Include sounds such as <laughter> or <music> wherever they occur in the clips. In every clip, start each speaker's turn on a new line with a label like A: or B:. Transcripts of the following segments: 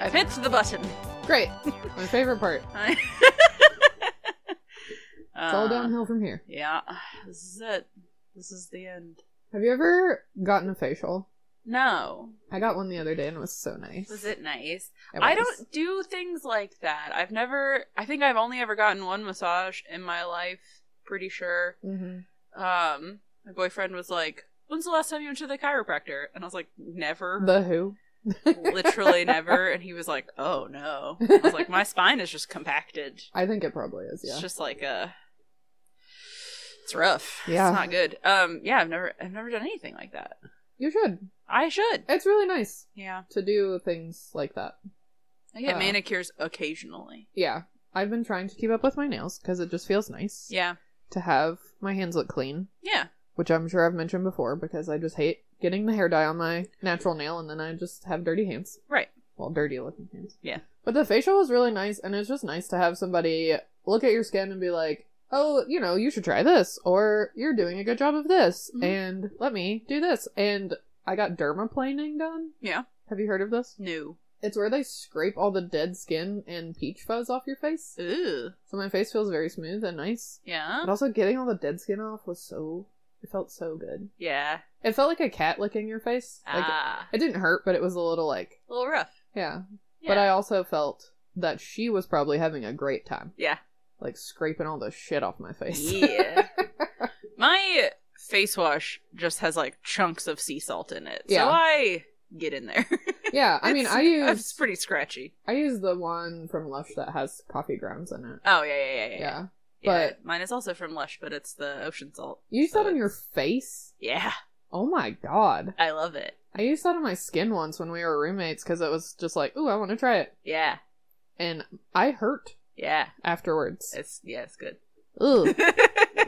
A: I've hit the button.
B: <laughs>
A: Uh,
B: Great. My favorite part.
A: it's
B: It's
A: Uh,
B: all downhill from here.
A: Yeah, this is it. This is the end.
B: Have you ever gotten a facial?
A: No,
B: I got one the other day and it was so nice.
A: was it nice?
B: It
A: I
B: was.
A: don't do things like that. I've never. I think I've only ever gotten one massage in my life. Pretty sure.
B: Mhm.
A: Um, my boyfriend was like, "When's the last time you went to the chiropractor?" And I was like, "Never."
B: The who?
A: Literally never. And he was like, "Oh no." I was like, "My spine is just compacted.
B: I think it probably is. Yeah.
A: It's just like a. It's rough.
B: Yeah.
A: It's not good. Um. Yeah. I've never. I've never done anything like that.
B: You should.
A: I should.
B: It's really nice
A: Yeah.
B: to do things like that.
A: I get
B: Uh.
A: manicures occasionally.
B: Yeah. I've been trying to keep up with my nails because it just feels nice
A: Yeah.
B: to have my hands look clean,
A: Yeah.
B: which I'm sure I've mentioned before because I just hate getting the hair dye on my natural nail and then I just have dirty hands.
A: Right.
B: Well, dirty looking hands.
A: Yeah.
B: But the facial was really nice, and it's just nice to have somebody look at your skin and be like, oh, you know, you should try this, or you're doing a good job of this,
A: Mhm.
B: and let me do this. And I got dermaplaning done.
A: Yeah.
B: Have you heard of this?
A: No.
B: It's where they scrape all the dead skin and peach fuzz off your face.
A: Ooh.
B: So my face feels very smooth and nice.
A: Yeah.
B: But also, getting all the dead skin off was so. It felt so good.
A: Yeah.
B: It felt like a cat licking your face. Like,
A: ah.
B: It didn't hurt, but it was a little like,
A: A little rough.
B: yeah,
A: Yeah.
B: but I also felt that she was probably having a great time,
A: Yeah.
B: like scraping all the shit off my face.
A: Yeah. <laughs> My face wash just has like chunks of sea salt in it.
B: Yeah.
A: So I get in there.
B: <laughs> yeah, I
A: <laughs>
B: mean,
A: It's-
B: I use
A: It's pretty scratchy.
B: I use the one from Lush that has coffee grounds in it.
A: Oh yeah yeah yeah yeah.
B: Yeah,
A: yeah.
B: but-
A: mine is also from Lush, but it's the ocean salt.
B: you use
A: so
B: that on your
A: it's-
B: face?
A: Yeah,
B: Oh my god,
A: I love it.
B: I used that on my skin once when we were roommates because it was just like, ooh, I want to try it,
A: Yeah,
B: and I hurt
A: yeah. <laughs>
B: afterwards.
A: It's yeah, it's good.
B: Ugh, Oh.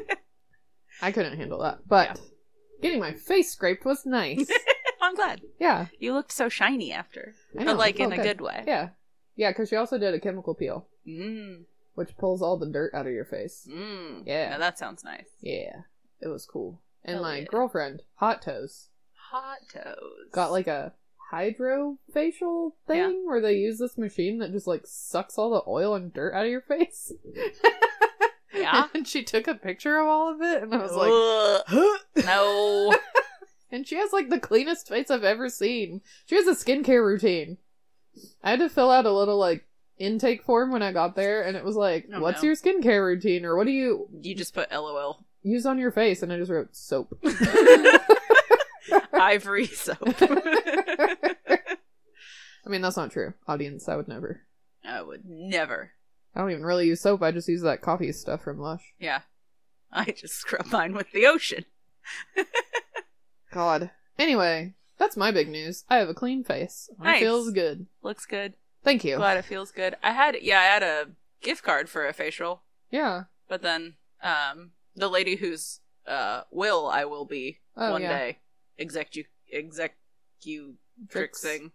B: I couldn't handle that, but. Getting my face scraped
A: <laughs>
B: was nice.
A: <laughs> I'm glad
B: Yeah,
A: you looked so shiny after,
B: I know,
A: but like
B: it
A: in
B: felt
A: a good way.
B: Yeah, yeah, because she also did a chemical peel.
A: Mm,
B: which pulls all the dirt out of your face.
A: mm.
B: Yeah.
A: Now that sounds nice.
B: Yeah, it was cool. And
A: Hell
B: my
A: yeah.
B: girlfriend, Hot Toes,
A: Hot toes.
B: got like a hydro facial thing
A: Yeah.
B: where they use this machine that just like sucks all the oil and dirt out of your face.
A: Yeah.
B: and she took a picture of all of it, and <laughs> I was like,
A: Ugh. no.
B: <laughs> and she has like the cleanest face I've ever seen. She has a skincare routine. I had to fill out a little like intake form when I got there, and it was like,
A: Oh,
B: "What's
A: no.
B: your skincare routine?" or "What do you
A: You just put
B: <laughs>
A: LOL.
B: use on your face?" and I just wrote soap.
A: Ivory soap. <laughs>
B: I mean, that's not true. Audience, I would never.
A: I would never.
B: I don't even really use soap. I just use that coffee stuff from Lush.
A: Yeah. I just scrub mine with the ocean.
B: God. Anyway, that's my big news. I have a clean face. It
A: Nice.
B: feels good.
A: Looks good.
B: Thank you.
A: Glad it feels good. I had yeah, I had a gift card for a facial,
B: yeah.
A: but then um the lady who's uh will I will be
B: Oh,
A: one
B: yeah.
A: day execu
B: Tricks. <laughs>
A: executrixing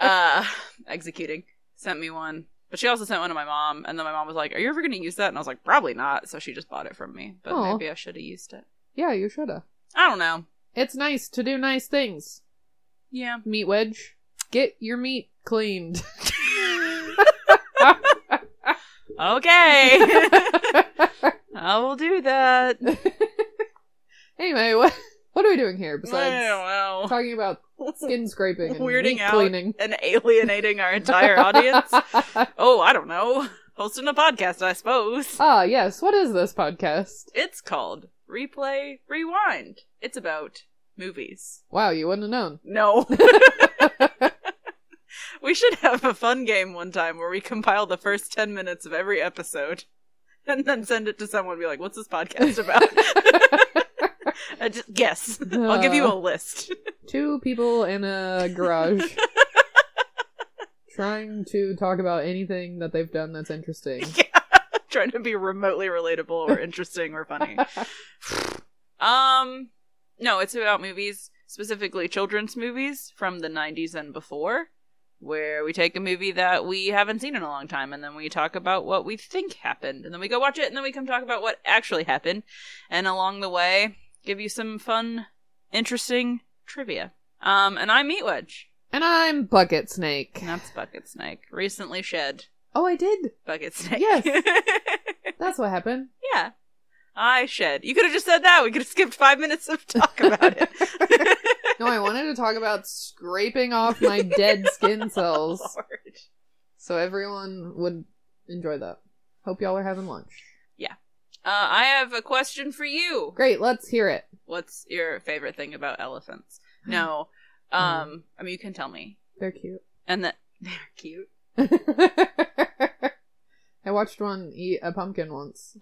A: uh executing sent me one. But she also sent one to my mom, and then my mom was like, "Are you ever going to use that?" And I was like, "Probably not." So she just bought it from me. But
B: Aw.
A: maybe I should have used it.
B: Yeah, you shoulda.
A: I don't know.
B: It's nice to do nice things. <laughs>
A: Yeah.
B: Meat wedge. Get your meat cleaned. <laughs> <laughs>
A: Okay. I will do that.
B: anyway, what what are we doing here besides
A: Wow.
B: <laughs> talking about skin scraping and
A: Weirding
B: meat
A: out
B: cleaning? <laughs>
A: and alienating our entire audience. oh, I don't know. Hosting a podcast, I suppose.
B: Ah, yes. What is this podcast?
A: It's called Replay Rewind. It's about movies.
B: Wow, you wouldn't have known.
A: No. <laughs> we should have a fun game one time where we compile the first 10 minutes of every episode and then send it to someone and be like, what's this podcast about? I just guess. <laughs> I'll give you a list.
B: Uh,
A: <laughs>
B: Two people in a garage trying to talk about anything that they've done
A: <laughs>
B: that's interesting.
A: yeah. Trying to be remotely relatable or interesting or funny. Um, no, it's about movies, specifically children's movies from the 90s and before, where we take a movie that we haven't seen in a long time and then we talk about what we think happened. And then we go watch it and then we come talk about what actually happened. And along the way, give you some fun, interesting trivia. Um, and I'm Meat Wedge.
B: <laughs> and I'm Bucket Snake.
A: And that's Bucket Snake. Recently shed
B: Oh, I did.
A: Bucket Snake.
B: Yes. That's what happened.
A: <laughs> Yeah. I shed. You could have just said that. We could have skipped five minutes of talk about it.
B: <laughs> No, I wanted to talk about scraping off my dead
A: <laughs>
B: skin cells
A: Lord.
B: so everyone would enjoy that. Hope y'all are having lunch.
A: Uh, I have a question for you.
B: Great, let's hear it.
A: What's your favorite thing about elephants?
B: Hmm.
A: No. Um, I mean, you can tell me.
B: They're cute.
A: And that <laughs> they're cute.
B: <laughs> I watched one eat a
A: <gasps>
B: pumpkin once.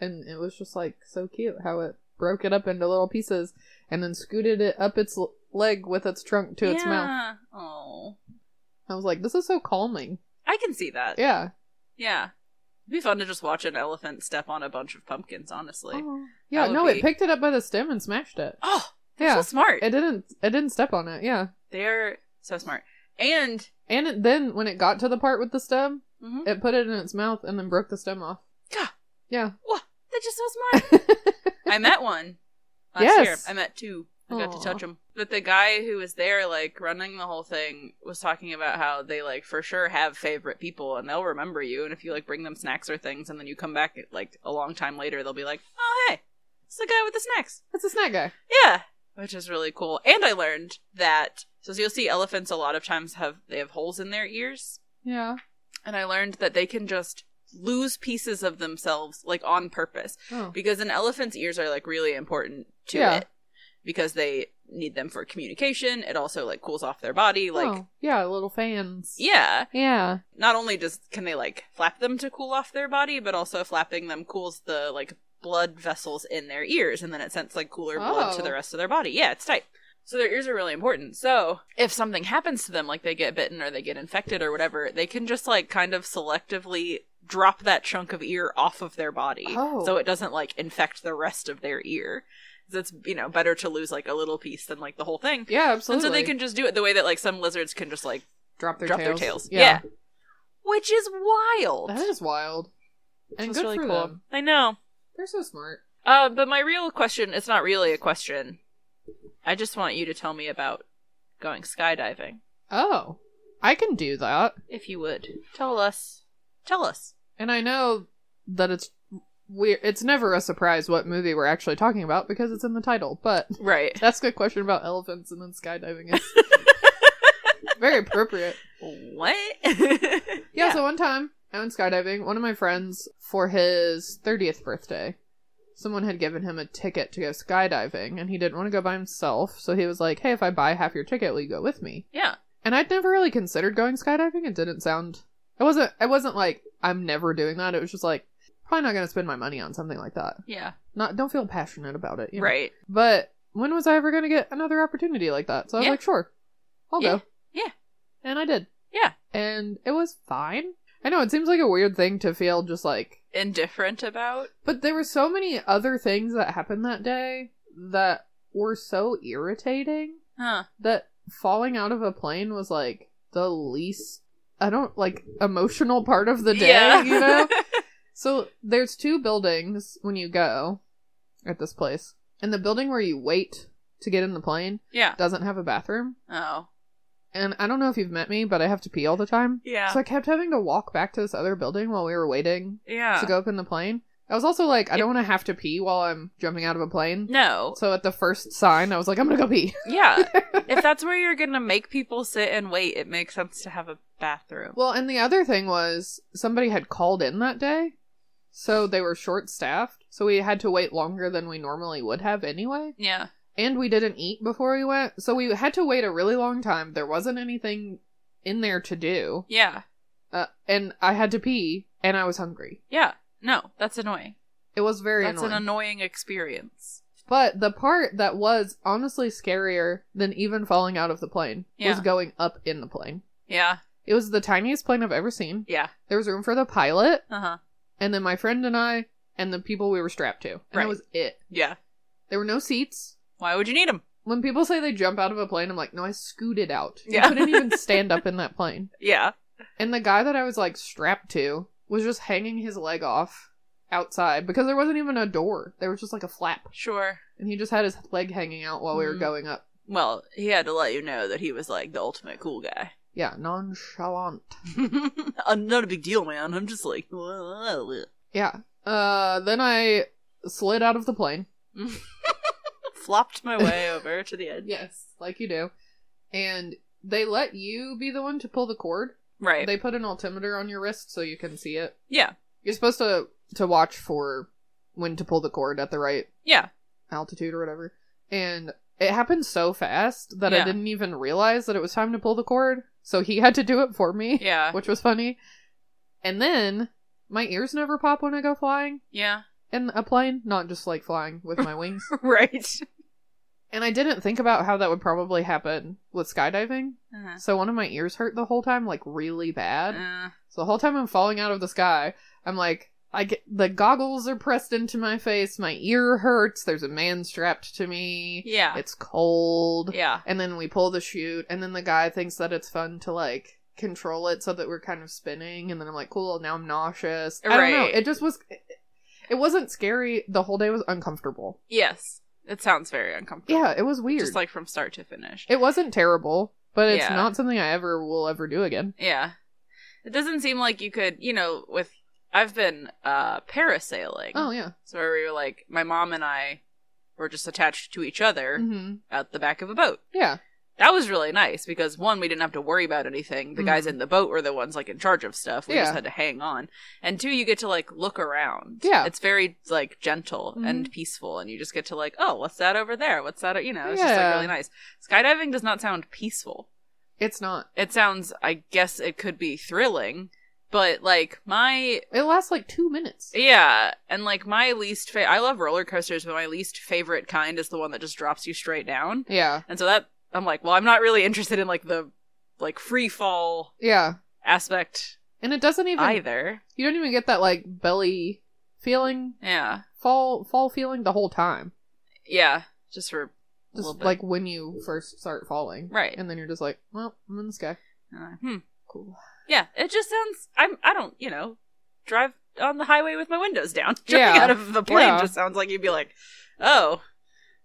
B: and it was just like so cute how it broke it up into little pieces and then scooted it up its l- leg with its trunk to its mouth.
A: Oh,
B: I was like, this is so calming.
A: I can see that.
B: Yeah.
A: Yeah. It'd be fun to just watch an elephant step on a bunch of pumpkins, honestly. Oh,
B: Aw. yeah,
A: would
B: no,
A: be-
B: it picked it up by the stem and smashed it.
A: they're
B: Yeah.
A: so smart.
B: It didn't it didn't step on it, yeah.
A: They're so smart. And
B: And it, then when it got to the part with the stem,
A: Mhm.
B: it put it in its mouth and then broke the stem off.
A: Gah. <laughs>
B: Yeah.
A: Whoa, they're just so smart. I met one last
B: Yes.
A: year. I met two. I got to
B: Aw.
A: touch them. But the guy who was there, like running the whole thing, was talking about how they like for sure have favorite people and they'll remember you. And if you like bring them snacks or things, and then you come back like a long time later, they'll be like, "Oh hey, it's the guy with the snacks."
B: It's a snack guy.
A: Yeah, which is really cool. And I learned that so you'll see elephants a lot of times have they have holes in their ears,
B: Yeah.
A: and I learned that they can just lose pieces of themselves like on purpose
B: Oh.
A: because an elephant's ears are like really important to
B: Yeah.
A: it because they need them for communication it also like cools off their body like
B: Oh, yeah, little fans.
A: yeah
B: Yeah.
A: not only does can they like flap them to cool off their body but also flapping them cools the like blood vessels in their ears and then it sends like cooler blood to
B: Oh.
A: the rest of their body yeah it's tight so their ears are really important so if something happens to them like they get bitten or they get infected or whatever they can just like kind of selectively drop that chunk of ear off of their body
B: Oh.
A: so it doesn't like infect the rest of their ear 'Cause it's you know better to lose like a little piece than like the whole thing
B: Yeah, absolutely.
A: and so they can just do it the way that like some lizards can just like
B: drop their
A: drop
B: tails.
A: their tails. Yeah. Which is wild.
B: That is wild.
A: Which
B: And
A: was
B: good for them.
A: I know.
B: They're so smart.
A: Uh, but my real question it's not really a question. I just want you to tell me about going skydiving.
B: Oh. I can do that.
A: If you would. Tell us. Tell us.
B: And I know that it's weird. It's never a surprise what movie we're actually talking about because it's in the title, but <laughs>
A: Right.
B: that's a good question about elephants and then skydiving is
A: <laughs>
B: very appropriate. <laughs>
A: What?
B: Yeah, so one time I went skydiving. One of my friends, for his 30th birthday, someone had given him a ticket to go skydiving, and he didn't want to go by himself. So he was like, hey, if I buy half your ticket, will you go with me?
A: yeah.
B: And I'd never really considered going skydiving. It didn't sound. I wasn't. I wasn't like I'm never doing that. It was just like probably not going to spend my money on something like that.
A: Yeah.
B: Not don't feel passionate about it. you know?
A: Right.
B: But when was I ever going to get another opportunity like that? So I was
A: Yeah.
B: like, sure, I'll
A: Yeah.
B: go.
A: Yeah.
B: And I did.
A: Yeah.
B: And it was fine. I know it seems like a weird thing to feel just like,
A: Indifferent about?
B: but there were so many other things that happened that day that were so irritating
A: Huh.
B: that falling out of a plane was like the least I don't like emotional part of the day,
A: Yeah. <laughs>
B: you know? So there's two buildings when you go at this place. And the building where you wait to get in the plane
A: yeah.
B: doesn't have a bathroom.
A: Oh.
B: And I don't know if you've met me, but I have to pee all the time.
A: Yeah.
B: So I kept having to walk back to this other building while we were waiting
A: yeah.
B: to go up in the plane. I was also like, I don't want to have to pee while I'm jumping out of a plane.
A: No.
B: So at the first sign, I was like, I'm gonna go pee. <laughs>
A: Yeah. if that's where you're going to make people sit and wait, it makes sense to have a bathroom.
B: Well, and the other thing was somebody had called in that day, so they were short staffed, so we had to wait longer than we normally would have anyway.
A: yeah.
B: And we didn't eat before we went, so we had to wait a really long time. There wasn't anything in there to do,
A: Yeah.
B: uh, and I had to pee, and I was hungry.
A: Yeah. No, that's annoying.
B: It was very
A: that's
B: annoying.
A: an annoying experience.
B: But the part that was honestly scarier than even falling out of the plane was
A: Yeah.
B: going up in the plane.
A: Yeah.
B: It was the tiniest plane I've ever seen.
A: Yeah.
B: There was room for the pilot,
A: Uh huh.
B: and then my friend and I, and the people we were strapped to. And
A: Right.
B: that was it.
A: Yeah.
B: There were no seats.
A: Why would you need them?
B: When people say they jump out of a plane, I'm like, no, I scooted out. You
A: Yeah. <laughs>
B: couldn't even stand up in that plane.
A: Yeah.
B: And the guy that I was like strapped to was just hanging his leg off outside because there wasn't even a door. There was just like a flap.
A: Sure.
B: And he just had his leg hanging out while we were
A: Mhm.
B: going up.
A: Well, he had to let you know that he was like the ultimate cool guy. <laughs>
B: Yeah, nonchalant.
A: Uh, Not a big deal, man. I'm just like, <laughs> flopping
B: Yeah. Uh, then I slid out of the plane.
A: flopped my <laughs> way over to the edge.
B: Yes, like you do. And they let you be the one to pull the cord.
A: Right.
B: They put an altimeter on your wrist so you can see it.
A: yeah.
B: You're supposed to to watch for when to pull the cord at the right
A: Yeah.
B: altitude or whatever. And it happened so fast that I
A: Yeah.
B: didn't even realize that it was time to pull the cord. So he had to do it for me,
A: Yeah.
B: <laughs> which was funny. And then my ears never pop when I go flying
A: Yeah.
B: in a plane, not just like flying with my wings.
A: <laughs> right.
B: And I didn't think about how that would probably happen with skydiving.
A: Uh-huh.
B: So one of my ears hurt the whole time, like really bad.
A: Uh,
B: So the whole time I'm falling out of the sky, I'm like, I get the goggles are pressed into my face, my ear hurts, there's a man strapped to me,
A: yeah.
B: it's cold.
A: yeah.
B: And then we pull the chute, and then the guy thinks that it's fun to like control it so that we're kind of spinning. And then I'm like, cool, now I'm nauseous. I don't know.
A: Right.
B: It just was, it, it wasn't scary. The whole day was uncomfortable.
A: Yes. It sounds very uncomfortable.
B: Yeah, it was weird.
A: Just like from start to finish.
B: It wasn't terrible, but it's
A: Yeah.
B: not something I ever will ever do again.
A: yeah. It doesn't seem like you could, you know, with. I've been uh parasailing.
B: Oh yeah.
A: So where we were like, my mom and I were just attached to each other
B: hmm
A: at the back of a boat.
B: Yeah.
A: That was really nice because one, we didn't have to worry about anything. The guys
B: Mhm.
A: in the boat were the ones like in charge of stuff. We
B: Yeah.
A: just had to hang on. And two, you get to like look around.
B: Yeah. Mm-hmm.
A: It's very like gentle and peaceful and you just get to like, oh, what's that over there? What's that? o-" You know, it's just
B: Yeah.
A: like really nice. Skydiving does not sound peaceful.
B: It's not.
A: It sounds, I guess it could be thrilling, but like my
B: It lasts like two minutes.
A: yeah, and like my least fa- I love roller coasters, but my least favorite kind is the one that just drops you straight down.
B: yeah.
A: And so that I'm like, well, I'm not really interested in like the like free fall
B: Yeah.
A: aspect
B: And it doesn't even.
A: either.
B: You don't even get that like belly feeling,
A: Yeah.
B: fall fall feeling the whole time.
A: Yeah, just for a little
B: Just
A: bit.
B: like when you first start falling,
A: Right.
B: And then you're just like, well, I'm in the sky.
A: Uh, hmm.
B: Cool.
A: Yeah, it just sounds I'm I don't, you know, drive on the highway with my windows down. <laughs> Jumping
B: Yeah.
A: out of the plane
B: Yeah.
A: just sounds like you'd be like, "Oh,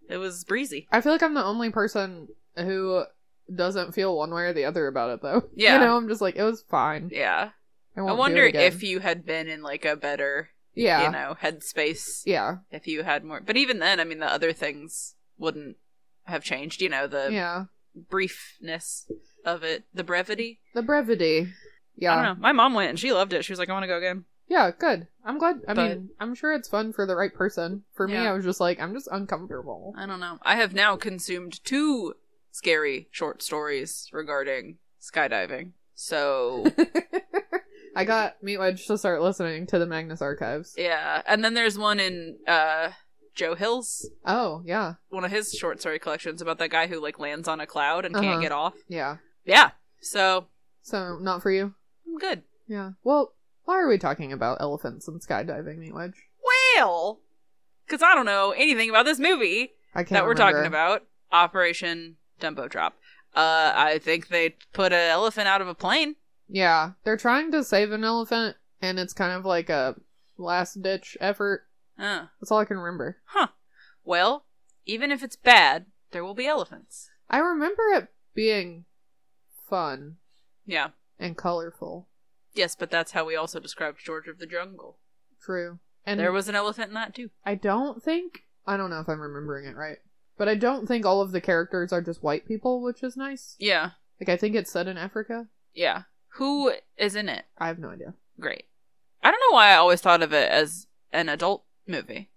A: it was breezy."
B: I feel like I'm the only person who doesn't feel one way or the other about it though. <laughs>
A: Yeah.
B: You know, I'm just like, it was fine.
A: Yeah. I
B: won't do it
A: wonder
B: again.
A: if you had been in like a better,
B: Yeah.
A: you know, headspace
B: yeah.
A: if you had more but even then i mean the other things wouldn't have changed you know the
B: Yeah.
A: briefness of it the brevity
B: The brevity. Yeah.
A: i don't know my mom went and she loved it she was like i want to go again
B: Yeah, good. I'm glad. I
A: But-
B: mean, I'm sure it's fun for the right person. For me,
A: Yeah.
B: I was just like, I'm just uncomfortable.
A: i don't know i have now consumed two scary short stories regarding skydiving
B: <laughs>
A: so
B: I got Meat Wedge to start listening to the Magnus Archives.
A: yeah and then there's one in uh joe hill's
B: Oh, yeah.
A: one of his short story collections about that guy who like lands on a cloud and
B: Uh-huh.
A: can't get off
B: Yeah.
A: yeah so
B: So, not for you?
A: i'm good
B: Yeah. Well, why are we talking about elephants and skydiving, Meat Wedge?
A: well because i don't know anything about this movie
B: I can't
A: that we're
B: remember.
A: talking about operation dumbo drop uh i think they put an elephant out of a plane
B: Yeah. They're trying to save an elephant, and it's kind of like a last ditch effort.
A: uh,
B: That's all I can remember.
A: huh well even if it's bad there will be elephants
B: I remember it being fun
A: yeah
B: and colorful.
A: yes but that's how we also described george of the jungle
B: True. And
A: there was an elephant in that too.
B: I don't think I don't know if I'm remembering it right, but I don't think all of the characters are just white people, which is nice.
A: Yeah,
B: Like I think it's set in Africa.
A: yeah. Who is in it?
B: I have no idea.
A: Great. I don't know why I always thought of it as an adult movie.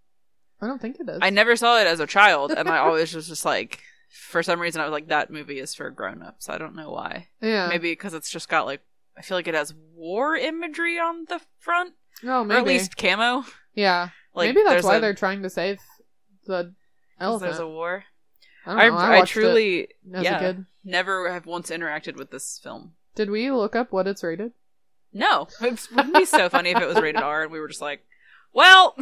B: I don't think it is.
A: I never saw it as a child, and I always was just like, for some reason, I was like, that movie is for grown ups. I don't know why.
B: Yeah.
A: Maybe because it's just got like, I feel like it has war imagery on the front,
B: Oh,
A: or
B: maybe.
A: at least camo.
B: Yeah.
A: Like,
B: maybe that's
A: there's
B: why
A: a-
B: they're trying to save the
A: 'cause
B: elephant.
A: There's a war.
B: I
A: I,
B: don't know. I,
A: I
B: watched it
A: truly
B: as
A: yeah.
B: a kid.
A: never have once interacted with this film.
B: Did we look up what it's rated?
A: No, it wouldn't be so funny if it was rated R and we were just like,
B: <laughs>
A: well,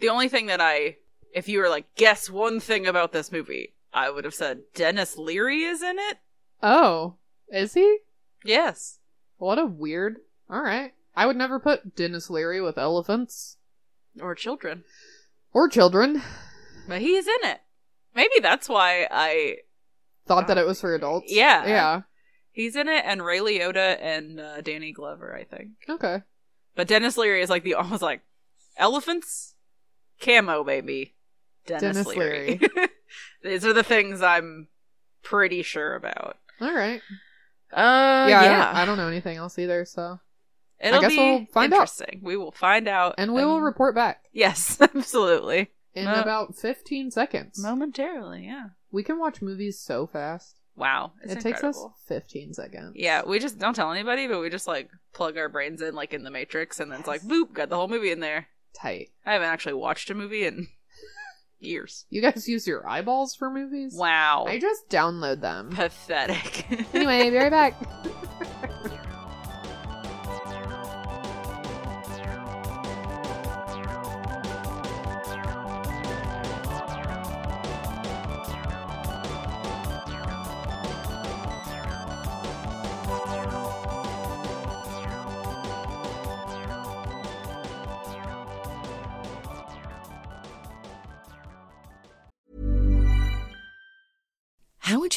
A: the only thing that I, if you were like, guess one thing about this movie, I would have said Dennis Leary is in it.
B: Oh, is he?
A: Yes.
B: What a weird. All right. I would never put Dennis Leary with elephants
A: Or children.
B: or children. <laughs>
A: But he's in it. Maybe that's why I,
B: Thought that it was for adults.
A: Yeah.
B: Yeah.
A: he's in it and Ray Liotta and uh, Danny Glover, I think.
B: Okay.
A: But Dennis Leary is like the, <laughs> I was like, elephants? Camo, baby. Dennis,
B: Dennis
A: Leary. <laughs> These are the things I'm pretty sure about.
B: All right.
A: Uh,
B: yeah. I don't- I, don't, know anything else either. So,
A: It'll
B: guess
A: be
B: we'll find out.
A: interesting. We will find out,
B: and we will report back
A: <laughs> Yes, <laughs> absolutely.
B: in
A: Mo-
B: about 15 seconds.
A: um, momentarily. Yeah.
B: We can watch movies so fast.
A: Wow,
B: it takes us 15 seconds.
A: Yeah, we just don't tell anybody, but we just like plug our brains in, like in the Matrix, and then it's like, boop, got the whole movie in there.
B: Tight.
A: I haven't actually watched a movie
B: <laughs>
A: in years.
B: You guys use your eyeballs for movies?
A: Wow,
B: I just download them.
A: pathetic. <laughs>
B: anyway, be right back.
C: How would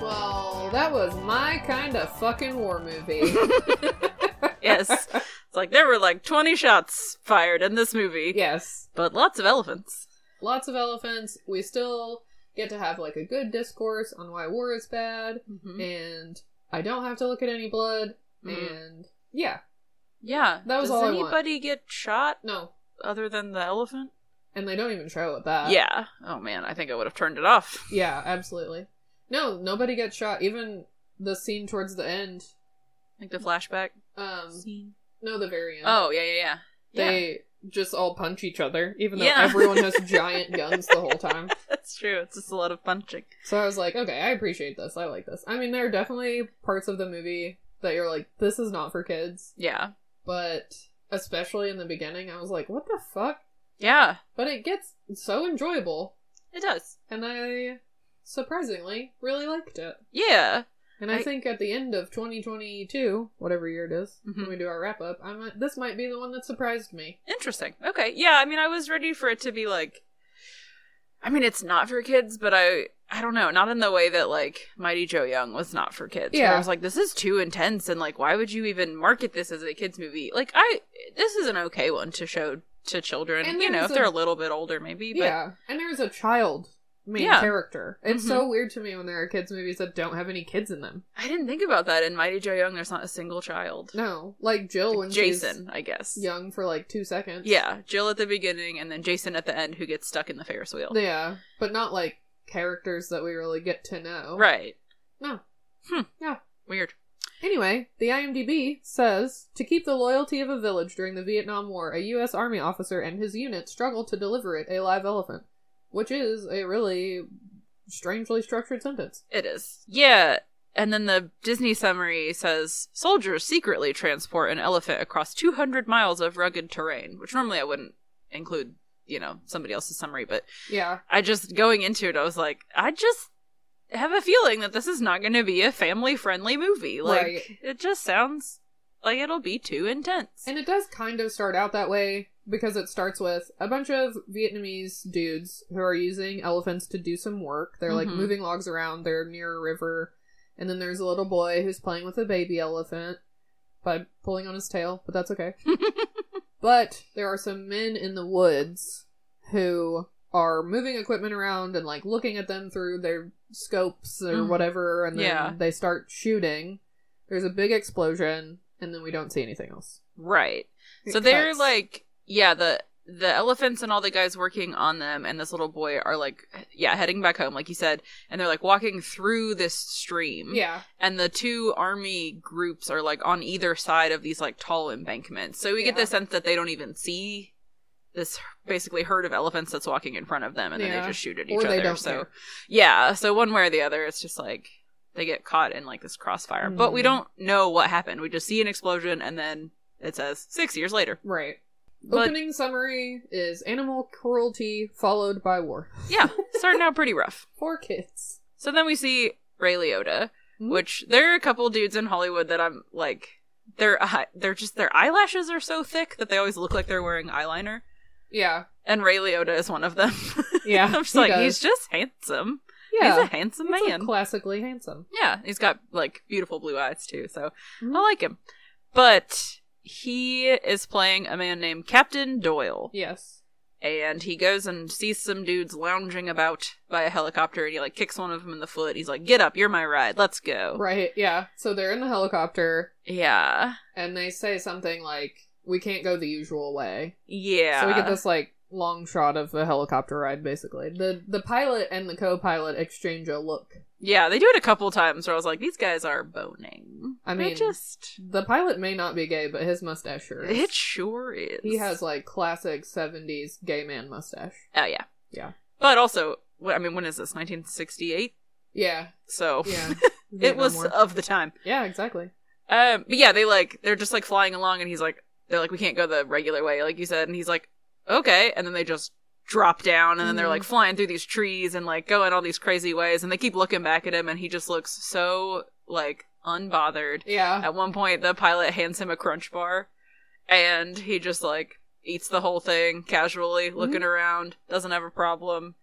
B: Well, that was my kind of fucking war <laughs> movie.
A: yes, it's like there were like twenty shots fired in this movie,
B: <laughs> yes.
A: but lots of elephants.
B: Lots of elephants. We still get to have like a good discourse on why war is bad
A: Mm-hmm.
B: and I don't have to look at any blood
A: Mhm.
B: and yeah.
A: Yeah,
B: That was
A: Does
B: all I want.
A: anybody get shot
B: No.
A: other than the elephant?
B: And they don't even show it that.
A: yeah. Oh man, I think I would have turned it off.
B: Yeah, absolutely. No, nobody gets shot. Even the scene towards the end.
A: Like the flashback
B: Um
A: scene.
B: no the very end.
A: Oh yeah, yeah, yeah.
B: They just all punch each other, even though
A: Yeah. <laughs>
B: everyone has giant guns the whole time.
A: That's true. It's just a lot of punching.
B: So I was like, okay, I appreciate this. I like this. I mean, there are definitely parts of the movie that you're like, this is not for kids,
A: Yeah.
B: but especially in the beginning, I was like, what the fuck?
A: Yeah.
B: But it gets so enjoyable,
A: It does.
B: and I surprisingly really liked it.
A: Yeah.
B: And I,
A: I-
B: think at the end of 2022, whatever year it is,
A: Mhm.
B: when we do our wrap up, I might, this might be the one that surprised me.
A: Interesting. Okay. Yeah, I mean I was ready for it to be like I mean it's not for kids, but I I don't know, not in the way that like Mighty Joe Young was not for kids. where
B: Yeah.
A: I was like this is too intense and like why would you even market this as a kids movie? Like I this is an okay one to show to children,
B: And
A: you know,
B: there's
A: if they're a
B: a-
A: little bit older maybe, but
B: Yeah, and there's a child main
A: Yeah. Mm-hmm.
B: character. It's so weird to me when there are kids movies that don't have any kids in them.
A: I didn't think about that in Mighty Joe Young there's not a single child.
B: No, like Jill when
A: Jason, I guess.
B: she's young for like two seconds.
A: Yeah, Jill at the beginning and then Jason at the end who gets stuck in the Ferris wheel.
B: yeah, but not like characters that we really get to know.
A: Right.
B: No.
A: Hmm.
B: Yeah.
A: Weird.
B: Anyway, the IMDb says to keep the loyalty of a village during the Vietnam War, a U.S. Army officer and his unit struggled to deliver it a live elephant, which is a really strangely structured sentence.
A: It is. Yeah. And then the Disney summary says soldiers secretly transport an elephant across 200 miles of rugged terrain, which normally I wouldn't include, you know, somebody else's summary, but
B: Yeah,
A: I just, going into it, I was like, I just have a feeling that this is not going to be a family friendly movie. Like,
B: Right.
A: it just sounds like it'll be too intense.
B: and it does kind of start out that way because it starts with a bunch of Vietnamese dudes who are using elephants to do some work. They're like
A: Mhm.
B: moving logs around. They're near a river, and then there's a little boy who's playing with a baby elephant by pulling on his tail, but that's okay. But there are some men in the woods who are moving equipment around and like looking at them through their scopes or
A: Mhm.
B: whatever, and then
A: Yeah.
B: they start shooting. There's a big explosion, and then we don't see anything else.
A: right.
B: It
A: So they're
B: cuts.
A: like, yeah, the the elephants and all the guys working on them and this little boy are like, yeah, heading back home, like you said, and they're like walking through this stream.
B: yeah,
A: And the two army groups are like on either side of these like tall embankments. So we get
B: Yeah.
A: the sense that they don't even see this basically herd of elephants that's walking in front of them and then
B: Yeah.
A: they just shoot at each
B: or
A: other.
B: they don't.
A: so
B: care.
A: yeah, so one way or the other, it's just like they get caught in like this crossfire. But we
B: Mhm.
A: don't know what happened. We just see an explosion and then it says six years later.
B: right.
A: But
B: Opening summary is animal cruelty followed by war <laughs>
A: yeah, starting out pretty rough.
B: for kids.
A: So then we see Ray Liotta,
B: Mhm.
A: which there are a couple dudes in Hollywood that I'm like, their eye, they're just their eyelashes are so thick that they always look like they're wearing eyeliner,
B: Yeah,
A: and Ray Liotta is one of them. <laughs>
B: Yeah,
A: I'm just
B: he
A: like
B: does.
A: he's just handsome.
B: yeah.
A: he's a handsome
B: He's, like,
A: man.
B: classically handsome.
A: Yeah, he's got like beautiful blue eyes too, so
B: Mhm.
A: I like him. But he is playing a man named Captain Doyle,
B: Yes.
A: and he goes and sees some dudes lounging about by a helicopter, and he like kicks one of them in the foot. He's like, "Get up, you're my ride, let's go."
B: Right. Yeah. So they're in the helicopter.
A: Yeah,
B: and they say something like we can't go the usual way
A: yeah.
B: so we get this like long shot of a helicopter ride basically the the pilot and the co-pilot exchange a look
A: Yeah, they do it a couple times where I was like, "These guys are boning."
B: I
A: They
B: mean,
A: just
B: the pilot may not be gay but his mustache sure is.
A: it sure is.
B: he has like classic 70s gay man mustache
A: Oh yeah,
B: Yeah.
A: But also, wh- I mean, when is this? 1968.
B: yeah
A: So <laughs>
B: yeah
A: it
B: Vietnam
A: was
B: War.
A: of the time.
B: yeah exactly
A: Um, but yeah, they like they're just like flying along, and he's like, they're like, we can't go the regular way, like you said, and he's like, okay, and then they just drop down, and then they're
B: Mhm.
A: like flying through these trees and like going all these crazy ways, and they keep looking back at him, and he just looks so like unbothered.
B: yeah
A: At one point, the pilot hands him a crunch bar, and he just like eats the whole thing casually, looking around, doesn't have a problem.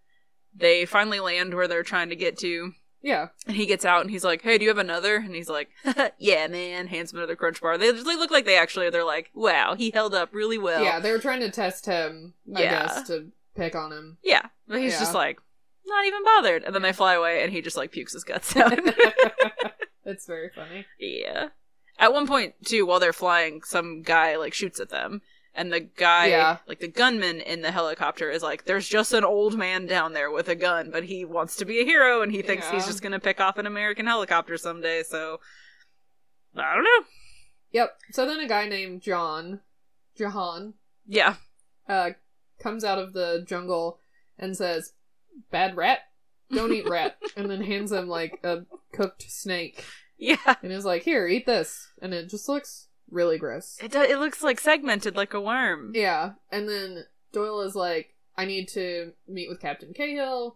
A: They finally land where they're trying to get to.
B: yeah
A: And he gets out and he's like, "Hey, do you have another?" And he's like, <laughs> "Yeah, man." Hands him another crunch bar. They just they look like they actually they're like, "Wow, he held up really well."
B: yeah they were trying to test him i
A: Yeah.
B: guess to pick on
A: <laughs>
B: him <laughs>
A: yeah. But he's
B: Yeah.
A: just like, not even bothered. And then they fly away, and he just like pukes his guts
B: <laughs>
A: out. <laughs>
B: it's very funny
A: yeah. At one point too, while they're flying, some guy like shoots at them, and the guy,
B: Yeah.
A: like the gunman in the helicopter, is like, "There's just an old man down there with a gun, but he wants to be a hero, and he thinks he's
B: Yeah.
A: just gonna pick off an American helicopter someday." So. I don't know.
B: yep so then a guy named john jahan
A: Yeah.
B: uh, comes out of the jungle and says, "Bad rat, don't eat
A: <laughs>
B: rat," and then hands him like a cooked snake
A: Yeah.
B: and is like, "Here, eat this," and it just looks really gross.
A: It, do- it looks like segmented like a worm.
B: Yeah, and then Doyle is like, "I need to meet with Captain Cahill,"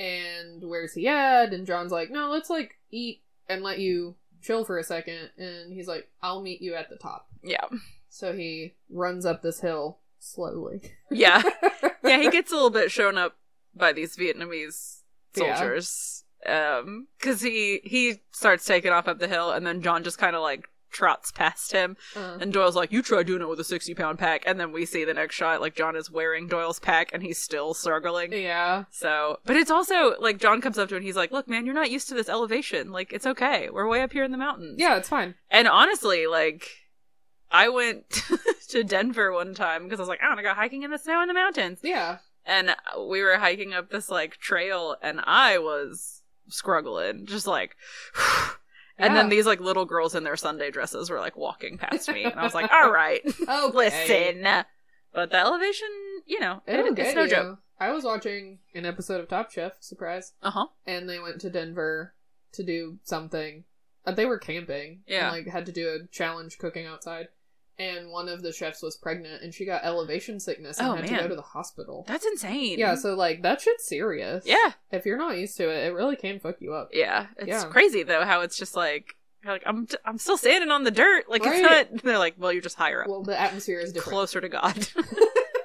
B: and where's he at? And John's like, "No, let's like eat and let you chill for a second. And he's like, "I'll meet you at the top."
A: Yeah.
B: So he runs up this hill slowly.
A: <laughs>
B: <laughs>
A: Yeah. yeah, he gets a little bit shown up by these Vietnamese
B: Yeah.
A: soldiers. Um 'cause cuz he he starts taking off up the hill and then John just kind of like trots past him
B: Uh,
A: and Doyle's like you try doing it with a 60 pound pack and then we see the next shot like John is wearing Doyle's pack and he's still struggling.
B: yeah,
A: So, but it's also like John comes up to him and he's like, "Look, man, you're not used to this elevation. Like it's okay. We're way up here in the mountains."
B: yeah, it's fine.
A: And honestly, like, I went <laughs> to Denver one time because I was like, I want to go hiking in the snow in the mountains.
B: Yeah,
A: And we were hiking up this, like, trail, and I was struggling, just like, <sighs> and then
B: Yeah.
A: these, like, little girls in their Sunday dresses were, like, walking past me. And I was
B: <laughs>
A: like, all right, <laughs>
B: Okay.
A: listen. But the elevation, you know, it-
B: it'll get
A: it's no
B: you.
A: joke.
B: I was watching an episode of Top Chef. Surprise.
A: Uh huh.
B: and they went to Denver to do something. Uh, they were camping.
A: Yeah.
B: And, like, had to do a challenge cooking outside. And one of the chefs was pregnant and she got elevation sickness and
A: Oh,
B: had to
A: man.
B: go to the hospital.
A: That's insane.
B: yeah, so, like, that shit's serious.
A: Yeah.
B: If you're not used to it, it really can fuck you up.
A: Yeah, it's
B: Yeah.
A: crazy though how it's just like you're like I'm I'm still standing on the dirt. Like
B: Right.
A: it's not. <laughs> They're like, well, you're just higher up,
B: Well, the atmosphere is different.
A: closer to God,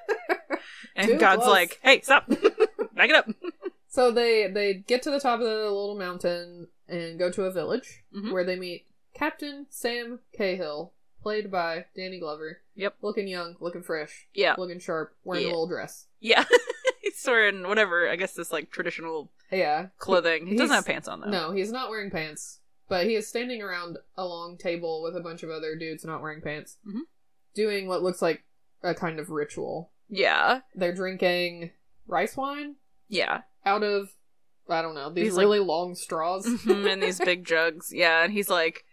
A: <laughs> and
B: Too
A: God's
B: close.
A: like, hey, stop, back
B: <laughs>
A: it up.
B: <laughs> So they they get to the top of the little mountain and go to a village
A: Mhm.
B: where they meet Captain Sam Cahill, played by Danny Glover.
A: Yep.
B: Looking young, looking fresh,
A: Yeah,
B: looking sharp, wearing
A: Yeah.
B: a little dress.
A: yeah. <laughs> He's wearing whatever I guess this like traditional
B: Yeah.
A: clothing. He doesn't
B: He's-
A: have pants on though.
B: No, he's not wearing pants, but he is standing around a long table with a bunch of other dudes not wearing pants,
A: Mhm.
B: doing what looks like a kind of ritual.
A: Yeah,
B: They're drinking rice wine
A: yeah.
B: out of, I don't know, these
A: These, like-
B: really
A: <laughs>
B: long straws.
A: Mhm, and these big jugs. Yeah, and he's like.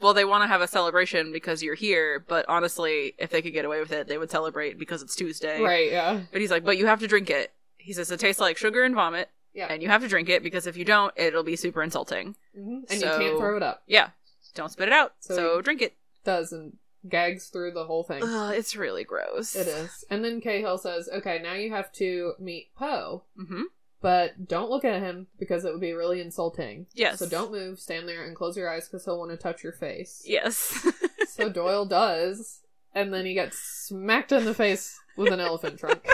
A: Well, they want to have a celebration because you're here, but honestly, if they could get away with it, they would celebrate because it's Tuesday.
B: right, yeah.
A: But he's like, but you have to drink it. He says it tastes like sugar and vomit,
B: Yeah.
A: and you have to drink it because if you don't, it'll be super insulting.
B: Mhm. And
A: So-
B: you can't throw it up.
A: Yeah, don't spit it out. So,
B: So-
A: drink it.
B: Does and gags through the whole thing.
A: Ugh, it's really gross.
B: It is. And then Cahill says, okay, now you have to meet Poe,
A: Mm-hmm.
B: but don't look at him because it would be really insulting.
A: Yes.
B: So don't move, stand there and close your eyes because he'll want to touch your face.
A: <laughs> Yes.
B: So Doyle does, and then he gets smacked in the face with an
A: <laughs>
B: elephant trunk.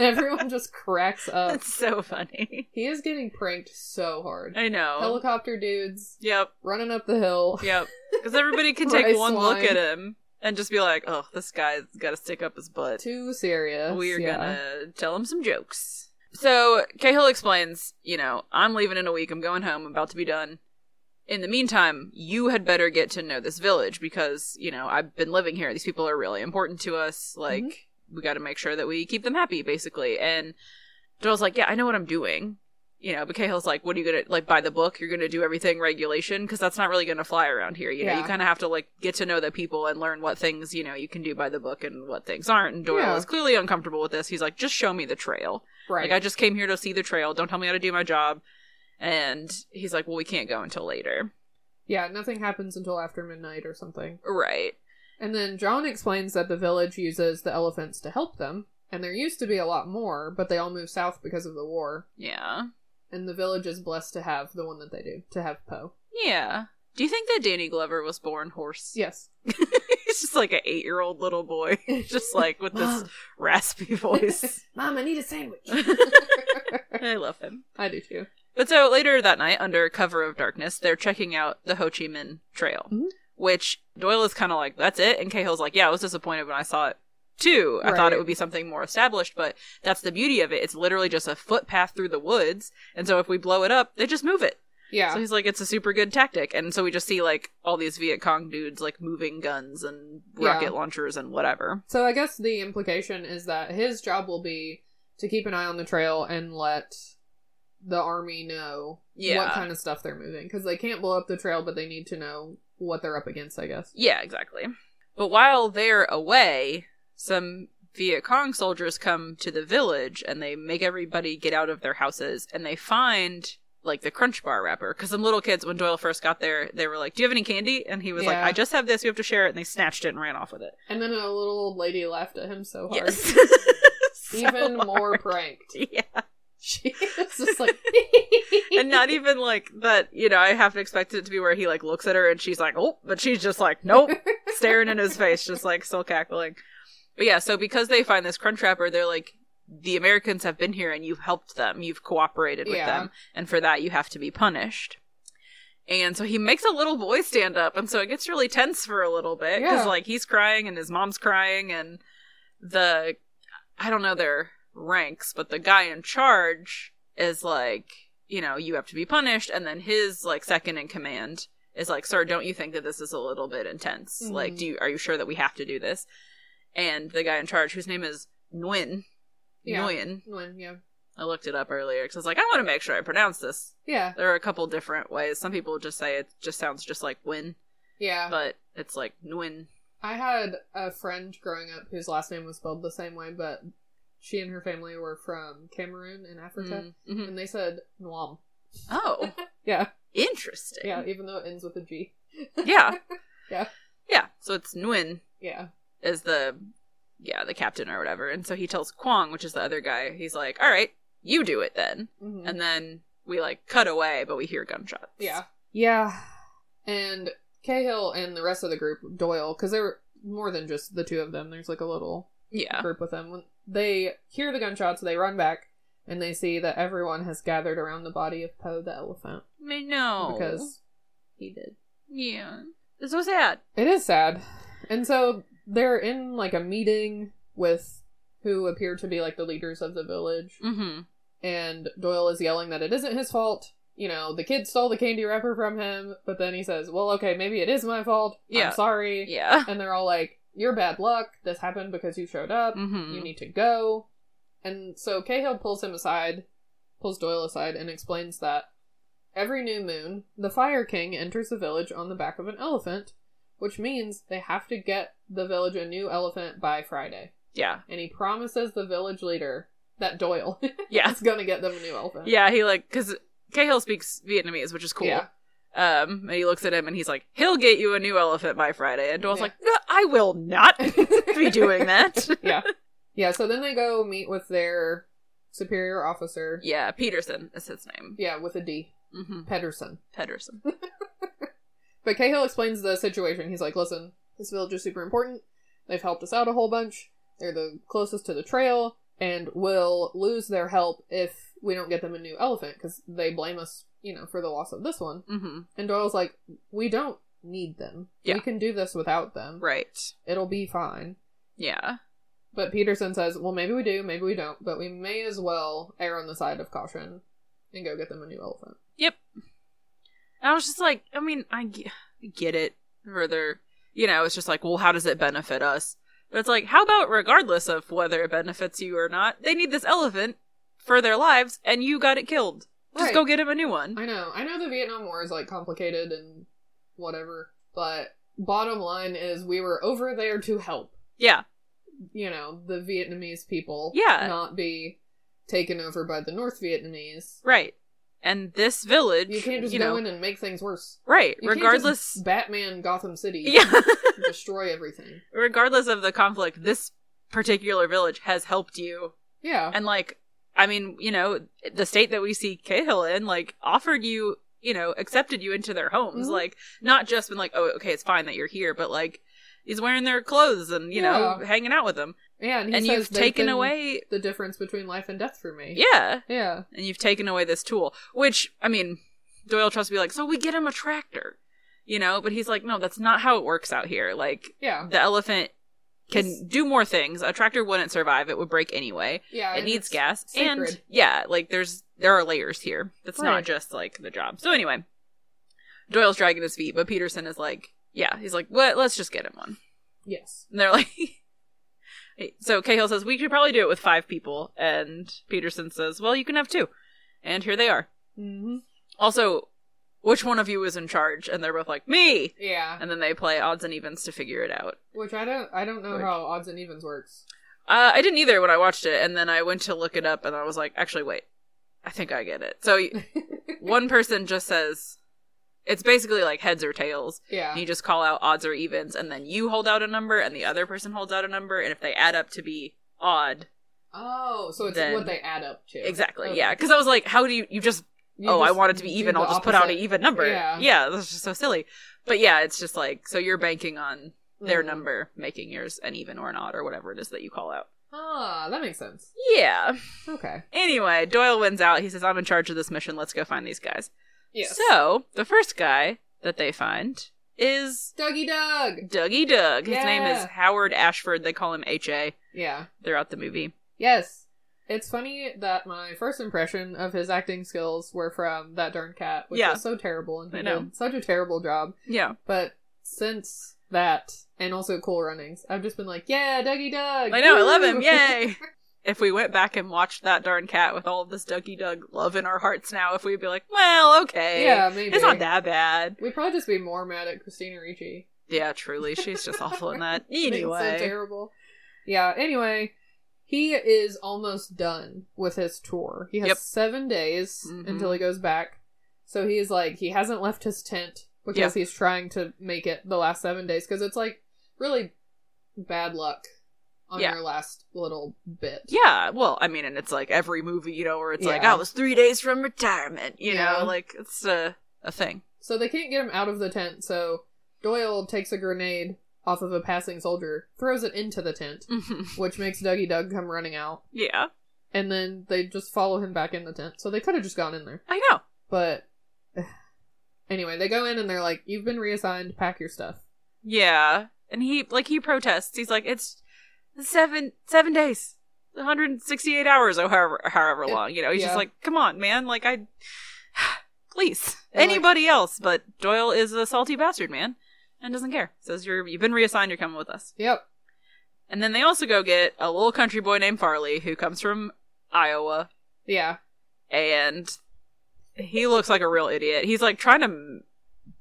B: Everyone just cracks up.
A: That's so funny.
B: He is getting pranked so hard.
A: I know.
B: Helicopter dudes
A: yep.
B: running up the hill.
A: Yep. Because everybody can take
B: Rice
A: one look
B: wine.
A: at him and just be like, "Oh, this guy's got to stick up his butt."
B: Too serious.
A: We're
B: yeah.
A: gonna tell him some jokes. So Cahill explains, you know, I'm leaving in a week. I'm going home. I'm about to be done. In the meantime, you had better get to know this village because, you know, I've been living here. These people are really important to us. Like,
B: Mm-hmm.
A: we got to make sure that we keep them happy, basically. And Doyle's like, yeah, I know what I'm doing. You know, but Cahill's like, what are you going to, like, by the book? You're going to do everything regulation? Because that's not really going to fly around here. You know, you
B: Yeah.
A: kind of have to, like, get to know the people and learn what things, you know, you can do by the book and what things aren't. And Doyle
B: Yeah.
A: is clearly uncomfortable with this. He's like, just show me the trail.
B: Right.
A: Like, I just came here to see the trail. Don't tell me how to do my job. And he's like, well, we can't go until later.
B: yeah, nothing happens until after midnight or something.
A: Right.
B: And then John explains that the village uses the elephants to help them, and there used to be a lot more, but they all moved south because of the war.
A: Yeah.
B: And the village is blessed to have the one that they do, to have Poe.
A: Yeah. Do you think that Danny Glover was born horse?
B: Yes.
A: <laughs> He's just like an eight year old little
B: <laughs>
A: boy, just like with this
B: Mom. <laughs>
A: raspy voice.
B: Mom, I need a sandwich.
A: <laughs>
B: <laughs>
A: I love him.
B: I do too.
A: But so later that night, under cover of darkness, they're checking out the Ho Chi Minh Trail,
B: Mhm.
A: which Doyle is kind of like, that's it. And Cahill's like, yeah, I was disappointed when I saw it too. I thought
B: Right.
A: it would be something more established, but that's the beauty of it. It's literally just a footpath through the woods. And so if we blow it up, they just move it.
B: Yeah.
A: So he's like, it's a super good tactic. And so we just see like all these Viet Cong dudes like moving guns and
B: Yeah.
A: rocket launchers and whatever.
B: So I guess the implication is that his job will be to keep an eye on the trail and let the army know
A: Yeah.
B: what kind of stuff they're moving because they can't blow up the trail, but they need to know what they're up against. I guess.
A: Yeah, exactly. But while they're away, some Viet Cong soldiers come to the village and they make everybody get out of their houses and they find like the Crunch Bar wrapper. Because some little kids, when Doyle first got there, they were like, Do you have any candy? And he was like,
B: Yeah.
A: I just have this. You have to share it. And they snatched it and ran off with it.
B: And then a little old lady laughed at him so hard.
A: Yes. <laughs> So
B: Even
A: <laughs>
B: more
A: hard.
B: pranked.
A: Yeah.
B: <laughs> She was just like
A: <laughs> and
B: <laughs>
A: not even like that you know i half expected it to be where he like looks at her and she's like oh but she's just like nope staring in his face just like still cackling but yeah so because they find this crunch wrapper they're like the americans have been here and you've helped them you've cooperated with
B: Yeah.
A: them and for that you have to be punished and so he makes a little boy stand up and so it gets really tense for a little bit because
B: Yeah.
A: like he's crying and his mom's crying and the I don't know their ranks, but the guy in charge is like, you know, you have to be punished, and then his like second in command is like, sir, don't you think that this is a little bit intense? Like,
B: Mhm.
A: do you are you sure that we have to do this? And the guy in charge, whose name is Nguyen,
B: Yeah.
A: Nguyen,
B: When, yeah.
A: I looked it up earlier because I was like, I want to make sure I pronounce this.
B: Yeah.
A: There are a couple different ways. Some people just say it just sounds just like Win,
B: Yeah.
A: but it's like Nguyen.
B: I had a friend growing up whose last name was spelled the same way, but she and her family were from Cameroon in Africa,
A: Mm, mhm.
B: <laughs> and they said Nwam.
A: Oh,
B: Yeah,
A: interesting.
B: yeah, even though it ends with a G.
A: Yeah.
B: <laughs> Yeah.
A: Yeah. So it's Nguyen
B: Yeah.
A: is the yeah, the captain or whatever. And so he tells Kwong, which is the other guy, he's like, All right, you do it then.
B: Mhm.
A: And then we like cut away, but we hear gunshots.
B: Yeah. Yeah. And Cahill and the rest of the group, Doyle, because there were more than just the two of them, there's like a little
A: Yeah.
B: <laughs> group with them. When they hear the gunshots, they run back, and they see that everyone has gathered around the body of Poe the elephant
A: I know.
B: because he did.
A: Yeah. It's so sad.
B: It is sad. And so they're in like a meeting with who appear to be like the leaders of the village,
A: Mm-hmm.
B: and Doyle is yelling that it isn't his fault. You know, the kid stole the candy wrapper from him, but then he says, Well, okay, maybe it is my fault.
A: Yeah.
B: I'm sorry.
A: Yeah.
B: And they're all like, You're bad luck. This happened because you showed up.
A: Mm-hmm.
B: You need to go. And so Cahill pulls him aside, pulls Doyle aside, and explains that every new moon, the Fire King enters the village on the back of an elephant, which means they have to get the village a new elephant by Friday.
A: yeah.
B: And he promises the village leader that Doyle <laughs>
A: Yeah.
B: is going to get them a new elephant. <laughs>
A: Yeah, he like because Cahill speaks Vietnamese, which is cool.
B: Yeah.
A: Um, and he looks at him and he's like, "He'll get you a new elephant by Friday." And Doyle's
B: Yeah.
A: like, no, "I will not
B: <laughs>
A: be doing that."
B: yeah. Yeah, so then they go meet with their superior officer.
A: Yeah, Peterson is his name.
B: Yeah, with a D.
A: Mm-hmm.
B: Pedersen.
A: Pedersen.
B: But Cahill explains the situation. He's like, listen, this village is super important. They've helped us out a whole bunch. They're the closest to the trail and will lose their help if we don't get them a new elephant because they blame us, you know, for the loss of this one.
A: hmm
B: And Doyle's like, we don't need them.
A: Yeah.
B: We can do this without them.
A: Right.
B: It'll be fine.
A: Yeah.
B: But Peterson says, well, maybe we do, maybe we don't, but we may as well err on the side of caution and go get them a new elephant.
A: Yep. I was just like, I mean, I ge- I get it. Further, you know, it's just like, well, how does it benefit us? But it's like, how about regardless of whether it benefits you or not, they need this elephant for their lives, and you got it killed. Just
B: Right.
A: go get him a new one.
B: I know. I know the Vietnam War is like complicated and whatever, but bottom line is we were over there to help,
A: yeah.
B: you know, the Vietnamese people
A: Yeah.
B: not be taken over by the North Vietnamese.
A: Right. And this village,
B: You can't just
A: you
B: go
A: know,
B: in and make things worse.
A: right.
B: You can't just
A: regardless,
B: Batman Gotham City
A: <laughs> yeah.
B: destroy everything.
A: regardless of the conflict, this particular village has helped you
B: Yeah.
A: And like, I mean, you know, the state that we see Cahill in, like, offered you, you know, accepted you into their homes.
B: Mhm.
A: Like, not just been like, oh, okay, it's fine that you're here, but like, he's wearing their clothes and, you know,
B: Yeah.
A: hanging out with them.
B: yeah, and, he
A: and
B: says
A: you've
B: they've
A: taken
B: been
A: away,
B: the difference between life and death for me.
A: yeah,
B: Yeah.
A: and you've taken away this tool, which, I mean, Doyle tries to be like, so we get him a tractor, you know, but he's like, no, that's not how it works out here. Like,
B: Yeah.
A: the elephant can
B: It's-
A: do more things. A tractor wouldn't survive, it would break anyway.
B: Yeah.
A: it
B: and
A: needs
B: it's
A: gas and
B: sacred.
A: yeah like there's there are layers here it's not
B: Right.
A: just like the job so anyway doyle's dragging his feet but peterson is like yeah he's like what let's just get him one
B: Yes.
A: and they're like <laughs> so cahill says we could probably do it with five people and peterson says well you can have two and here they are
B: hmm
A: also which one of you is in charge and they're both like me
B: Yeah.
A: and then they play odds and evens to figure it out
B: Which I don't I don't know
A: Which-
B: how odds and evens works.
A: Uh, I didn't either when I watched it, and then I went to look it up, and I was like, actually, wait, I think I get it. So y- one person just says, it's basically like heads or tails.
B: <laughs> Yeah.
A: And you just call out odds or evens, and then you hold out a number, and the other person holds out a number, and if they add up to be odd,
B: Oh, so it's
A: Then-
B: what they add up to.
A: exactly,
B: Okay.
A: yeah. Because I was like, how do you, you just,
B: You
A: oh, I
B: just
A: want it to be
B: do
A: even,
B: the
A: I'll just put out an
B: opposite.
A: even number.
B: Yeah.
A: that's just so silly. But yeah, it's just like, so you're banking on their
B: Mhm.
A: number making yours an even or an odd or whatever it is that you call out.
B: Ah, that makes sense.
A: Yeah.
B: Okay.
A: Anyway, Doyle wins out. He says, I'm in charge of this mission. Let's go find these guys.
B: Yes.
A: So, the first guy that they find is
B: Dougie Doug.
A: Dougie Doug. His name is
B: Yeah.
A: Howard Ashford. They call him H.A.
B: Yeah.
A: throughout the movie.
B: Yes. It's funny that my first impression of his acting skills were from that darn cat, which
A: Yeah.
B: was so terrible, and he
A: I know.
B: did such a terrible job.
A: Yeah.
B: But since that, and also Cool Runnings, I've just been like, yeah, Dougie Doug.
A: I know, I love
B: woo!"
A: him. Yay. if we went back and watched that darn cat with all of this Dougie Doug love in our hearts now, if we'd be like, well, okay.
B: <laughs> Yeah, maybe.
A: It's not that bad.
B: We'd probably just be more mad at Christina Ricci.
A: Yeah, truly. She's just awful in
B: <laughs>
A: that.
B: Being
A: Anyway.
B: so terrible. Yeah. Anyway, he is almost done with his tour. He has
A: Yep.
B: seven days
A: Mhm.
B: until he goes back. So he is like he hasn't left his tent because he's trying to make it the last seven days because it's like really bad luck on
A: Yeah.
B: your last little bit.
A: Yeah, well, I mean, and it's like every movie, you know, where it's like,
B: Yeah.
A: I was three days from retirement, you
B: Yeah.
A: know, like it's a, a thing. <laughs>
B: So they can't get him out of the tent. So Doyle takes a grenade off of a passing soldier, throws it into the tent, which makes Dougie Doug come running out.
A: yeah,
B: and then they just follow him back in the tent. So they could have just gone in there.
A: I know.
B: But <sighs> anyway, they go in and they're like, "You've been reassigned. Pack your stuff."
A: Yeah. And he, like, he protests. He's like, it's seven, seven days, 168 hours or however, however
B: It-
A: long, you know, he's just
B: yeah.
A: like, come on, man. Like, I, <sighs> please,
B: And, like-
A: anybody else, but Doyle is a salty bastard, man, and doesn't care. Says, you're, you've been reassigned, you're coming with us.
B: Yep.
A: And then they also go get a little country boy named Farley who comes from Iowa.
B: Yeah.
A: and he looks like a real idiot. He's like trying to m-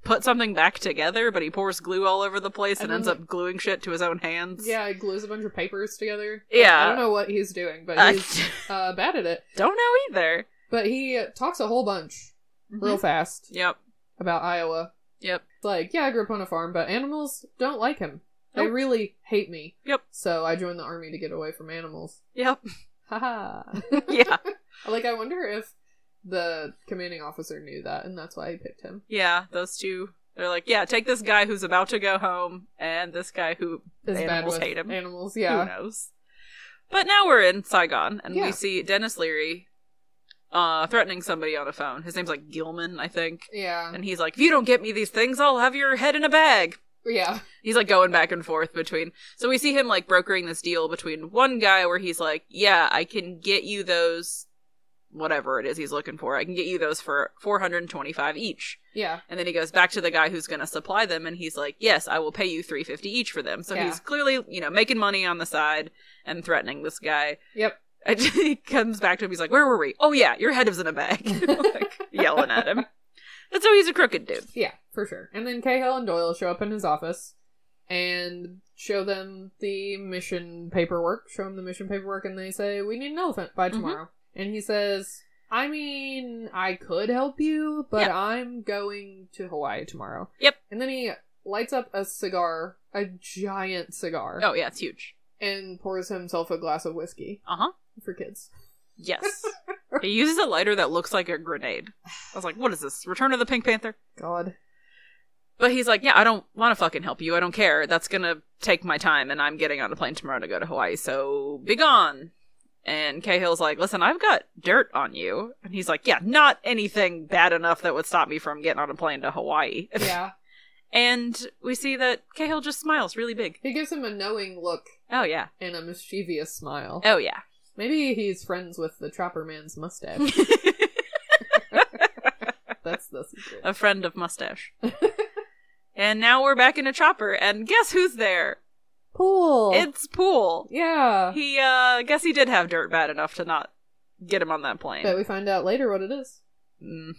A: put something back together, but he pours glue all over the place and,
B: And then,
A: ends
B: like-
A: up gluing shit to his own hands.
B: Yeah. He glues a bunch of papers together.
A: Yeah.
B: I don't know what he's doing,
A: <laughs>
B: but
A: I <laughs>
B: he's uh, bad at it.
A: don't know either.
B: But he talks a whole bunch real
A: Mm-hmm.
B: fast
A: <laughs> Yep.
B: about Iowa.
A: Yep.
B: It's like, yeah, I grew up on a farm, but animals don't like him. They
A: Nope.
B: really hate me.
A: Yep.
B: So I joined the army to get away from animals. <laughs>
A: Yep. <laughs>
B: Haha. <laughs>
A: yeah.
B: Like, I wonder if the commanding officer knew that, and that's why he picked him.
A: Yeah. Those two. They're like, yeah, take this guy who's about to go home and this guy who
B: Is
A: animals
B: bad with
A: hate him.
B: Animals,
A: Who
B: yeah.
A: knows? But now we're in Saigon, and
B: Yeah.
A: we see Dennis Leary uh, threatening somebody on a phone. His name's like Gilman, I think.
B: Yeah.
A: And he's like, if you don't get me these things, I'll have your head in a bag.
B: Yeah.
A: He's like going back and forth between. So we see him like brokering this deal between one guy where he's like, "Yeah, I can get you those, whatever it is he's looking for. I can get you those for 425 each."
B: Yeah.
A: And then he goes back to the guy who's going to supply them, and he's like, "Yes, I will pay you 350 each for them." So
B: Yeah.
A: he's clearly, you know, making money on the side and threatening this guy. <laughs>
B: Yep.
A: And he comes back to him. He's like, "Where were we? Oh yeah, your head is in a bag," <laughs> like, yelling at him. And so he's a crooked dude.
B: Yeah, for sure. And then Cahill and Doyle show up in his office and show them the mission paperwork, show him the mission paperwork, and they say, We need an elephant by
A: Mhm.
B: tomorrow. And he says, I mean, I could help you, but
A: Yeah.
B: I'm going to Hawaii tomorrow.
A: Yep.
B: And then he lights up a cigar, a giant cigar,
A: Oh yeah, it's huge.
B: and pours himself a glass of whiskey
A: Uh huh.
B: for kids.
A: Yes. he uses a lighter that looks like a grenade. I was like, what is this? Return of the Pink Panther?
B: God.
A: But he's like, yeah, I don't want to fucking help you. I don't care. That's going to take my time, and I'm getting on a plane tomorrow to go to Hawaii, so be gone. And Cahill's like, listen, I've got dirt on you. And he's like, yeah, not anything bad enough that would stop me from getting on a plane to Hawaii.
B: Yeah.
A: <laughs> and we see that Cahill just smiles really big.
B: He gives him a knowing look
A: Oh, yeah.
B: and a mischievous smile.
A: Oh, yeah. <laughs>
B: Maybe he's friends with the Trapper Man's mustache. That's the secret.
A: a friend of mustache. <laughs> and now we're back in a chopper, and guess who's there?
B: Pool.
A: It's Pool.
B: yeah.
A: He, uh, guess he did have dirt bad enough to not get him on that
B: But
A: plane.
B: we find out later what it is.
A: Mhm.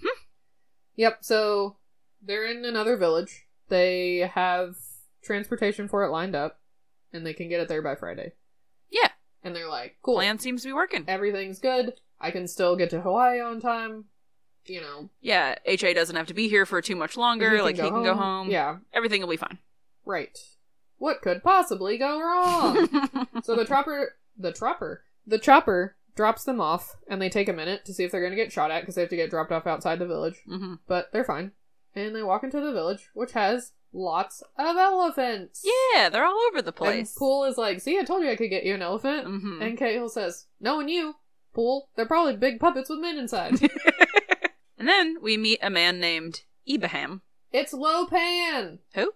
B: Yep. So they're in another village. They have transportation for it lined up, and they can get it there by Friday.
A: Yeah.
B: and they're like, cool,
A: Plan seems to be working.
B: everything's good. I can still get to Hawaii on time. You know,
A: Yeah, HA doesn't have to be here for too much
B: He
A: longer.
B: can
A: like,
B: go
A: he can go
B: home.
A: home.
B: Yeah.
A: Everything will be fine.
B: right. What could possibly
A: <laughs>
B: go wrong? so the trapper, the trapper, the chopper drops them off, and they take a minute to see if they're going to get shot at because they have to get dropped off outside the village.
A: hmm
B: But they're fine, and they walk into the village, which has lots of elephants.
A: Yeah, they're all over the
B: And
A: place.
B: Pool is like, "See, I told you I could get you an elephant."
A: Mhm.
B: And Cahill says, "Knowing you, Pool, they're probably big puppets with men inside."
A: <laughs> and then we meet a man named Ibaham.
B: it's Lopan.
A: Who?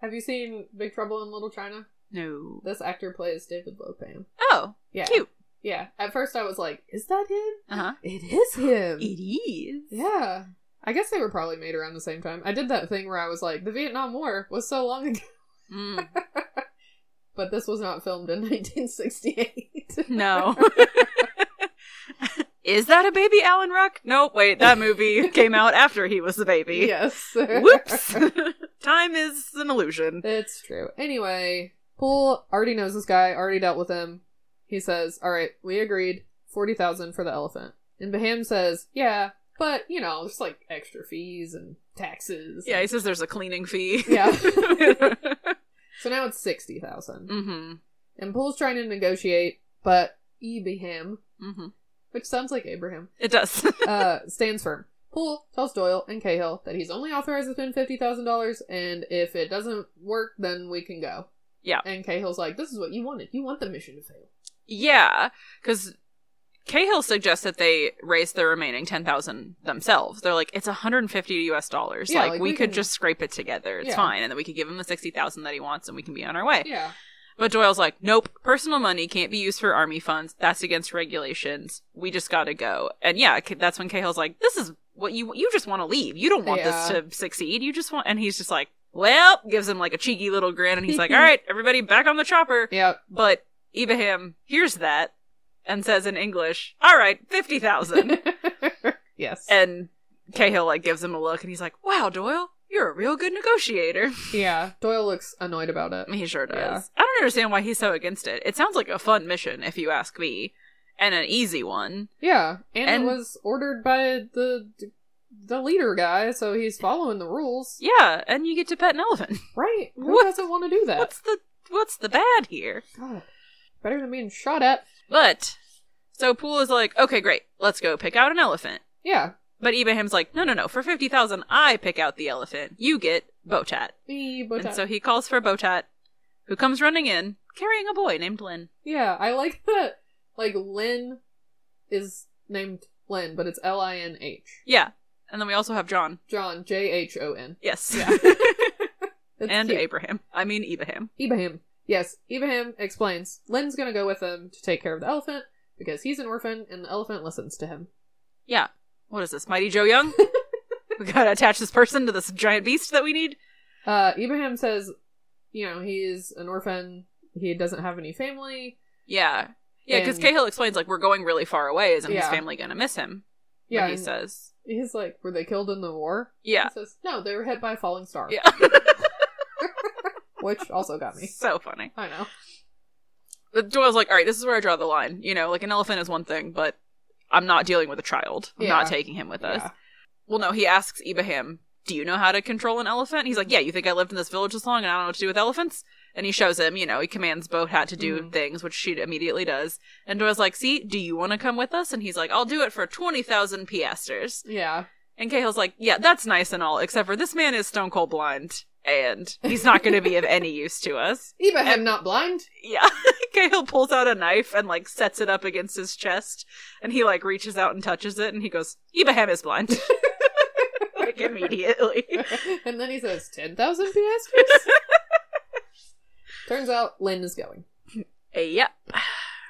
B: Have you seen Big Trouble in Little China?
A: No.
B: This actor plays David Lopan.
A: Oh,
B: Yeah.
A: cute.
B: Yeah. At first, I was like, "Is that him?"
A: Uh huh.
B: It is him.
A: is.
B: Yeah. I guess they were probably made around the same time. I did that thing where I was like, the Vietnam War was so long ago. <laughs>
A: Mm.
B: But this was not filmed in <laughs> 1968.
A: No. <laughs> is that a baby Alan Ruck? Nope, wait, that movie came out after he was the baby.
B: yes.
A: Whoops. Time is an illusion.
B: <laughs> it's true. Anyway, Poole already knows this guy, already dealt with him. He says, all right, we agreed 40000 for the elephant. And Baham says, yeah, but, you know, there's like extra fees and taxes.
A: Yeah, he
B: and-
A: says there's a cleaning fee. <laughs>
B: Yeah.
A: mm-hmm.
B: So now it's 60000 And Poole's trying to negotiate, but Ebaham,
A: Mm-hmm.
B: which sounds like Abraham,
A: It does. <laughs>
B: uh, stands firm. Poole tells Doyle and Cahill that he's only authorized to spend fifty thousand dollars, and if it doesn't work, then we can go.
A: Yeah.
B: And Cahill's like, "This is what you wanted. You want the mission to fail."
A: <laughs> yeah, because Cahill suggests that they raise the remaining 10,000 themselves. They're like, it's 150 US dollars.
B: Yeah,
A: like,
B: like,
A: we,
B: we
A: could
B: can-
A: just scrape it together. It's
B: Yeah.
A: fine. And then we could give him the 60,000 that he wants and we can be on our way.
B: Yeah.
A: But Doyle's like, nope, personal money can't be used for army funds. That's against regulations. We just gotta go. And yeah, K- that's when Cahill's like, this is what you you just want to leave. You don't want
B: Yeah.
A: this to succeed. You just want. And he's just like, well, gives him like a cheeky little grin, and he's like, all right, everybody, back on the chopper.
B: Yeah.
A: But Ibrahim hears that and says in English, all right, fifty
B: <laughs>
A: thousand.
B: <laughs> yes.
A: and Cahill like gives him a look, and he's like, wow, Doyle, you're a real good negotiator.
B: yeah. Doyle looks annoyed about it.
A: He sure does.
B: Yeah.
A: I don't understand why he's so against it. It sounds like a fun mission, if you ask me, and an easy one.
B: Yeah, and,
A: And-
B: it was ordered by the the leader guy, so he's following
A: <laughs>
B: the rules.
A: Yeah, and you get to pet an
B: <laughs>
A: elephant.
B: Right? Who
A: What-
B: doesn't want to do that?
A: What's the what's the bad here?
B: God, better than being shot at.
A: But so Poole is like, okay, great, let's go pick out an elephant.
B: Yeah.
A: But Ibrahim's like, no, no, no. For fifty thousand, I pick out the elephant. You get Botat.
B: Me, but
A: And so he calls for Botat, who comes running in carrying a boy named Lynn.
B: Yeah, I like that. Like Lynn is named Lynn, but it's L I N H.
A: Yeah, and then we also have John.
B: John J H O N.
A: Yes, <laughs>
B: Yeah. <laughs> That's
A: and
B: cute.
A: Abraham. I mean Ibrahim.
B: Ibrahim. Yes, Ibrahim explains Lynn's gonna go with him to take care of the elephant because he's an orphan and the elephant listens to him.
A: Yeah. What is this, Mighty Joe
B: <laughs>
A: Young? we gotta attach this person to this giant beast that we need.
B: Uh, Ibrahim says, you know, he's an orphan. He doesn't have any family.
A: Yeah. Yeah, because
B: And-
A: Cahill explains, like, we're going really far away. Isn't his
B: Yeah.
A: family gonna miss him?
B: Yeah,
A: What he
B: and
A: says.
B: he's like, were they killed in the war?
A: Yeah.
B: He says, no, they were hit by a falling star.
A: Yeah.
B: which also got
A: <laughs>
B: me.
A: so funny.
B: I know.
A: But Doyle's like, all right, this is where I draw the line. You know, like, an elephant is one thing, but I'm not dealing with a child. I'm
B: Yeah.
A: not taking him with us.
B: Yeah.
A: Well, no, he asks Ibrahim, do you know how to control an elephant? He's like, yeah, you think I lived in this village this long and I don't know what to do with elephants? And he shows him, you know, he commands Bohat to do
B: Mhm.
A: things, which she immediately does. And Doyle's like, see, do you want to come with us? And he's like, I'll do it for 20,000 piasters.
B: Yeah.
A: And Cahill's like, yeah, that's nice and all, except for this man is stone cold blind and he's not going to be of any use to us. <laughs>
B: Ibrahim not blind.
A: Yeah. <laughs> Cahill pulls out a knife and like sets it up against his chest and he like reaches out and touches it and he goes, Ibrahim is blind. <laughs> like immediately.
B: <laughs> and then he says, 10,000 piastres? Turns out Lynn is going.
A: Yep.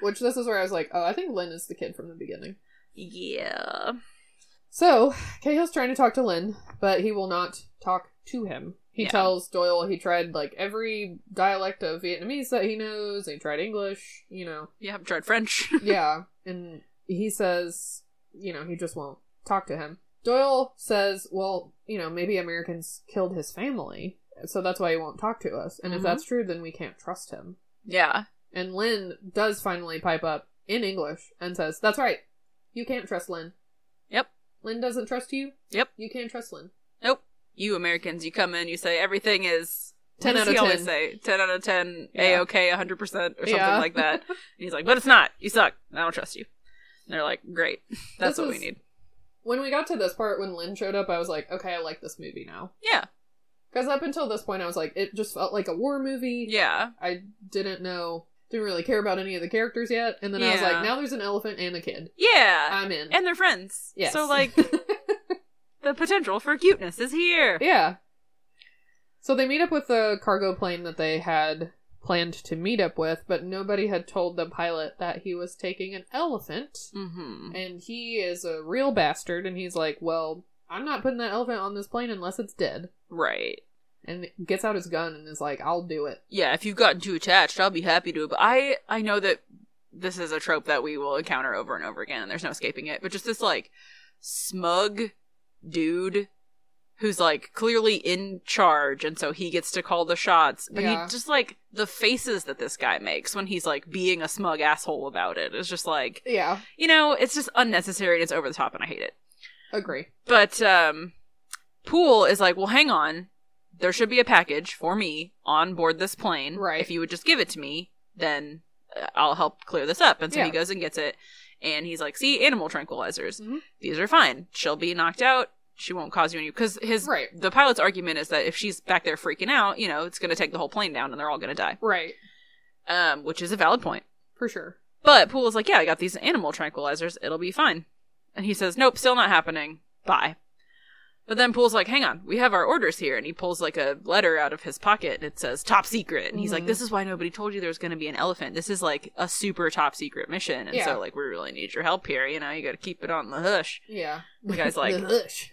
B: Which this is where I was like, oh, I think Lynn is the kid from the beginning.
A: Yeah.
B: So, Cahill's trying to talk to Lynn, but he will not talk to him. He
A: Yeah.
B: tells Doyle he tried, like, every dialect of Vietnamese that he knows, and he tried English, you know.
A: Yeah, I've tried French. <laughs>
B: yeah, and he says, you know, he just won't talk to him. Doyle says, well, you know, maybe Americans killed his family, so that's why he won't talk to us. And if
A: Mhm.
B: that's true, then we can't trust him.
A: yeah.
B: And Lynn does finally pipe up in English and says, That's right. You can't trust Lynn.
A: Yep.
B: Lynn doesn't trust you.
A: Yep.
B: You can't trust Lynn.
A: Nope. You Americans, you come in, you say everything is. what
B: 10
A: does
B: out of
A: he
B: 10.
A: always say? 10 out of 10,
B: Yeah.
A: A-OK, 100% or something
B: Yeah.
A: like <laughs> that. And he's like, but it's not. You suck. I don't trust you. And they're like, great. <laughs> That's
B: This
A: what we
B: is-
A: need.
B: When we got to this part, when Lynn showed up, I was like, Okay, I like this movie now.
A: Yeah.
B: Because up until this point, I was like, It just felt like a war movie.
A: Yeah.
B: I didn't know, didn't really care about any of the characters yet. And then I was
A: Yeah.
B: like, Now there's an elephant and a kid.
A: Yeah.
B: I'm in.
A: and they're friends.
B: Yes.
A: So, like, the potential for cuteness is here.
B: <laughs> Yeah. So they meet up with the cargo plane that they had planned to meet up with, but nobody had told the pilot that he was taking an elephant.
A: Mm-hmm.
B: And he is a real bastard, and he's like, Well, I'm not putting that elephant on this plane unless it's dead.
A: Right.
B: And gets out his gun and is like, I'll do it.
A: yeah if you've gotten too attached i'll be happy to but i i know that this is a trope that we will encounter over and over again and there's no escaping it but just this like smug dude who's like clearly in charge and so he gets to call the shots but
B: Yeah.
A: he just like the faces that this guy makes when he's like being a smug asshole about it is just like
B: Yeah,
A: you know it's just unnecessary and it's over the top and i hate it
B: agree.
A: but um Poole is like, well, hang on. There should be a package for me on board this plane.
B: Right.
A: If you would just give it to me, then uh, I'll help clear this up. And so
B: Yeah.
A: he goes and gets it. And he's like, see, animal tranquilizers.
B: Mhm.
A: These are fine. She'll be knocked out. She won't cause you any. Because his
B: Right.
A: the pilot's argument is that if she's back there freaking out, you know, it's going to take the whole plane down and they're all going to die.
B: Right,
A: Um, which is a valid point.
B: for sure.
A: But Poole is like, yeah, I got these animal tranquilizers. It'll be fine. And he says, nope, still not happening. Bye. But then Poole's like, hang on, we have our orders here. And he pulls like a letter out of his pocket and it says top secret. And he's like,
B: Mhm.
A: this is why nobody told you there was going to be an elephant. This is like a super top secret mission. And
B: Yeah.
A: so, like, we really need your help here. You know, you got to keep it on the hush.
B: Yeah.
A: The guy's
B: <laughs>
A: like-
B: Hush.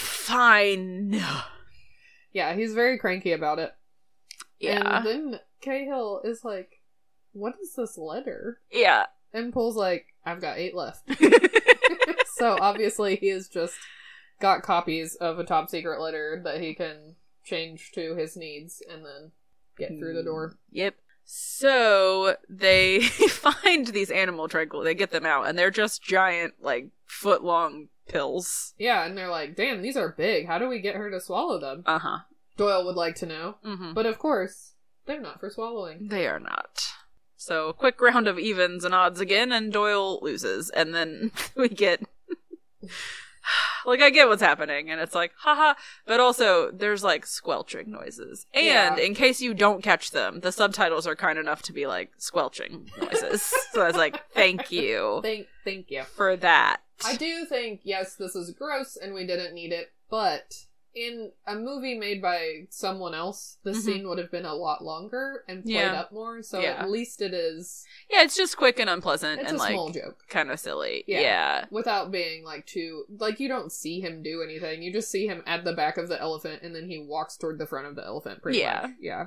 A: Fine.
B: yeah, he's very cranky about it.
A: Yeah.
B: And then Cahill is like, What is this letter?
A: yeah. <laughs>
B: And Pool's like, I've got eight left. <laughs> so obviously he has just got copies of a top secret letter that he can change to his needs and then get through the door.
A: Mm, Yep. So they <laughs> find these animal tranquil. They get them out, and they're just giant, like foot long pills.
B: Yeah, and they're like, damn, these are big. How do we get her to swallow them?
A: Uh huh.
B: Doyle would like to know.
A: Mm-hmm.
B: But of course, they're not for swallowing.
A: They are not. So quick round of evens and odds again, and Doyle loses, and then <laughs> we get. <sighs> Like I get what's happening, and it's like, haha. But also, there's like squelching noises, and
B: Yeah.
A: in case you don't catch them, the subtitles are kind enough to be like squelching noises. <laughs> so I was like, thank you
B: Thank thank you.
A: for that.
B: I do think, yes, this is gross and we didn't need it, but in a movie made by someone else, the
A: Mhm.
B: scene would have been a lot longer and played
A: Yeah.
B: up more, so
A: Yeah.
B: at least it is
A: Yeah, it's just quick and unpleasant
B: it's
A: and
B: a
A: like
B: small joke.
A: kind of silly.
B: Yeah.
A: Yeah.
B: Without being like too like you don't see him do anything. You just see him at the back of the elephant and then he walks toward the front of the elephant pretty
A: Yeah.
B: much. Yeah.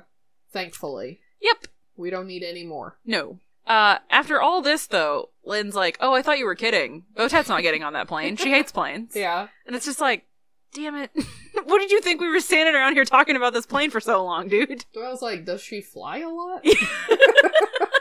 B: Thankfully.
A: Yep.
B: We don't need any more.
A: No. Uh, after all this, though, Lynn's like, "Oh, I thought you were kidding. Botet's not getting on that plane. She hates planes."
B: <laughs> Yeah.
A: And it's just like, damn it. <laughs> what did you think we were standing around here talking about this plane for so long, dude?
B: Doyle's like, does she fly a lot?
A: <laughs>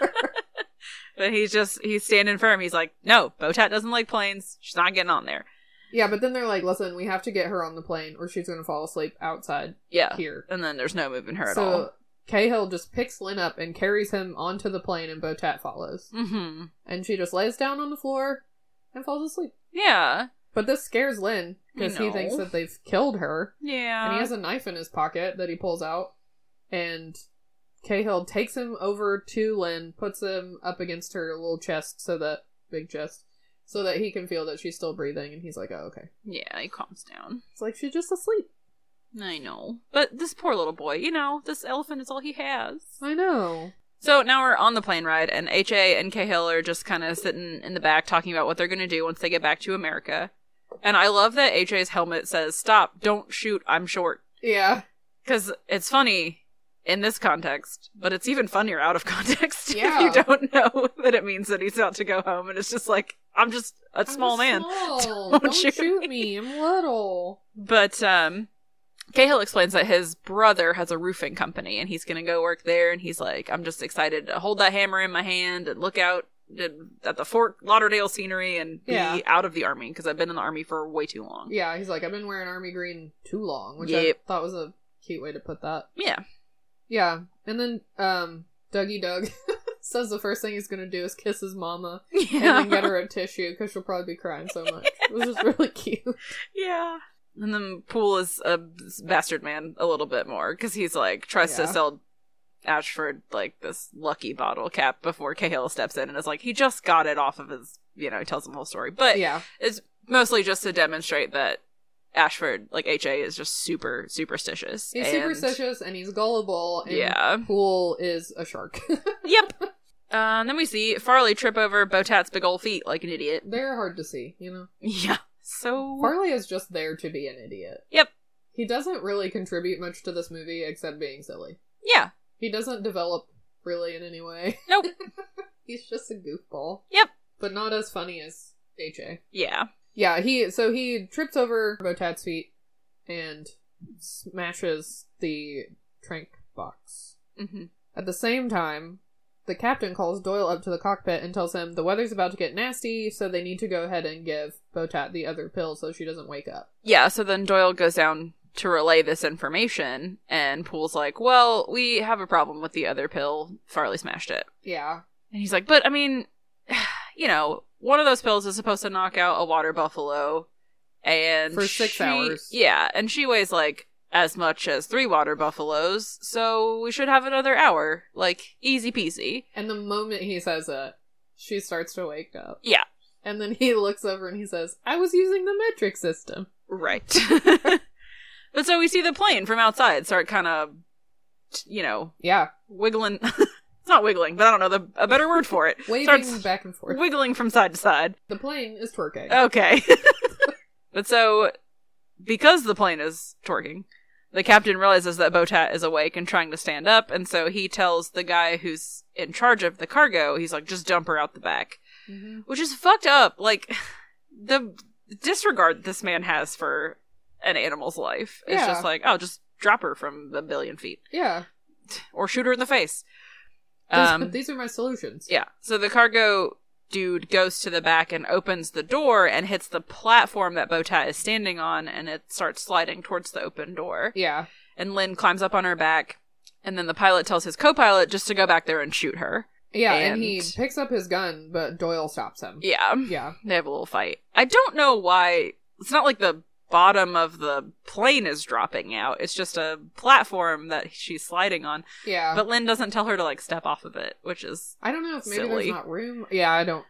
A: But he's just he's standing firm. He's like, "No, Botet doesn't like planes. She's not getting on there."
B: yeah, but then they're like, listen, we have to get her on the plane or she's gonna fall asleep outside
A: Yeah.
B: here.
A: And then there's no moving her at
B: So
A: all.
B: Cahill just picks Lynn up and carries him onto the plane and Botat follows.
A: Mm-hmm.
B: And she just lays down on the floor and falls asleep.
A: Yeah.
B: But this scares Lynn because he
A: No.
B: thinks that they've killed her.
A: Yeah.
B: and he has a knife in his pocket that he pulls out and cahill takes him over to lynn puts him up against her little chest so that big chest so that he can feel that she's still breathing and he's like oh okay
A: yeah. He calms down.
B: it's like she's just asleep
A: I know. But this poor little boy, you know, this elephant is all he has.
B: i know
A: So now we're on the plane ride, and HA and Cahill are just kind of sitting in the back talking about what they're going to do once they get back to America. And I love that HA's helmet says, Stop, don't shoot, I'm short.
B: yeah
A: Because it's funny in this context, but it's even funnier out of context <laughs>
B: Yeah.
A: if you don't know <laughs> that it means that he's about to go home. And it's just like, I'm just a small man.
B: small.
A: <laughs> Don't
B: don't, shoot,
A: shoot
B: me. i'm little
A: But um Cahill explains that his brother has a roofing company and he's going to go work there. And he's like, I'm just excited to hold that hammer in my hand and look out at the Fort Lauderdale scenery and be
B: Yeah.
A: out of the army because I've been in the army for way too long.
B: Yeah, he's like, I've been wearing army green too long, which I
A: Yep.
B: thought was a cute way to put that.
A: Yeah.
B: Yeah, and then um, Dougie Doug <laughs> says the first thing he's gonna do is kiss his mama <laughs> and
A: Yeah.
B: then get her a tissue because she'll probably be crying so much. This is really cute.
A: <laughs> yeah. And then Poole is a bastard man a little bit more because he's like, tries
B: Yeah.
A: to sell Ashford like this lucky bottle cap before Cahill steps in and is like, he just got it off of his, you know, he tells him the whole story. <laughs> But
B: yeah,
A: It's mostly just to demonstrate that Ashford, like HA, is just super superstitious.
B: he's
A: and-
B: superstitious and he's gullible. And
A: Yeah.
B: Pool is a shark.
A: <laughs>
B: <laughs>
A: Yep. Uh, and then we see Farley trip over Botat's big old feet like an idiot.
B: They're hard to see, you know.
A: Yeah. So.
B: Farley is just there to be an idiot.
A: Yep.
B: He doesn't really contribute much to this movie except being silly.
A: Yeah.
B: He doesn't develop really in any way. <laughs>
A: Nope.
B: He's just a goofball.
A: Yep.
B: But not as funny as HA.
A: Yeah.
B: Yeah, he so he trips over Botat's feet and smashes the trank box.
A: hmm
B: At the same time, the captain calls Doyle up to the cockpit and tells him the weather's about to get nasty, so they need to go ahead and give Botat the other pill so she doesn't wake up.
A: Yeah. So then Doyle goes down to relay this information, and Poole's like, well, we have a problem with the other pill. Farley smashed it.
B: Yeah.
A: And he's like, but I mean, <sighs> you know, one of those pills is supposed to knock out a water buffalo, and
B: For six
A: she-
B: hours.
A: Yeah, and she weighs like as much as three water buffaloes, so we should have another hour, like easy peasy.
B: And the moment he says it, she starts to wake up.
A: Yeah,
B: And then he looks over and he says, I was using the metric system.
A: right. <laughs> but so we see the plane from outside start kind of, you know,
B: Yeah.
A: wiggling. <laughs> it's not wiggling, but I don't know the a better word for it.
B: Waving
A: Starts Oh.
B: back and forth.
A: wiggling from side to side.
B: the plane is twerking.
A: Okay. <laughs> but so, because the plane is twerking, the captain realizes that Botat is awake and trying to stand up, and so he tells the guy who's in charge of the cargo, he's like, just dump her out the back.
B: Mhm.
A: Which is fucked up. Like, <laughs> the disregard this man has for an animal's life is
B: Yeah.
A: just like, oh, just drop her from the billion feet.
B: Yeah.
A: Or shoot her in the face.
B: These- these are my solutions.
A: Um, Yeah. So the cargo dude goes to the back and opens the door and hits the platform that Botat is standing on, and it starts sliding towards the open door.
B: Yeah.
A: And Lynn climbs up on her back, and then the pilot tells his co-pilot just to go back there and shoot her.
B: Yeah, and,
A: And-
B: he picks up his gun, but Doyle stops him.
A: Yeah.
B: Yeah.
A: They have a little fight. I don't know why. It's not like the bottom of the plane is dropping out. It's just a platform that she's sliding on.
B: Yeah.
A: But Lynn doesn't tell her to like step off of it, which is
B: I don't know if maybe
A: Silly.
B: there's not room. Yeah, I don't.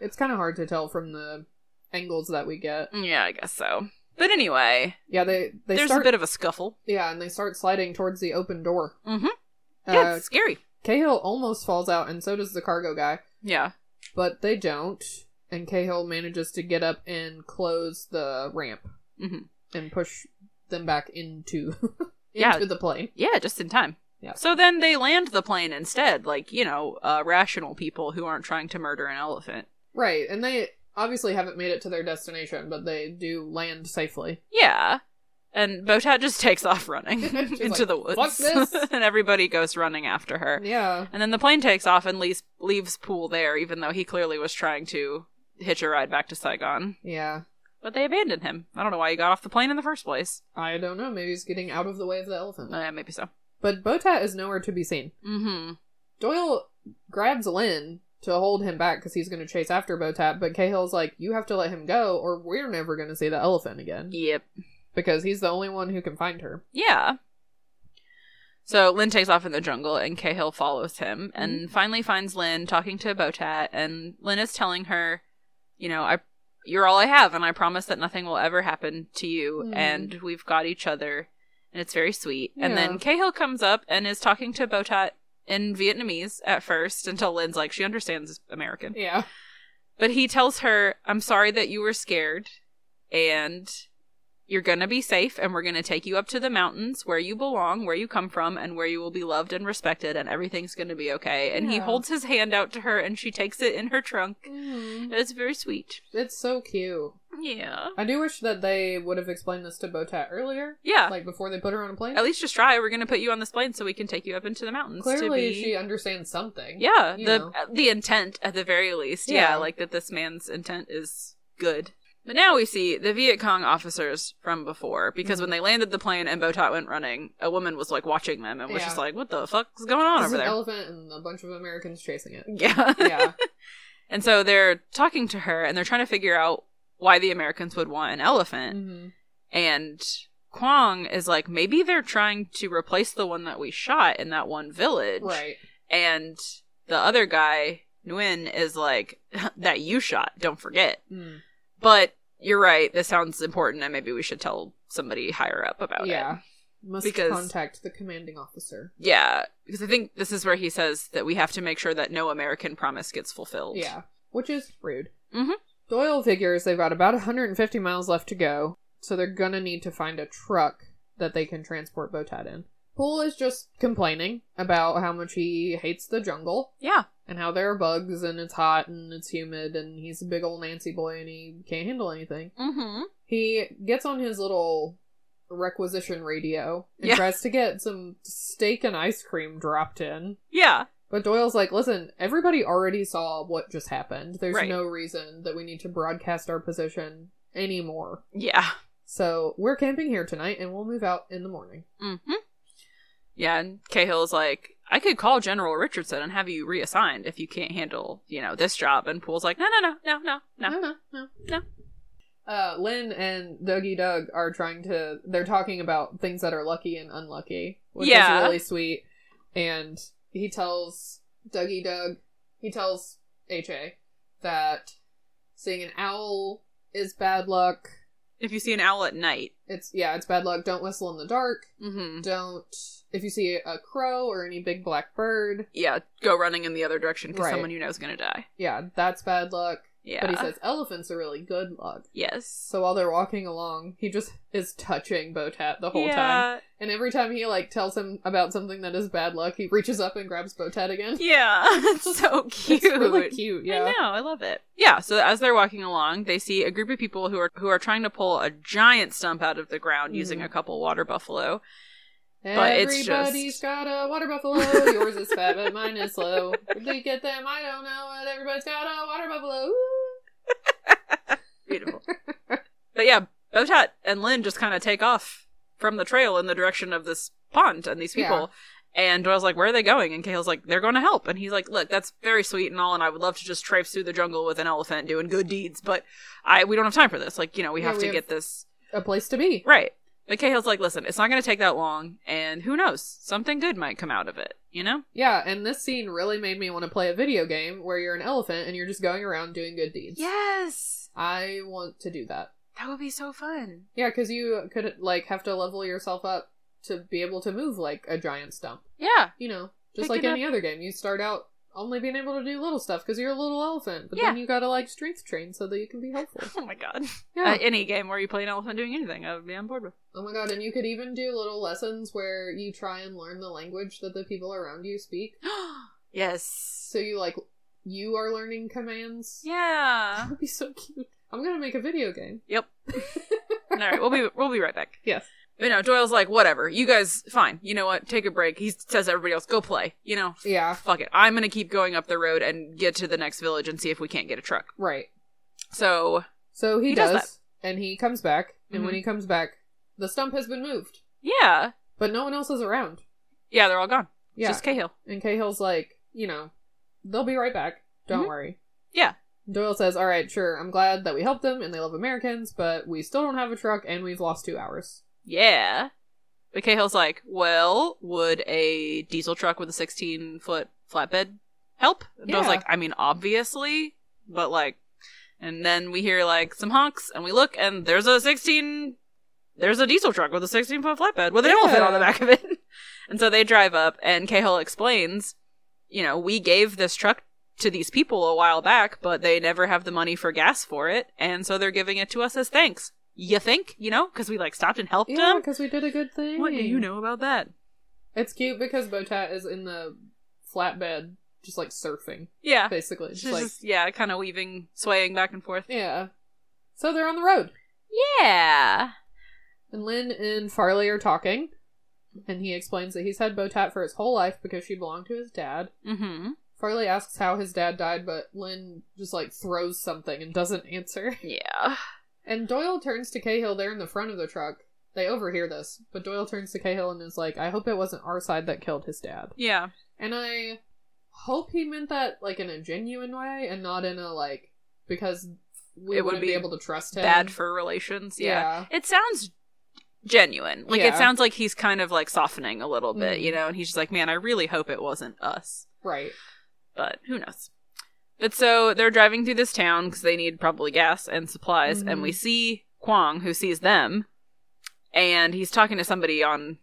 B: It's kind of hard to tell from the angles that we get.
A: yeah, I guess so. But anyway,
B: Yeah, they they
A: there's
B: start.
A: a bit of a scuffle.
B: yeah, and they start sliding towards the open door.
A: Mm-hmm. Yeah,
B: Uh,
A: it's scary.
B: Cahill almost falls out, and so does the cargo guy,
A: Yeah.
B: but they don't. And Cahill manages to get up and close the ramp
A: hmm
B: and push them back into <laughs> into
A: Yeah.
B: the plane.
A: Yeah, just in time.
B: Yeah.
A: So then they land the plane instead, like, you know, uh, rational people who aren't trying to murder an elephant.
B: Right, and they obviously haven't made it to their destination, but they do land safely.
A: Yeah. And Botat just <laughs> takes off running
B: <laughs> She's
A: into
B: like,
A: the woods.
B: "Fuck this."
A: <laughs> and everybody goes running after her.
B: Yeah.
A: And then the plane takes off and leaves, leaves Poole there, even though he clearly was trying to hitch a ride back to Saigon.
B: Yeah.
A: But they abandoned him. I don't know why he got off the plane in the first place.
B: I don't know. Maybe he's getting out of the way of the elephant.
A: Uh, maybe so.
B: But Botat is nowhere to be seen.
A: Mm-hmm.
B: Doyle grabs Lynn to hold him back because he's going to chase after Botat, but Cahill's like, you have to let him go or we're never going to see the elephant again
A: Yep.
B: because he's the only one who can find her.
A: Yeah. So Lynn takes off in the jungle and Cahill follows him
B: Mm-hmm.
A: and finally finds Lynn talking to Botat and Lynn is telling her, you know, I you're all I have and I promise that nothing will ever happen to you
B: Mhm.
A: and we've got each other and it's very sweet. And
B: Yeah.
A: then Cahill comes up and is talking to Botat in Vietnamese at first until Lynn's like she understands American.
B: Yeah.
A: But he tells her, I'm sorry that you were scared, and you're going to be safe, and we're going to take you up to the mountains where you belong, where you come from, and where you will be loved and respected, and everything's going to be okay. And he
B: Yeah.
A: holds
B: Mm.
A: his hand out to her, and she takes it in her trunk. It's very sweet.
B: It's so cute.
A: Yeah.
B: I do wish that they would have explained this to Botat earlier.
A: Yeah.
B: Like before they put her on a plane.
A: At least just try. We're gonna put you on this plane so we can take you up into the mountains. to
B: Clearly,
A: be-
B: she understands something.
A: Yeah,
B: you
A: the uh,
B: know.
A: the intent at the very least. Yeah.
B: Yeah.
A: like that this man's intent is good. But now we see the Viet Cong officers from before because
B: Mm-hmm.
A: when they landed the plane and Botot went running, a woman was like watching them and was
B: Yeah.
A: just like, "What the fuck's going on
B: There's
A: over
B: an
A: there?"
B: elephant and a bunch of Americans
A: <laughs>
B: chasing it.
A: yeah.
B: Yeah.
A: and so they're talking to her and they're trying to figure out why the Americans would want an elephant.
B: hmm
A: And Kwong is like, "Maybe they're trying to replace the one that we shot in that one village."
B: Right.
A: And the other guy, Nguyen, is like, <laughs> that you shot, don't forget.
B: Mm.
A: But you're right, this sounds important, and maybe we should tell somebody higher up about it.
B: Yeah. Must
A: Because-
B: contact the commanding officer.
A: Yeah. Because I think this is where he says that we have to make sure that no American promise gets fulfilled.
B: Yeah. Which is rude.
A: Mhm.
B: Doyle figures they've got about 150 miles left to go, so they're gonna need to find a truck that they can transport Botat in. Poole is just complaining about how much he hates the jungle
A: Yeah.
B: and how there are bugs and it's hot and it's humid and he's a big old Nancy boy and he can't handle anything.
A: Mm-hmm.
B: He gets on his little requisition radio and
A: Yeah.
B: tries to get some steak and ice cream dropped in.
A: Yeah.
B: But Doyle's like, listen, everybody already saw what just happened. There's
A: Right.
B: no reason that we need to broadcast our position anymore.
A: Yeah.
B: So we're camping here tonight and we'll move out in the morning.
A: Mm-hmm. Yeah, and Cahill's like, I could call General Richardson and have you reassigned if you can't handle, you know, this job. And Poole's like, no, no, no, no, no, no.
B: no, no.
A: No.
B: Uh-huh. Uh, Lynn and Dougie Doug are trying to. They're talking about things that are lucky and unlucky, which
A: Yeah.
B: is really sweet. And he tells Dougie Doug, he tells HA that seeing an owl is bad luck.
A: If you see an owl at night.
B: It's yeah, it's bad luck. Don't whistle in the dark.
A: Mm-hmm.
B: Don't if you see a crow or any big black bird.
A: yeah, go running in the other direction because
B: Right.
A: someone you know is going to die.
B: Yeah, that's bad luck.
A: Yeah.
B: But he says elephants are really good luck.
A: yes.
B: So while they're walking along, he just is touching Botat the whole time. And every time he like tells him about something that is bad luck, he reaches up and grabs Botat again.
A: <laughs> Yeah. <laughs> It's so cute.
B: <laughs> It's really cute, yeah.
A: I know. I love it. Yeah. So as they're walking along, they see a group of people who are who are trying to pull a giant stump out of the ground using
B: Mhm.
A: a couple water buffalo. But it's
B: Everybody's
A: just-
B: got a water buffalo. Yours is fat, but mine is slow. Where'd they get them? I don't know. But everybody's got a water buffalo. Ooh.
A: <laughs> Beautiful. but yeah, Botat and Lynn just kind of take off from the trail in the direction of this pond and these people. And Doyle's like, where are they going? And Cahill's like, they're going to help. And he's like, look, that's very sweet and all, and I would love to just traipse through the jungle with an elephant doing good deeds, but I we don't have time for this. Like, you know, we
B: Yeah,
A: have
B: we
A: to
B: have-
A: get this
B: A place to be.
A: right. But Cahill's like, listen, it's not going to take that long, and who knows, something good might come out of it. You know?
B: Yeah, and this scene really made me want to play a video game where you're an elephant and you're just going around doing good deeds.
A: Yes,
B: I want to do that.
A: that would be so fun.
B: Yeah, because you could like have to level yourself up to be able to move like a giant stump.
A: <laughs> Yeah,
B: You know, just
A: Pick
B: like
A: it
B: any other game, you start out only being able to do little stuff because you're a little elephant, but then
A: Yeah.
B: you gotta like strength train so that you can be helpful. <laughs>
A: Oh my god.
B: Yeah.
A: Uh, any game where you play an elephant doing anything, I would be on board with.
B: oh my god! And you could even do little lessons where you try and learn the language that the people around you speak.
A: <gasps> yes.
B: So you like you are learning commands.
A: Yeah.
B: that would be so cute. I'm gonna make a video game.
A: Yep. <laughs> All right, we'll be we'll be right back.
B: Yes.
A: You know, Doyle's like, whatever. You guys, fine. You know what? Take a break. He says, to everybody else, go play. You know,
B: Yeah.
A: fuck it. I'm gonna keep going up the road and get to the next village and see if we can't get a truck.
B: Right.
A: So
B: So he,
A: He does
B: does, and he comes back, and when
A: Mhm.
B: he comes back, the stump has been moved.
A: yeah,
B: but no one else is around.
A: yeah, they're all gone.
B: Yeah.
A: Just Cahill.
B: and Cahill's like, you know, they'll be right back. Don't
A: Mhm.
B: worry.
A: Yeah,
B: Doyle says, all right, sure, I'm glad that we helped them and they love Americans, but we still don't have a truck and we've lost two hours.
A: yeah. But Cahill's like, well, would a diesel truck with a 16 foot flatbed help? And Doyle's
B: Yeah.
A: like, I mean, obviously, but like, and then we hear like some honks and we look and there's a 16 there's a diesel truck with a 16 foot flatbed with an
B: Yeah.
A: elephant on the back of it <laughs> and so they drive up and cahill explains you know we gave this truck to these people a while back but they never have the money for gas for it and so they're giving it to us as thanks you think you know because we like stopped and helped
B: Yeah,
A: them
B: because we did a good thing.
A: what do you know about that
B: It's cute because Botat is in the flatbed, just like surfing,
A: yeah
B: basically.
A: She's
B: Just like,
A: just, yeah kind of weaving swaying back and forth
B: yeah. So they're on the road.
A: Yeah.
B: And Lynn and Farley are talking. And he explains that he's had Botat for his whole life because she belonged to his dad.
A: Mm-hmm.
B: Farley asks how his dad died, but Lynn just like throws something and doesn't answer. <laughs>
A: Yeah.
B: And Doyle turns to Cahill They're in the front of the truck. They overhear this, but Doyle turns to Cahill and is like, I hope it wasn't our side that killed his dad.
A: Yeah.
B: And I hope he meant that like in a genuine way and not in a like because we
A: It would
B: wouldn't be,
A: be
B: able to trust him.
A: Bad for relations. Yeah. It sounds genuine. Like
B: Yeah.
A: it sounds like he's kind of like softening a little bit, you
B: Mhm.
A: know, and he's just like, man, I really hope it wasn't us. <laughs>
B: Right.
A: But who knows? But so they're driving through this town because they need probably gas and supplies, and
B: Mhm.
A: we see Kwong who sees them, and he's talking to somebody on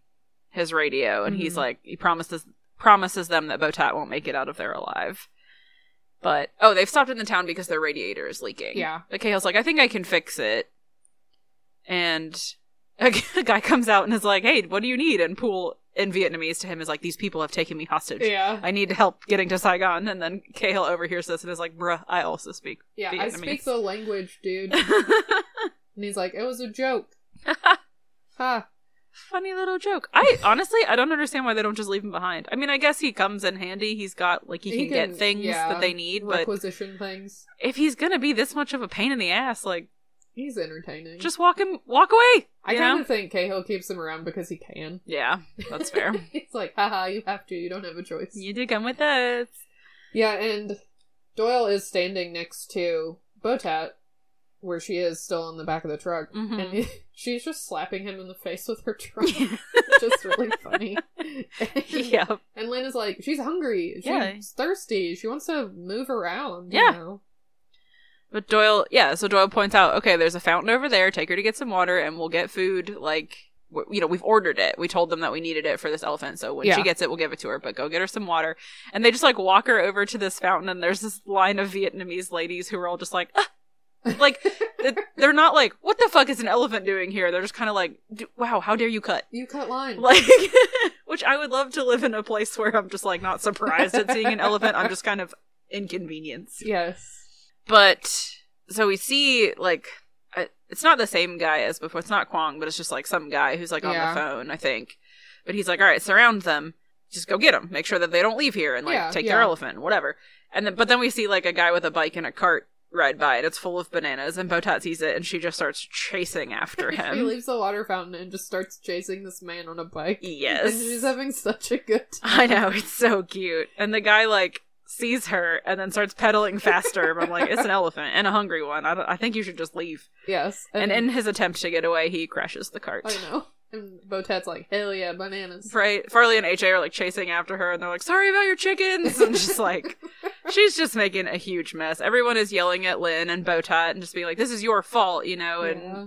A: his radio, and he's
B: Mhm.
A: like, he promises promises them that Botat won't make it out of there alive. But oh, they've stopped in the town because their radiator is leaking.
B: Yeah.
A: But Cahill's like, I think I can fix it, and <laughs> a guy comes out and is like, Hey, what do you need? And Pool in Vietnamese to him is like, These people have taken me hostage.
B: Yeah.
A: I need help getting to Saigon. And then Cahill overhears this and is like, bruh, I also speak
B: <laughs> Yeah. I speak
A: Vietnamese.
B: the language,
A: <laughs>
B: dude. And he's like, it was a joke. ha.
A: Funny little joke. I honestly, I don't understand why they don't just leave him behind. I mean, I guess he comes in handy. He's got, like, he, can, get things
B: yeah,
A: that they need. But
B: Requisition things.
A: if he's going to be this much of a pain in the ass, like,
B: He's entertaining.
A: just walk him, walk away.
B: Mm. I
A: you
B: kind
A: know?
B: of think Cahill keeps him around because he can.
A: Yeah, that's fair.
B: <laughs> He's like, haha, you have to. You don't have a choice.
A: you did come with us.
B: Yeah, and Doyle is standing next to Botat, where she is still on the back of the truck,
A: Mhm.
B: and he- <laughs> she's just slapping him in the face
A: <laughs>
B: with her truck, which is really funny.
A: <laughs> yep.
B: And Lynn is like, she's hungry. She's
A: Yeah.
B: thirsty. She wants to move around. you
A: Yeah.
B: know?
A: <laughs>
B: <laughs>
A: But Doyle, yeah, so Doyle points out, okay, there's a fountain over there. Take her to get some water and we'll get food. Like, w- you know, we've ordered it. We told them that we needed it for this elephant. So when
B: Yeah.
A: she gets it, we'll give it to her, but go get her some water. And they just like walk her over to this fountain and there's this line of Vietnamese ladies who are all just like, ah!
B: <laughs>
A: like, th- they're not like, what the fuck is an elephant doing here? They're just kind of like, "D- wow, how dare you cut? <laughs>
B: You cut line.
A: Like, which I would love to live in a place where I'm just like not surprised at seeing an elephant. I'm just kind of inconvenienced
B: yes.
A: but so we see like I- it's not the same guy as before. It's not Kwong, but it's just like some guy who's like on
B: Yeah.
A: the phone, I think. But he's like, all right, surround them. Just go get them. Make sure that they don't leave here and like
B: Yeah,
A: take their
B: yeah.
A: elephant, whatever. And then, but then we see like a guy with a bike and a cart ride by, and it's full of bananas. And Botat sees it, and she just starts chasing
B: <laughs>
A: after
B: She
A: him.
B: leaves the water fountain and just starts chasing this man on a bike. <laughs>
A: yes,
B: And she's having such a good time.
A: I know it's so cute. And the guy like sees her and then starts pedaling faster. but I'm like, it's an elephant and a hungry one. I, don't, I think you should just leave.
B: Yes.
A: And in his attempt to get away, he crashes the cart.
B: I know. And Botat's like, hell yeah, bananas.
A: Fra- Farley and AJ are like chasing after her, and they're like, "Sorry about your chickens." And
B: <laughs>
A: just like, she's just making a huge mess. Everyone is yelling at Lynn and Botat and just being like, "This is your fault," you know, and
B: Yeah.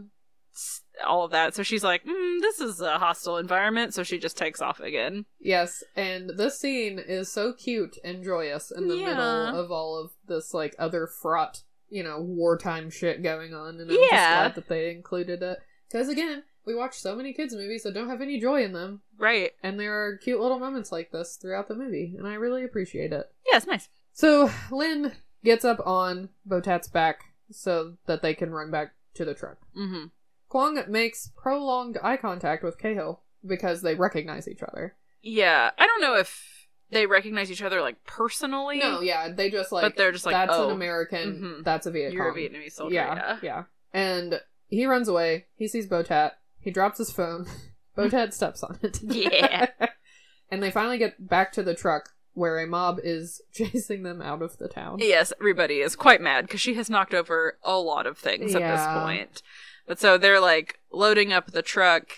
A: s- all of that. So she's like, mm, "This is a hostile environment," so she just takes off again.
B: Yes, and this scene is so cute and joyous in the
A: Yeah.
B: middle of all of this like other fraught, you know, wartime shit going on, and I'm just
A: Yeah.
B: glad that they included it. Because again, we watch so many kids movies that don't have any joy in them,
A: Right?
B: and there are cute little moments like this throughout the movie, and I really appreciate it.
A: Yeah, it's nice.
B: So Lynn gets up on Botat's back so that they can run back to the truck.
A: Mm-hmm.
B: Kwong makes prolonged eye contact with Cahill because they recognize each other.
A: Yeah, I don't know if they recognize each other like personally.
B: No, yeah, they just like.
A: but they're just like,
B: that's
A: "Oh,
B: an American.
A: Mhm.
B: That's a Viet
A: you're a
B: Cong."
A: Vietnamese soldier."
B: um, yeah, And he runs away. He sees Botat. He drops his phone. <laughs> Botat steps on it.
A: Yeah.
B: <laughs> and they finally get back to the truck where a mob is <laughs> chasing them out of the town.
A: Yes, everybody is quite mad because she has knocked over a lot of things at
B: Yeah.
A: this point. But so they're like loading up the truck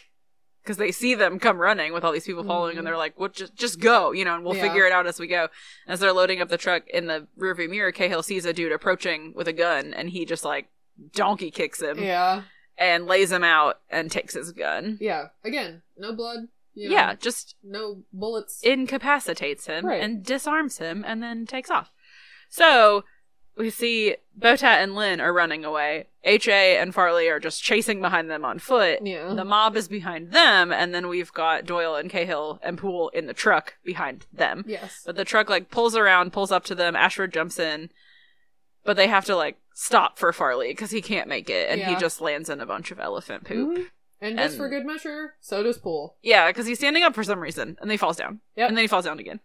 A: because they see them come running with all these people following,
B: Mhm.
A: and they're like, "Well, just just go, you know, and we'll
B: Yeah.
A: figure it out as we go." As they're loading up the truck in the rearview mirror, Cahill sees a dude approaching with a gun, and he just like donkey kicks him
B: Yeah.
A: and lays him out and takes his gun.
B: Yeah. Again, no blood. You know,
A: yeah, just
B: No bullets.
A: incapacitates him
B: Right.
A: and disarms him and then takes off. So we see Botat and Lynn are running away. HA and Farley are just chasing behind them on foot.
B: Yeah.
A: The mob is behind them, and then we've got Doyle and Cahill and Poole in the truck behind them.
B: yes.
A: But the truck like pulls around, pulls up to them, Ashford jumps in, but they have to like stop for Farley because he can't make it, and he
B: Yeah.
A: just lands in a bunch of elephant poop.
B: Mhm. And just
A: And-
B: for good measure, so does Pool.
A: Yeah, because he's standing up for some reason, and then he falls down.
B: Yep.
A: And then he falls down again.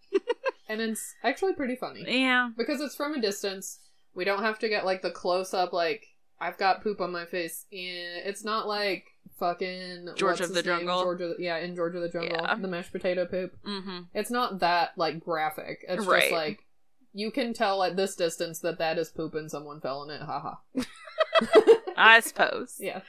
B: And it's actually pretty funny.
A: Yeah.
B: Because it's from a distance. We don't have to get like the close up, like, I've got poop on my face. And it's not like fucking
A: George of
B: what's
A: the
B: his name?
A: Jungle.
B: George of the- yeah, in George of the Jungle.
A: Yeah.
B: The mashed potato poop.
A: Mm-hmm.
B: It's not that like graphic. It's
A: Right.
B: just like you can tell at this distance that that is poop and someone fell in it. Haha.
A: <laughs> I suppose.
B: <laughs> Yeah.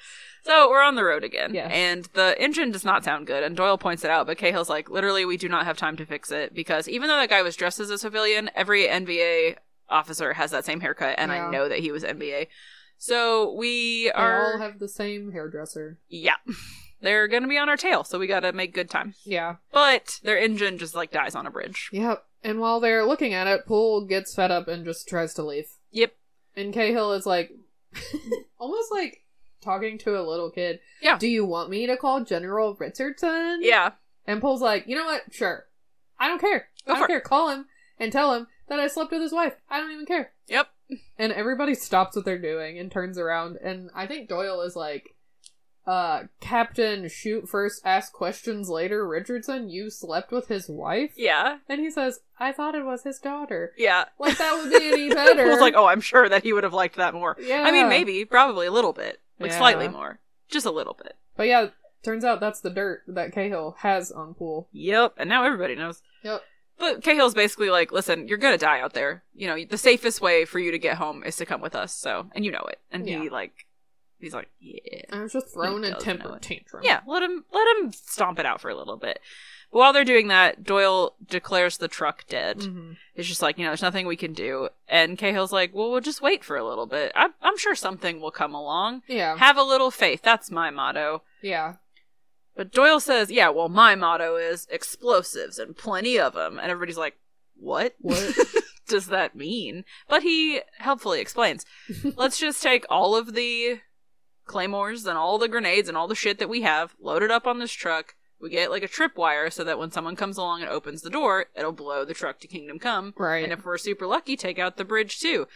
A: So we're on the road again.
B: Yes.
A: And the engine does not sound good. And Doyle points it out, but Cahill's like, literally, we do not have time to fix it because even though that guy was dressed as a civilian, every NBA officer has that same haircut. And I
B: Yeah.
A: know that he was NBA. So we
B: They
A: are.
B: all have the same hairdresser.
A: yeah. <laughs> They're going to be on our tail. So we got to make good time.
B: Yeah.
A: But their engine just like dies on a bridge.
B: Yep. And while they're looking at it, Poole gets fed up and just tries to leave.
A: Yep.
B: And Cahill is like, <laughs> almost like talking to a little kid.
A: Yeah.
B: Do you want me to call General Richardson?
A: Yeah.
B: And Poole's like, you know what? Sure. I don't care.
A: Go
B: I
A: for
B: don't
A: it."
B: care. Call him and tell him that I slept with his wife. I don't even care.
A: Yep.
B: And everybody stops what they're doing and turns around. And I think Doyle is like, uh, Captain, shoot first, ask questions later. Richardson, you slept with his wife?
A: Yeah.
B: And he says, I thought it was his daughter.
A: Yeah.
B: Like, that would be any
A: <laughs>
B: better.
A: Poole's like, oh, I'm sure that he would have liked that more.
B: yeah.
A: I mean, maybe, probably a little bit, like
B: Yeah.
A: slightly more, just a little bit.
B: But yeah, turns out that's the dirt that Cahill has on Pool.
A: Yep. And now everybody knows.
B: Yep.
A: But Cahill's basically like, listen, you're gonna die out there. You know, the safest way for you to get home is to come with us. So, and you know it. And he
B: Yeah.
A: like, he's like, yeah,
B: I was just throwing
A: He
B: a
A: does know
B: temper
A: it.
B: tantrum.
A: yeah. Let him, let him stomp it out for a little bit. But while they're doing that, Doyle declares the truck dead.
B: Mhm.
A: It's just like, you know, there's nothing we can do. And Cahill's like, well, we'll just wait for a little bit. I'm, I'm sure something will come along.
B: Yeah.
A: Have a little faith. That's my motto.
B: yeah.
A: But Doyle says, "Yeah, well, my motto is explosives and plenty of them." And everybody's like, "What?
B: What?
A: <laughs> does that mean?" But he helpfully explains, "Let's just take all of the claymores and all the grenades and all the shit that we have, load it up on this truck. We get like a tripwire so that when someone comes along and opens the door, it'll blow the truck to Kingdom Come.
B: Right.
A: And if we're super lucky, take out the bridge too."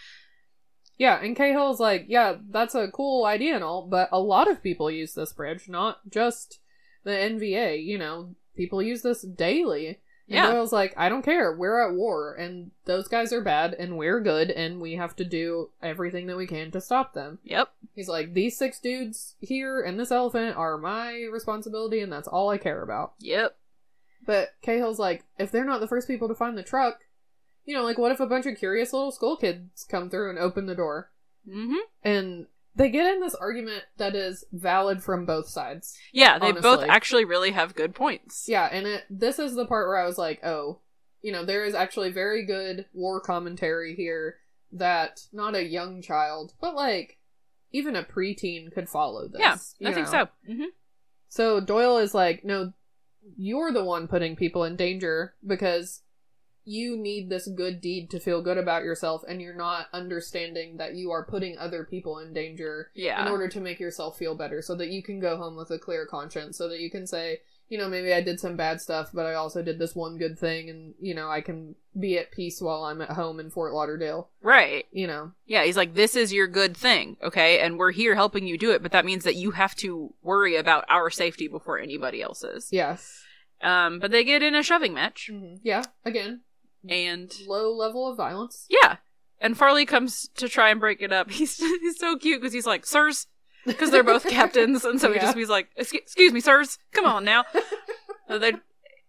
B: Yeah, and Cahill's like, yeah, that's a cool idea and all, but a lot of people use this bridge, not just the NVA, you know, people use this daily. And
A: Yeah.
B: Doyle's like, I don't care, we're at war, and those guys are bad, and we're good, and we have to do everything that we can to stop them.
A: Yep.
B: He's like, these six dudes here and this elephant are my responsibility, and that's all I care about.
A: Yep.
B: But Cahill's like, if they're not the first people to find the truck, you know, like, what if a bunch of curious little school kids come through and open the door?
A: Mhm.
B: and they get in this argument that is valid from both sides.
A: Yeah, they both
B: Honestly.
A: actually really have good points.
B: Yeah, and it, this is the part where I was like, oh, you know, there is actually very good war commentary here that not a young child, but like even a preteen could follow this.
A: Yeah,
B: you
A: I think
B: know?
A: so. Mhm.
B: So Doyle is like, no, you're the one putting people in danger because you need this good deed to feel good about yourself, and you're not understanding that you are putting other people in danger
A: Yeah.
B: in order to make yourself feel better so that you can go home with a clear conscience so that you can say you know maybe i did some bad stuff but i also did this one good thing and you know i can be at peace while i'm at home in fort lauderdale
A: right.
B: you know
A: Yeah, he's like, this is your good thing, okay? And we're here helping you do it, but that means that you have to worry about our safety before anybody else's.
B: yes
A: Um, but they get in a shoving match,
B: Mhm. yeah again
A: and
B: low level of violence
A: yeah, and Farley comes to try and break it up. <laughs> He's he's so cute because he's like, sirs, because they're
B: <laughs>
A: both captains, and so he
B: Yeah.
A: just he's like, "Excu- excuse me, sirs, come on
B: <laughs>
A: now. So they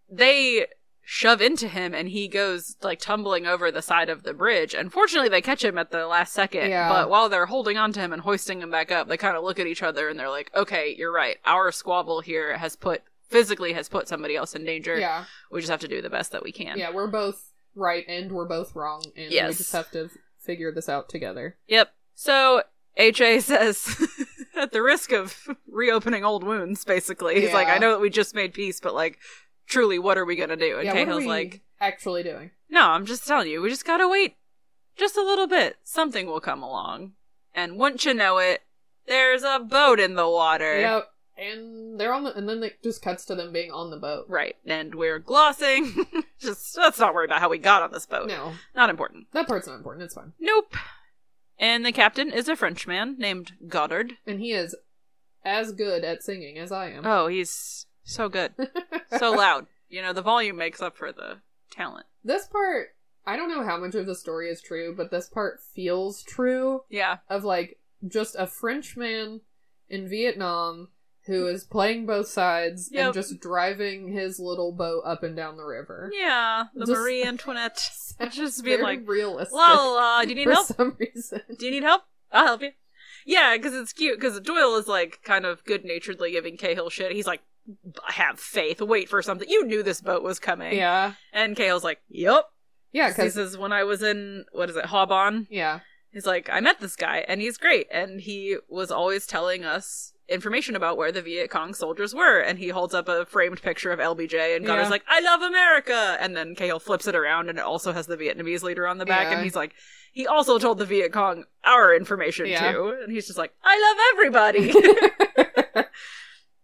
A: they shove into him, and he goes like tumbling over the side of the bridge. And fortunately, they catch him at the last second.
B: Yeah.
A: But while they're holding on to him and hoisting him back up, they kind of look at each other and they're like, "Okay, you're right. Our squabble here has put physically has put somebody else in danger.
B: yeah
A: We just have to do the best that we can."
B: yeah we're both right and we're both wrong and we
A: Yes.
B: just have to figure this out together
A: Yep. So HA says, <laughs> at the risk of reopening old wounds, basically, he's like,
B: Yeah.
A: I know that we just made peace, but like, truly, what are we gonna do? And
B: yeah what are
A: Cahill's
B: we
A: like,
B: actually doing
A: No, I'm just telling you, we just gotta wait just a little bit. Something will come along. And wouldn't you know it, there's a boat in the water.
B: yep and they're on the and then it just cuts to them being on the boat
A: Right. And we're glossing. <laughs> just let's not worry about how we got on this boat.
B: no
A: Not important.
B: That part's not important. It's fine.
A: Nope. And the captain is a Frenchman named Goddard.
B: And he is as good at singing as I am.
A: Oh, he's so good.
B: <laughs>
A: so loud. You know, the volume makes up for the talent.
B: This part, I don't know how much of the story is true, but this part feels true
A: Yeah.
B: of like just a Frenchman in Vietnam who is playing both sides
A: Yep.
B: and just driving his little boat up and down the river.
A: Yeah. The
B: Just-
A: Marie <laughs>
B: <laughs>
A: Antoinette. Just being
B: Very
A: like,
B: realistic.
A: la la la, do you need
B: <laughs> for
A: help?
B: some reason.
A: Do you need help? I'll help you. Yeah, because it's cute. Because Doyle is like kind of good naturedly giving Cahill shit. He's like, "I have faith. Wait for something. You knew this boat was coming.
B: Yeah.
A: And Cahill's like, Yep.
B: Yeah,
A: he
B: because
A: says, When I was in, what is it, Hobon?
B: <laughs>
A: <laughs>
B: yeah,
A: He's like, I met this guy and he's great. And he was always telling us information about where the Viet Cong soldiers were. And he holds up a framed picture of LBJ and Gunner's
B: Yeah.
A: like, I love America. And then Cahill flips it around and it also has the Vietnamese leader on the back.
B: Yeah.
A: And he's like, he also told the Viet Cong our information
B: Yeah.
A: too. And he's just like, I love everybody.
B: <laughs>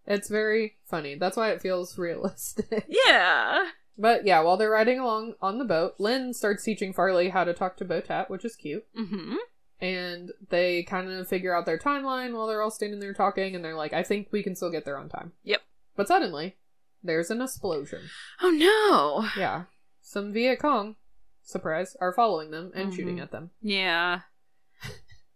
B: it's very funny. That's why it feels realistic. <laughs>
A: yeah.
B: But yeah, while they're riding along on the boat, Lynn starts teaching Farley how to talk to Botat, which is cute.
A: hmm
B: And they kind of figure out their timeline while they're all standing there talking, and they're like, I think we can still get there on time.
A: Yep.
B: But suddenly, there's an explosion.
A: Oh no.
B: Yeah. Some Viet Cong, surprise, are following them and
A: Mhm.
B: shooting at them.
A: Yeah.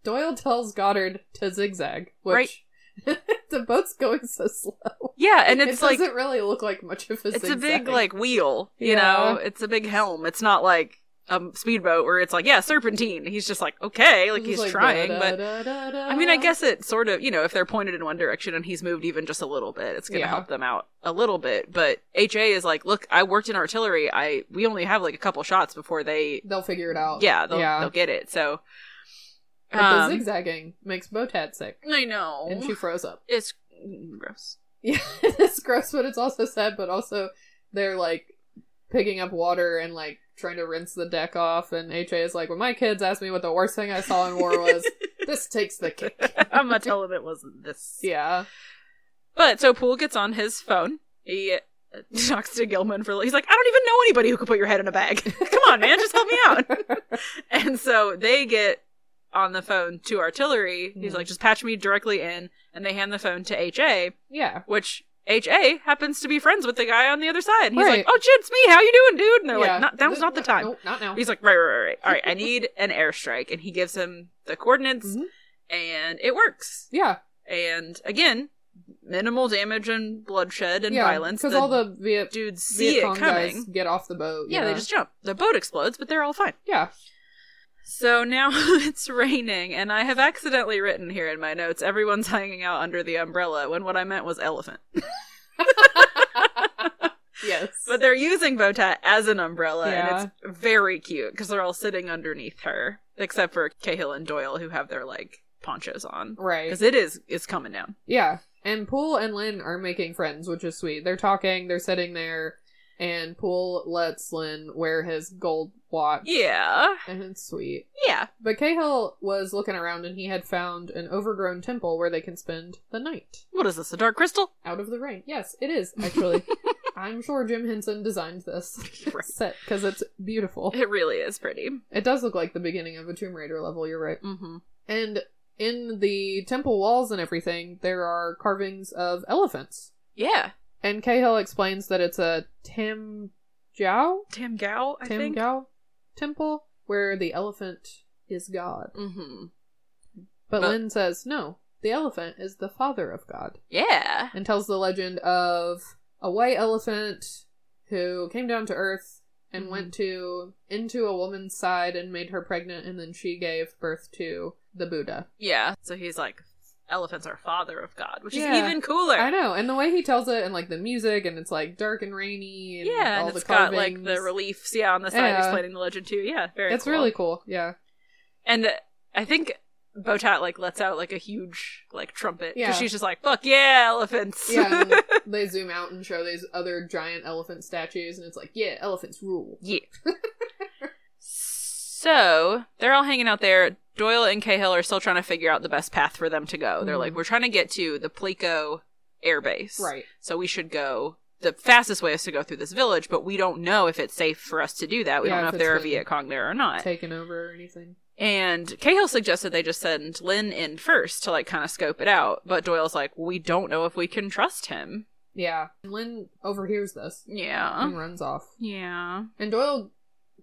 B: Doyle tells Goddard to zigzag, which <laughs> the boat's going so slow.
A: Yeah. And it's
B: it
A: like,
B: doesn't really look like much of a
A: it's a
B: zigzag.
A: big like wheel you
B: Yeah.
A: know it's a big helm it's not like a speedboat where it's like yeah serpentine he's just like okay like
B: It's
A: he's
B: just
A: trying
B: da,
A: but
B: da, da, da,
A: i mean i
B: da.
A: guess it sort of you know if they're pointed in one direction and he's moved even just a little bit it's gonna
B: Yeah.
A: help them out a little bit but ha is like look i worked in artillery i we only have like a couple shots before they
B: they'll figure it out.
A: yeah they'll,
B: yeah.
A: they'll get it so
B: But
A: um,
B: the zigzagging makes Botat sick,
A: i know
B: and she froze up. <laughs>
A: it's mm, gross
B: Yeah, it's gross, but it's also sad. But also, they're like picking up water and like trying to rinse the deck off. And HA is like, "When my kids asked me what the worst thing I saw
A: <laughs>
B: in war was, this takes the cake."
A: i'm gonna tell him it wasn't this
B: Yeah,
A: But so Poole gets on his phone. He uh, <laughs> talks to Gilman for. He's like, I don't even know anybody who could put your head in a bag. <laughs> Come on, man, just help me out.
B: <laughs>
A: And so they get on the phone to artillery. He's
B: Mhm.
A: like, just patch me directly in, and they hand the phone to HA,
B: yeah.
A: which HA happens to be friends with the guy on the other side. And he's
B: Right.
A: like, Oh, shit, it's me. How you doing, dude? And they're
B: yeah. uh, oh.
A: like, not, That was not the time.
B: Nope, not now.
A: He's like, right, right, right, right. All right, I need an airstrike, and he gives him the coordinates,
B: Mhm.
A: and it works
B: yeah,
A: and again, minimal damage and bloodshed and
B: yeah,
A: violence.
B: because all the Viet,
A: dudes see
B: Viet
A: it
B: Cong guys
A: coming.
B: get off the boat.
A: yeah, they just jump. The boat explodes, but they're all fine. <laughs>
B: yeah.
A: So now <laughs> it's raining, and I have accidentally written here in my notes everyone's hanging out under the umbrella when what I meant was elephant.
B: yes,
A: But they're using Botat as an umbrella, and
B: Yeah.
A: it's very cute because they're all sitting underneath her, except for Cahill and Doyle who have their like ponchos on.
B: right.
A: Because it is it's coming down.
B: Yeah. And Poole and Lynn are making friends, which is sweet. They're talking, they're sitting there, and Poole lets Lynn wear his gold watch.
A: Yeah.
B: And it's sweet.
A: Yeah.
B: But Cahill was looking around and he had found an overgrown temple where they can spend the night
A: What is this? A dark crystal?
B: out of the rain. Yes, it is,
A: <laughs>
B: actually. I'm sure Jim Henson designed this
A: Right.
B: set because it's beautiful.
A: It really is pretty.
B: It does look like the beginning of a Tomb Raider level, you're right.
A: Mm-hmm.
B: And in the temple walls and everything, there are carvings of elephants.
A: Yeah.
B: And Cahill explains that it's a Tam Jiao?
A: Tam Gao, I
B: Tam
A: think.
B: Gao temple where the elephant is God.
A: Mm-hmm.
B: But
A: But-
B: Lin says, no, the elephant is the father of God.
A: Yeah.
B: And tells the legend of a white elephant who came down to earth and
A: Mhm.
B: went to into a woman's side and made her pregnant and then she gave birth to the Buddha.
A: Yeah. So he's like, elephants are father of God, which
B: Yeah.
A: is even cooler.
B: I know, and the way he tells it and like the music and it's like dark and rainy and
A: yeah,
B: all
A: and
B: the
A: it's got like the
B: carvings.
A: reliefs, yeah, on the side
B: Yeah.
A: explaining the legend too. Yeah, very.
B: It's really cool,
A: <laughs>
B: yeah.
A: And uh, I think Botat like lets out like a huge like trumpet because
B: Yeah.
A: she's just like, "Fuck yeah, elephants!" <laughs>
B: yeah, and they zoom out and show these other giant elephant statues, and it's like, yeah, elephants rule.
A: Yeah. so they're all hanging out there. Doyle and Cahill are still trying to figure out the best path for them to go. They're like,
B: Mhm.
A: we're trying to get to the Plico Air Base,
B: Right.
A: So we should go. The fastest way is to go through this village, but we don't know if it's safe for us to do that. We
B: Yeah,
A: don't know
B: if
A: if there are
B: it's been
A: Viet Cong there or not.
B: Taken over or anything.
A: And Cahill suggested they just send Lynn in first to like kind of scope it out, but Doyle's like, we don't know if we can trust him.
B: Yeah. Lynn overhears this
A: Yeah.
B: and runs off.
A: Yeah.
B: And Doyle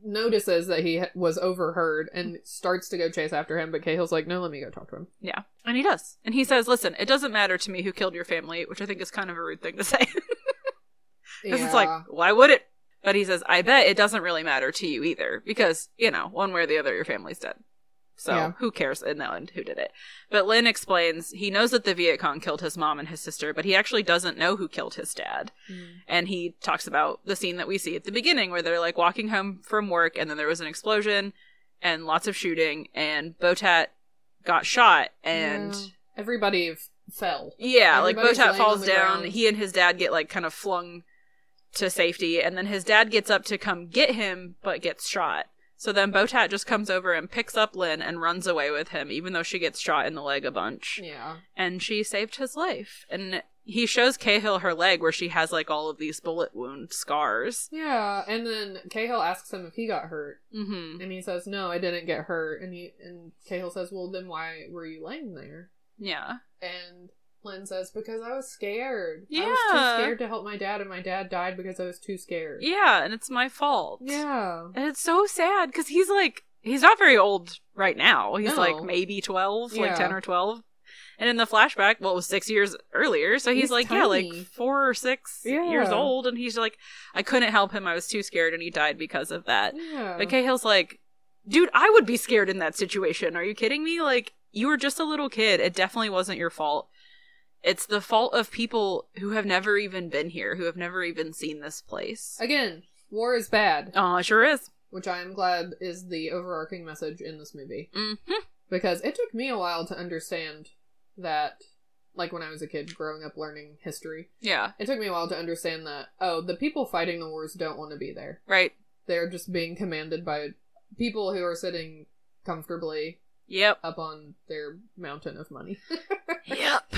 B: notices that he ha- was overheard and starts to go chase after him, but Cahill's like, no, let me go talk to him.
A: Yeah. And he does. And he says, listen, it doesn't matter to me who killed your family, which I think is kind of a rude thing to say. <laughs> Because it's like,
B: Yeah.
A: why would it? But he says, I bet it doesn't really matter to you either, because, you know, one way or the other, your family's dead. So
B: Yeah.
A: who cares in the end who did it? But Lynn explains he knows that the Viet Cong killed his mom and his sister, but he actually doesn't know who killed his dad. And he talks about the scene that we see at the beginning where they're like walking home from work and then there was an explosion and lots of shooting and Botat got shot and
B: Yeah. everybody f- fell.
A: yeah, like
B: Everybody's
A: Botat
B: laying on
A: falls
B: the
A: down.
B: ground.
A: He and his dad get like kind of flung to safety, and then his dad gets up to come get him, but gets shot. So then Botat just comes over and picks up Lynn and runs away with him, even though she gets shot in the leg a bunch.
B: Yeah.
A: And she saved his life. And he shows Cahill her leg where she has like all of these bullet wound scars.
B: Yeah, and then Cahill asks him if he got hurt,
A: Mm-hmm.
B: and he says, "No, I didn't get hurt." And he and Cahill says, "Well, then why were you laying there?"
A: Yeah.
B: And Lynn says, "Because I was scared. I was
A: Yeah.
B: too scared to help my dad, and my dad died because I was too scared."
A: Yeah, and it's my fault.
B: Yeah.
A: And it's so sad because he's like, he's not very old right now. He's
B: No.
A: like maybe 12, like
B: Yeah.
A: 10 or 12. And in the flashback, well, it was six years earlier. So he's,
B: He's
A: like, yeah, like
B: tiny.
A: four or six
B: Yeah.
A: years old. And he's like, I couldn't help him. I was too scared and he died because of that.
B: Yeah.
A: But Cahill's like, dude, I would be scared in that situation. Are you kidding me? Like, you were just a little kid. It definitely wasn't your fault. It's the fault of people who have never even been here, who have never even seen this place.
B: Again, war is bad,
A: Oh, it sure is.
B: which I am glad is the overarching message in this movie
A: hmm
B: because it took me a while to understand that like when I was a kid growing up learning history.
A: Yeah.
B: It took me a while to understand that, oh, the people fighting the wars don't want to be there.
A: Right.
B: They're just being commanded by people who are sitting comfortably
A: Yep.
B: up on their mountain of
A: <sighs>
B: money.
A: Yep.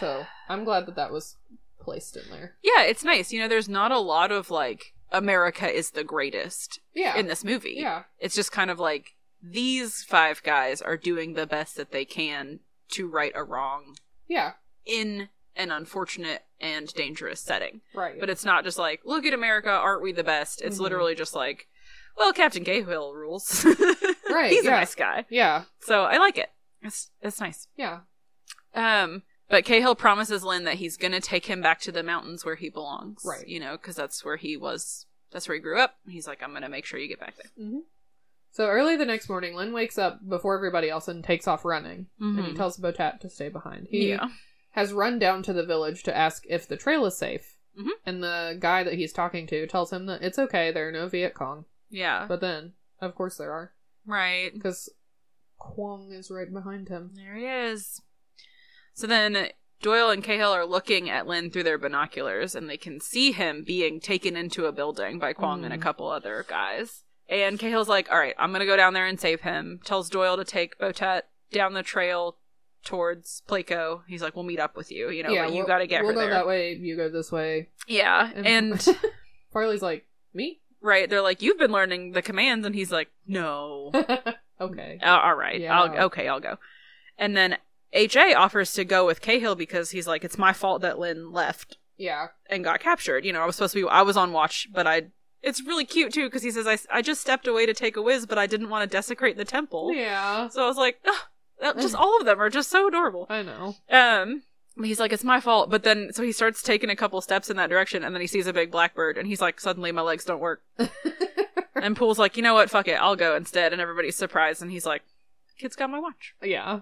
B: so I'm glad that that was placed in there.
A: Yeah, it's nice. You know, there's not a lot of like America is the greatest
B: Yeah.
A: in this movie.
B: Yeah.
A: It's just kind of like these five guys are doing the best that they can to right a wrong
B: Yeah.
A: in an unfortunate and dangerous setting.
B: Right.
A: But it's not just like, look at America, aren't we the best? It's
B: Mhm.
A: literally just like, well, Captain Cahill rules. <laughs>
B: Right,
A: He's a
B: yeah.
A: nice guy.
B: Yeah.
A: So I like it. It's it's nice.
B: Yeah.
A: Um, but Cahill promises Lynn that he's gonna take him back to the mountains where he belongs.
B: Right.
A: You know, because that's where he was. That's where he grew up. He's like, I'm gonna make sure you get back there.
B: hmm So early the next morning, Lynn wakes up before everybody else and takes off running. And he
A: Mhm.
B: tells Botat to stay behind. He
A: yeah.
B: has run down to the village to ask if the trail is safe.
A: Mhm.
B: And the guy that he's talking to tells him that it's okay, there are no Viet Cong.
A: Yeah. Mm.
B: But then, of course, there are.
A: right.
B: Because Kwong is right behind him.
A: There he is. So then Doyle and Cahill are looking at Lynn through their binoculars, and they can see him being taken into a building by Kwong and a
B: Mm.
A: couple other guys. And Cahill's like, "All right, I'm gonna go down there and save him." Tells Doyle to take Botet down the trail towards Placo. He's like, "We'll meet up with you. You know, but you
B: we'll-
A: gotta get
B: we'll
A: her
B: go
A: there."
B: that way, you go this way. <laughs>
A: Yeah, and
B: Farley's like, me? <laughs>
A: right, they're like, "You've been learning the commands," and he's like,
B: <laughs>
A: "No."
B: okay.
A: Uh, all right.
B: Yeah.
A: I'll okay, I'll go. And then HA offers to go with Cahill because he's like, it's my fault that Lynn left
B: Yeah.
A: and got captured. You know, I was supposed to be, I was on watch, but I. It's really cute too because he says, I, I just stepped away to take a whiz, but I didn't want to desecrate the temple.
B: Yeah.
A: So I was like, "Ugh." Uh, just all of them are just so adorable. <laughs>
B: I know.
A: Um, he's like, it's my fault. But then, so he starts taking a couple steps in that direction, and then he sees a big blackbird, and he's like, suddenly my legs don't
B: <laughs>
A: work. and Poole's like, you know what? Fuck it, I'll go instead. And everybody's surprised, and he's like, kid's got my watch.
B: Yeah.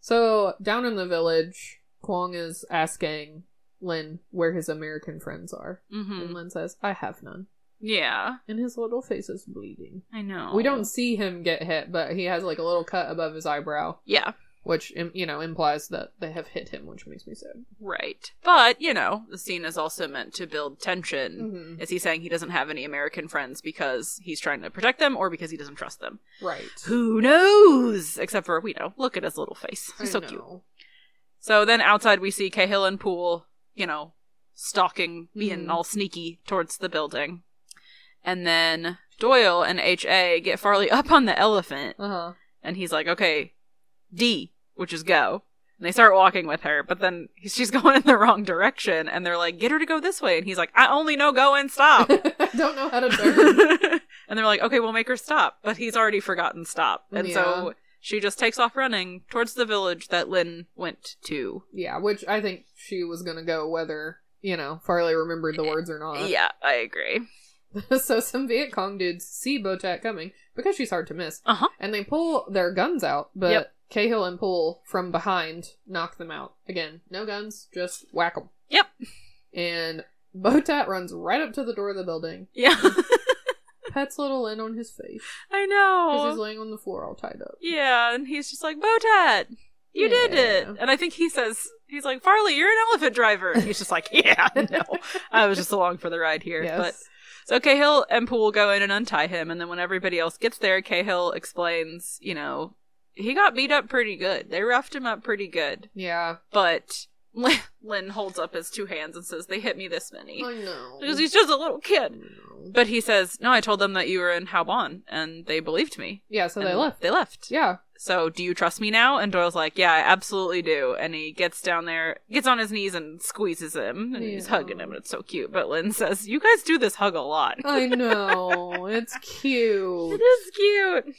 B: So down in the village, Kwong is asking Lin where his American friends are. <laughs>
A: hmm
B: And Lin says, I have none.
A: Yeah,
B: And his little face is bleeding.
A: I know.
B: We don't see him get hit, but he has like a little cut above his eyebrow,
A: Yeah,
B: which im- you know implies that they have hit him, which makes me sad.
A: right. But you know, the scene is also meant to build tension.
B: Mhm.
A: Is he saying he doesn't have any American friends because he's trying to protect them, or because he doesn't trust them?
B: Right.
A: Who knows? Except for we know. Look at his little face. He's
B: I
A: so
B: know.
A: cute. So then outside we see Cahill and Poole, you know, stalking, being
B: Mhm.
A: all sneaky towards the building. And then Doyle and HA get Farley up on the elephant,
B: Uh huh.
A: and he's like, okay, D, which is go. And they start walking with her, but then he- she's <laughs> going in the wrong direction, and they're like, get her to go this way. And he's like, I only know go and
B: <laughs>
A: stop. <laughs>
B: <laughs> Don't know how <laughs> to turn.
A: and they're like, okay, we'll make her stop. But he's already forgotten stop. And
B: Yeah.
A: so she just takes off running towards the village that Lynn went to.
B: yeah, which I think she was gonna go whether you know Farley remembered the words or not.
A: yeah, I agree.
B: <laughs>
A: <laughs>
B: so some Viet Cong dudes see Botat coming because she's hard to miss,
A: Uh huh.
B: and they pull their guns out, but
A: Yep.
B: Cahill and Poole from behind knock them out again. No guns, just whack them.
A: Yep.
B: And Botat runs right up to the door of the building,
A: Yeah.
B: pets little Lynn on his face
A: I
B: because he's
A: know.
B: laying on the floor all tied up.
A: Yeah, and he's just like, Botat, you did it.
B: Yeah.
A: And I think he says, he's like, Farley, you're an elephant driver. And he's just like, <laughs> yeah, no. I was just along for the ride here. But So Cahill and Poole go in and untie him, and then when everybody else gets there, Cahill explains, you know, he got beat up pretty good. They roughed him up pretty good.
B: yeah,
A: But Lynn- Lynn holds up his two hands and says, They hit me this many.
B: I know.
A: Because he's just a little kid.
B: No.
A: But he says, No, I told them that you were in Haobon, and they believed me.
B: yeah, so
A: And
B: they left.
A: They left.
B: Yeah,
A: So do you trust me now? And Doyle's like, Yeah, I absolutely do. And he gets down there, gets on his knees and squeezes him, and he's
B: Yeah.
A: hugging him, and it's so cute. But Lynn says, You guys do this hug a lot.
B: I know. it's
A: <laughs>
B: cute.
A: It is cute.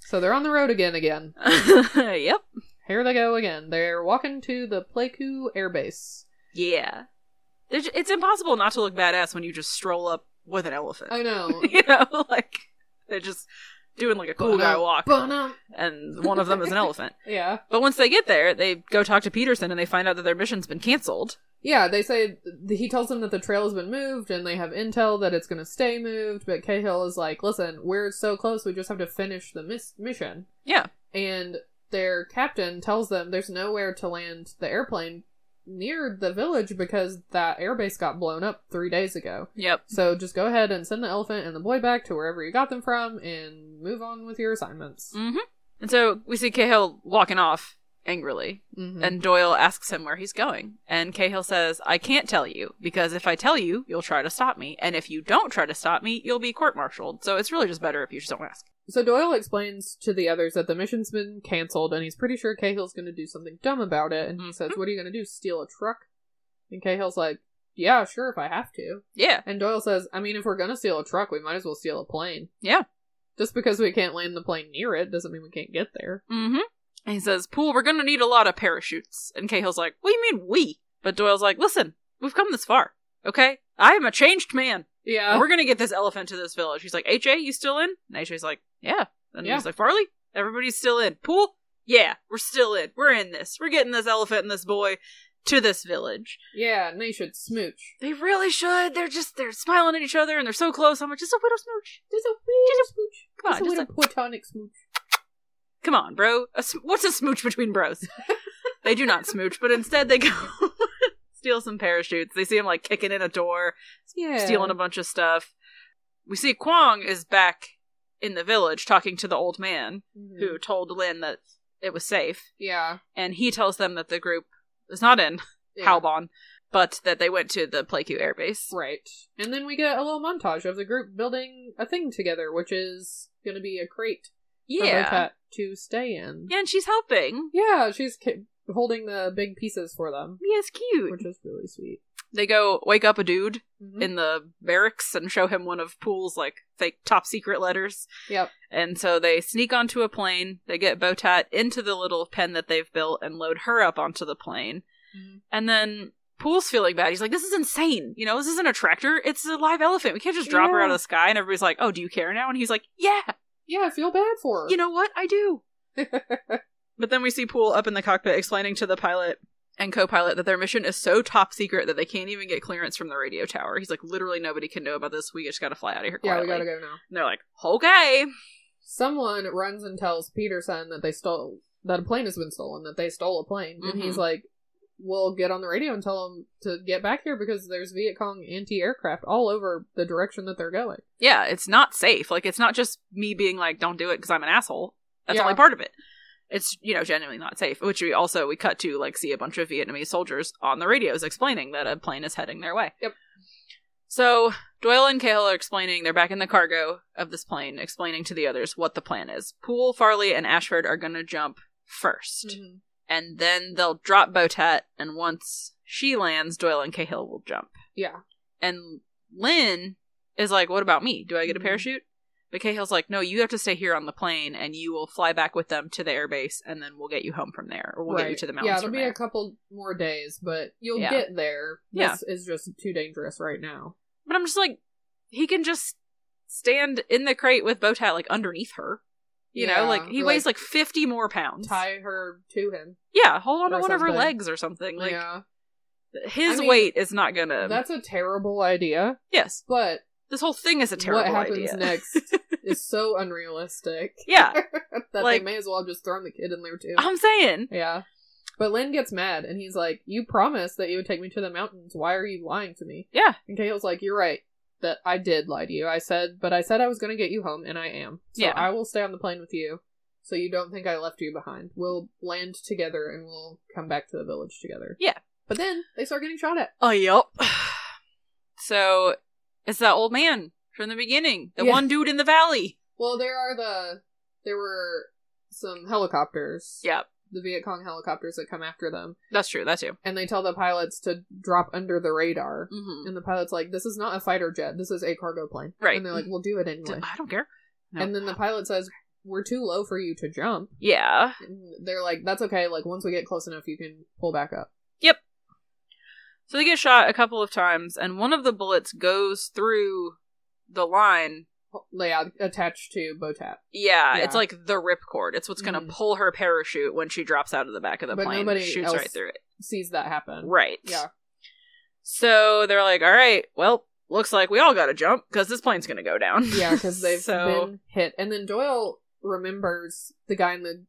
B: So they're on the road again. Again,
A: <laughs> yep.
B: here they go again. They're walking to the Pleiku Air Base.
A: Yeah. They're ju- It's impossible not to look badass when you just stroll up with an elephant. <laughs>
B: I <laughs> know.
A: you know, like they're just doing like a cool guy
B: Bun-up,
A: walk,
B: bun-up.
A: and one of them is an elephant.
B: Yeah,
A: But once they get there, they go talk to Peterson, and they find out that their mission's been canceled.
B: yeah. They say he tells them that the trail has been moved, and they have intel that it's going to stay moved. But Cahill is like, "Listen, we're so close. We just have to finish the mis- mission."
A: Yeah.
B: and their captain tells them there's nowhere to land the airplane near the village because that airbase got blown up three days ago.
A: Yep.
B: So just go ahead and send the elephant and the boy back to wherever you got them from and move on with your assignments.
A: Mm-hmm. And so we see Cahill walking off angrily,
B: Mhm.
A: and Doyle asks him where he's going. And Cahill says, I can't tell you, because if I tell you, you'll try to stop me. And if you don't try to stop me, you'll be court martialed. So it's really just better if you just don't ask.
B: so Doyle explains to the others that the mission's been canceled and he's pretty sure Cahill's going to do something dumb about it. And he says, What are you going to do? Steal a truck? And Cahill's like, Yeah, sure, if I have to.
A: Yeah.
B: And Doyle says, I mean, if we're going to steal a truck, we might as well steal a plane.
A: Yeah.
B: Just because we can't land the plane near it doesn't mean we can't get there.
A: Mm hmm. And he says, Pool, we're going to need a lot of parachutes. And Cahill's like, What do you mean we? But Doyle's like, Listen, we've come this far, okay? I am a changed man.
B: Yeah.
A: We're going to get this elephant to this village. He's like, HA, you still in? And HA's like, Yeah. And
B: Yeah.
A: he's like, Farley, everybody's still in. Pool, yeah, we're still in. We're in this. We're getting this elephant and this boy to this village.
B: yeah, and they should smooch.
A: They really should. They're just, they're smiling at each other and they're so close. I'm like, Just a widow smooch.
B: There's a weird smooch.
A: Come on,
B: There's a
A: just
B: weird platonic smooch.
A: Come on, bro. A sm- what's a smooch between
B: <laughs>
A: bros? they do not smooch, but instead they go <laughs> steal some parachutes. They see him like kicking in a door,
B: Yeah.
A: stealing a bunch of stuff. We see Kwong is back in the village talking to the old man
B: Mhm.
A: who told Lin that it was safe,
B: Yeah.
A: and he tells them that the group is not in
B: yeah.
A: Halbon, but that they went to the Playku airbase.
B: Right. And then we get a little montage of the group building a thing together, which is going to be a crate for
A: Yeah.
B: Botat to stay in.
A: Yeah, and she's helping.
B: Yeah, she's ki- holding the big pieces for them,
A: Yeah, it's cute.
B: which is really sweet.
A: They go wake up a dude
B: Mhm.
A: in the barracks and show him one of Pool's like fake top secret letters.
B: yep.
A: And so they sneak onto a plane, they get Botat into the little pen that they've built and load her up onto the plane.
B: Mhm.
A: And then Pool's feeling bad. He's like, This is insane. You know, this isn't a tractor, it's a live elephant. We can't just drop her
B: Yeah.
A: out of the sky and everybody's like, Oh, do you care now? And he's like, Yeah,
B: Yeah, I feel bad for her.
A: you know what? I do.
B: <laughs>
A: But then we see Pool up in the cockpit explaining to the pilot and co pilot that their mission is so top secret that they can't even get clearance from the radio tower. He's like, literally nobody can know about this. We just gotta fly out of here.
B: yeah, we
A: Quietly.
B: gotta go now.
A: And they're like, okay.
B: someone runs and tells Peterson that they stole that a plane has been stolen, that they stole a plane, and
A: Mhm.
B: he's like, "We'll get on the radio and tell them to get back here because there's Viet Cong anti-aircraft all over the direction that they're going."
A: Yeah, it's not safe. Like, it's not just me being like, don't do it because I'm an asshole. That's
B: Yeah.
A: only part of it. It's, you know, genuinely not safe. Which we also, we cut to, like, see a bunch of Vietnamese soldiers on the radios explaining that a plane is heading their way.
B: Yep.
A: So Doyle and Cahill are explaining, they're back in the cargo of this plane, explaining to the others what the plan is. Poole, Farley, and Ashford are going to jump 1st
B: Mm-hmm.
A: and then they'll drop Botat, and once she lands, Doyle and Cahill will jump.
B: Yeah.
A: And Lynn is like, What about me? Do I get a
B: Mhm.
A: parachute? But Cahill's like, No, you have to stay here on the plane, and you will fly back with them to the airbase, and then we'll get you home from there, or we'll get you to the mountains
B: Yeah, it'll
A: from
B: be
A: there.
B: a couple more days, but you'll
A: Yeah.
B: get there.
A: Yeah.
B: This is just too dangerous right now.
A: But I'm just like, he can just stand in the crate with Botat like underneath her. You
B: Yeah,
A: know, like he
B: or,
A: weighs like 50 more pounds.
B: Tie her to him.
A: yeah, hold on to
B: or
A: one of her
B: something.
A: legs or something. Like um,
B: yeah.
A: his
B: I mean,
A: weight is not gonna.
B: That's a terrible idea,
A: yes,
B: but
A: this whole thing is a terrible
B: what happens
A: idea.
B: next is so unrealistic
A: <laughs> yeah,
B: <laughs> that
A: Like-
B: they may as well have just thrown the kid in there too.
A: I'm saying.
B: yeah. But Lynn gets mad and he's like, You promised that you would take me to the mountains. Why are you lying to me?
A: Yeah,
B: And Cahill's like, You're right. That I did lie to you. I said, but I said I was going to get you home, and I am. So
A: Yeah.
B: I will stay on the plane with you, so you don't think I left you behind. We'll land together and we'll come back to the village together.
A: Yeah.
B: But then they start getting shot at.
A: Oh, yup. <sighs> So it's that old man from the beginning, the
B: Yeah.
A: one dude in the valley.
B: Well, there are the. There were some helicopters.
A: Yeah,
B: The Viet Cong helicopters that come after them,
A: that's true. That's you.
B: and they tell the pilots to drop under the radar.
A: hmm
B: And the pilot's like, This is not a fighter jet. This is a cargo plane.
A: Right.
B: And they're like, We'll do it anyway.
A: I don't care. No.
B: And then the pilot says, We're too low for you to jump.
A: yeah.
B: And they're like, That's okay. Like, once we get close enough, you can pull back up.
A: So they get shot a couple of times, and one of the bullets goes through the line.
B: Yeah, attached to Botat.
A: Yeah,
B: Yeah.
A: it's like the ripcord. It's what's going to
B: Mhm.
A: pull her parachute when she drops out of the back of the
B: But
A: plane.
B: nobody
A: shoots
B: else-
A: right through it.
B: Sees that happen.
A: Right.
B: Yeah.
A: So they're like, all right, well, looks like we all got to jump because this plane's going to go down. <laughs>
B: Yeah, because they've
A: so,
B: been hit. And then Doyle remembers the guy in the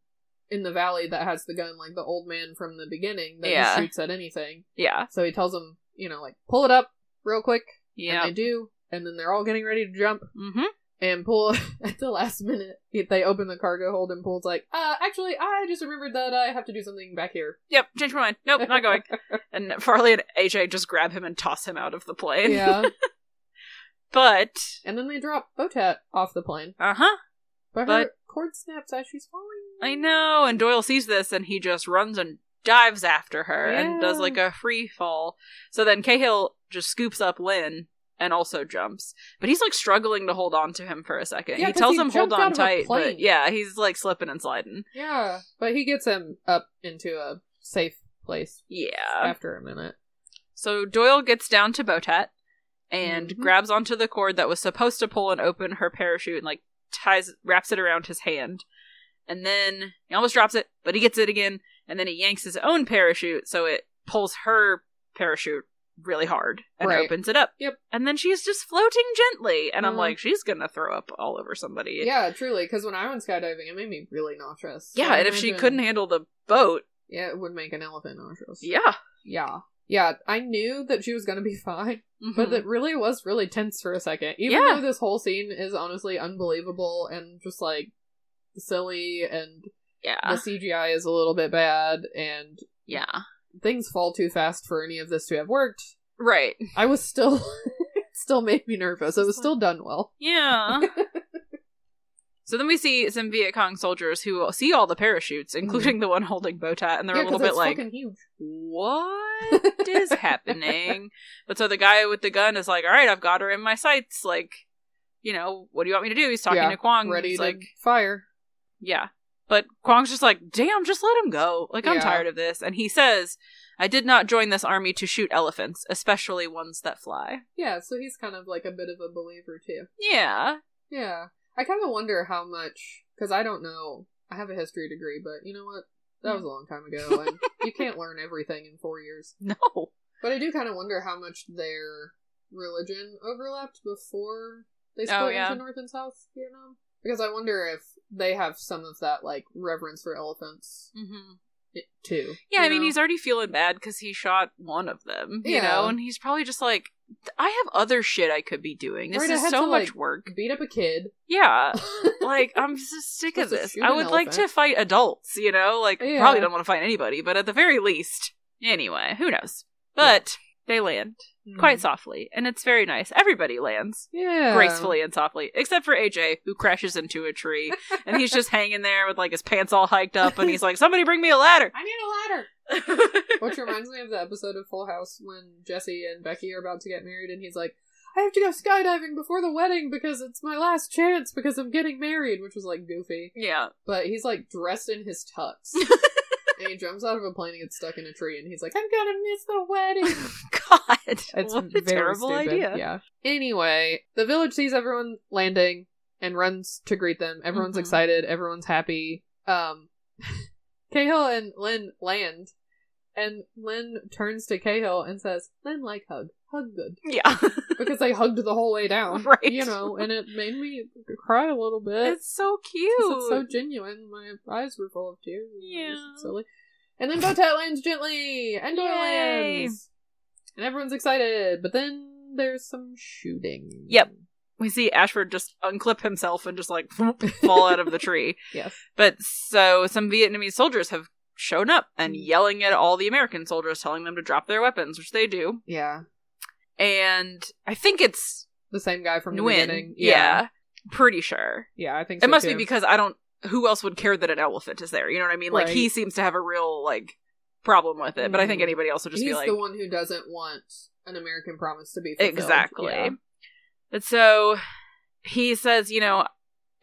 B: in the valley that has the gun, like the old man from the beginning that
A: Yeah.
B: just shoots at anything.
A: Yeah.
B: So he tells him, you know, like, pull it up real quick.
A: Yeah.
B: And they do. And then they're all getting ready to jump.
A: mm-hmm.
B: and Poole <laughs> at the last minute if they open the cargo hold and Poole's like, uh, actually I just remembered that I have to do something back here.
A: Yep, change my mind. Nope, <laughs> not
B: <laughs>
A: going. and Farley and AJ just grab him and toss him out of the plane.
B: yeah.
A: <laughs> But,
B: And then they drop Botat off the plane.
A: uh huh.
B: But, her
A: But-
B: cord snaps as she's falling.
A: I know. And Doyle sees this and he just runs and dives after her and does
B: Yeah.
A: like a free fall. So then Cahill just scoops up Lynn and also jumps. But he's like struggling to hold on to him for a second.
B: Yeah,
A: he
B: 'cause
A: tells
B: he
A: him hold
B: jumped out
A: on
B: of a
A: tight,
B: plane.
A: but yeah, he's like slipping and sliding.
B: Yeah. But he gets him up into a safe place
A: Yeah.
B: after a minute.
A: So Doyle gets down to Botat and
B: Mhm.
A: grabs onto the cord that was supposed to pull and open her parachute and like ties wraps it around his hand. And then he almost drops it, but he gets it again, and then he yanks his own parachute so it pulls her parachute really hard and
B: Right.
A: opens it up.
B: Yep.
A: And then she's just floating gently and I'm
B: Mhm.
A: like she's going to throw up all over somebody.
B: Yeah, truly, because when I went skydiving, it made me really nauseous.
A: Yeah,
B: I
A: and if she
B: imagine-
A: couldn't handle the boat,
B: Yeah, it would make an elephant nauseous.
A: yeah.
B: Yeah. Yeah, I knew that she was going to be <laughs> fine.
A: Mhm.
B: But it really was really tense for a second. Even
A: Yeah.
B: though this whole scene is honestly unbelievable and just like silly and
A: <laughs> yeah.
B: the CGI is a little bit bad and
A: Yeah.
B: things fall too fast for any of this to have worked,
A: Right.
B: I was still <laughs> it still made me nervous. It was still done well. <laughs>
A: Yeah. so then we see some Viet Cong soldiers who see all the parachutes, including the one holding Botat, and they're a
B: Mm-hmm. Yeah, 'cause
A: little bit
B: it's
A: like,
B: fucking huge. <laughs>
A: "What is happening?" But so the guy with the gun is like, "All right, I've got her in my sights. Like, you know, what do you want me to do?" He's talking
B: Yeah,
A: to Kwong.
B: ready
A: He's
B: to
A: like,
B: fire.
A: yeah. But Kwong's just like, damn, just let him go. Like, I'm
B: Yeah.
A: tired of this. And he says, I did not join this army to shoot elephants, especially ones that fly.
B: Yeah, so he's kind of like a bit of a believer too. <laughs>
A: Yeah.
B: Yeah. I kind of wonder how much, because I don't know. I have a history degree, but you know what? That was a long time
A: <laughs>
B: ago, and you can't learn everything in four years.
A: No.
B: But I do kind of wonder how much their religion overlapped before they split
A: Oh, yeah.
B: into North and South Vietnam. Because I wonder if they have some of that, like, reverence for elephants,
A: hmm
B: i- too.
A: Yeah,
B: you
A: I mean,
B: know?
A: he's already feeling bad because he shot one of them, you
B: Yeah.
A: know, and he's probably just like, I have other shit I could be doing. This
B: Right, I
A: is
B: had
A: so
B: to,
A: much
B: like,
A: work.
B: Beat up a kid.
A: Yeah.
B: <laughs>
A: like, I'm just sick of
B: Supposed to
A: this.
B: shoot
A: I
B: an
A: would like to
B: elephant.
A: fight adults, you know? Like,
B: Yeah.
A: probably don't want to fight anybody, but at the very least. Anyway, who knows? But They land quite softly, and it's very nice. Everybody lands
B: Hmm. <laughs> Yeah.
A: gracefully and softly, except for AJ, who crashes into a tree, and he's just hanging there with like his pants all hiked up, and he's like, "Somebody bring me a ladder." <laughs>
B: I need a ladder. Which reminds me of the episode of Full House when Jesse and Becky are about to get married, and he's like, I have to go skydiving before the wedding because it's my last chance because I'm getting married, which was like goofy.
A: yeah,
B: But he's like dressed in his tux. and he jumps out of a plane and gets stuck in a tree, and he's like, I'm gonna miss the wedding.
A: <laughs> God,
B: <laughs> It's
A: what a
B: very
A: terrible
B: stupid.
A: idea.
B: Yeah. Anyway, the village sees everyone landing and runs to greet them. Everyone's
A: Mhm.
B: excited. Everyone's happy. Um, <laughs> Cahill and Lynn land, and Lynn turns to Cahill and says, "Lynn, like hug, hug good,"
A: Yeah,
B: because they hugged the whole way <laughs> down,
A: Right.
B: You know, and it made me cry a little <laughs> bit.
A: it's so
B: 'Cause
A: cute.
B: it's so genuine. My eyes were full of tears. and it was
A: Yeah.
B: Silly. And then Botet lands gently, and Dora
A: Yay.
B: lands, and everyone's excited. But then there's some shooting. <laughs>
A: Yep. we see Ashford just unclip himself and just like fall out of the tree.
B: <laughs> Yes.
A: But so some Vietnamese soldiers have shown up and
B: Mm.
A: yelling at all the American soldiers, telling them to drop their weapons, which they do.
B: Yeah.
A: And I think it's
B: The same guy from the
A: Nguyen.
B: beginning.
A: Yeah. Pretty sure.
B: Yeah, I think
A: It
B: so,
A: must be
B: too.
A: because I don't who else would care that an elephant is there? You know what I mean? Like
B: Right.
A: he seems to have a real like problem with it. But I think
B: Mm.
A: anybody else would just
B: he's
A: be like
B: the one who doesn't want an American promise to be fulfilled.
A: Exactly.
B: Yeah.
A: But so he says, you know,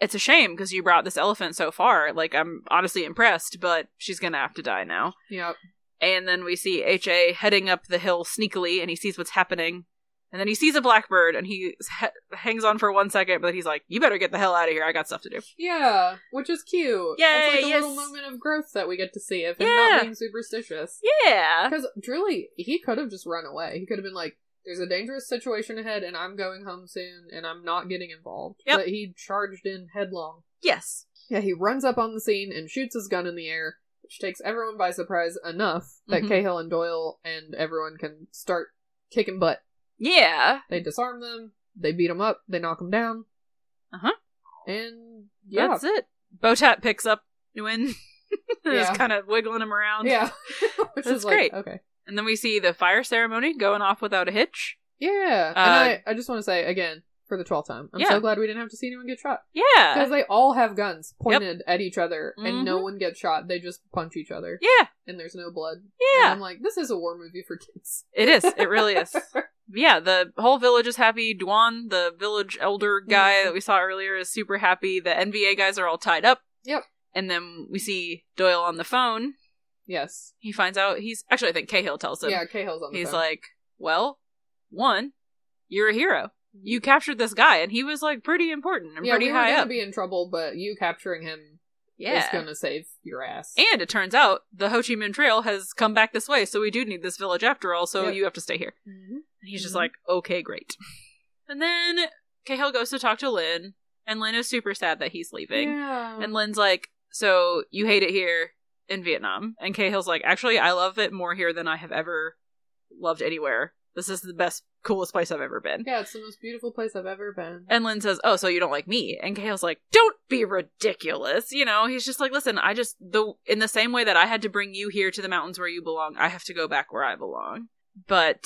A: it's a shame because you brought this elephant so far. Like, I'm honestly impressed, but she's going to have to die now.
B: Yep.
A: And then we see H.A. heading up the hill sneakily and he sees what's happening. And then he sees a blackbird and he h hangs on for one second, but he's like, you better get the hell out of here. I got stuff to do.
B: Yeah, which is cute. That's
A: Yay,
B: like a little
A: yes.
B: moment of growth that we get to see of him not
A: Yeah.
B: being superstitious. <laughs>
A: Yeah.
B: Because truly, he could have just run away. He could have been like, "There's a dangerous situation ahead, and I'm going home soon, and I'm not getting involved."
A: Yep.
B: But he charged in headlong.
A: Yes.
B: Yeah, he runs up on the scene and shoots his gun in the air, which takes everyone by surprise enough that
A: Mhm.
B: Cahill and Doyle and everyone can start kicking butt.
A: Yeah.
B: They disarm them. They beat them up. They knock them down.
A: Uh-huh.
B: And yeah,
A: That's it. Botat picks up Nguyen. <laughs> Just
B: Yeah.
A: kind of wiggling him around.
B: <laughs> yeah, <laughs> which
A: That's
B: is like,
A: great.
B: Okay.
A: And then we see the fire ceremony going off without a hitch.
B: Yeah,
A: Uh,
B: and I, I just want to say again for the twelfth time, I'm
A: Yeah.
B: so glad we didn't have to see anyone get shot.
A: Yeah.
B: Because they all have guns pointed at each other, and no
A: Mhm.
B: one gets shot. They just punch each other,
A: Yeah,
B: and there's no blood. And
A: yeah.
B: I'm like, this is a war movie for kids.
A: It is. <laughs> It really is. Yeah, the whole village is happy. Dwan, the village elder guy
B: Mhm.
A: that we saw earlier, is super happy. The NBA guys are all tied up.
B: <laughs> Yep.
A: And then we see Doyle on the phone.
B: yes.
A: He finds out he's actually I think Cahill tells him.
B: yeah, Cahill's on the
A: he's
B: phone.
A: like, Well, one, you're a hero. You captured this guy and he was like pretty important and
B: yeah,
A: pretty
B: we were
A: high
B: gonna
A: up.
B: be in trouble, but you capturing him
A: yeah.
B: is gonna save your ass.
A: and it turns out the Ho Chi Minh Trail has come back this way, so we do need this village after all, so
B: Yep.
A: you have to stay here.
B: Mhm.
A: And he's just
B: Mhm.
A: like, okay, great. And then Cahill goes to talk to Lynn, and Lynn is super sad that he's leaving.
B: yeah,
A: And Lynn's like, so you hate it here in Vietnam? And Cahill's like, actually, I love it more here than I have ever loved anywhere. This is the best, coolest place I've ever been.
B: yeah, it's the most beautiful place I've ever been.
A: And Lynn says, "Oh, so you don't like me?" And Cahill's like, "Don't be ridiculous." You know, he's just like, "Listen, I just the in the same way that I had to bring you here to the mountains where you belong, I have to go back where I belong." But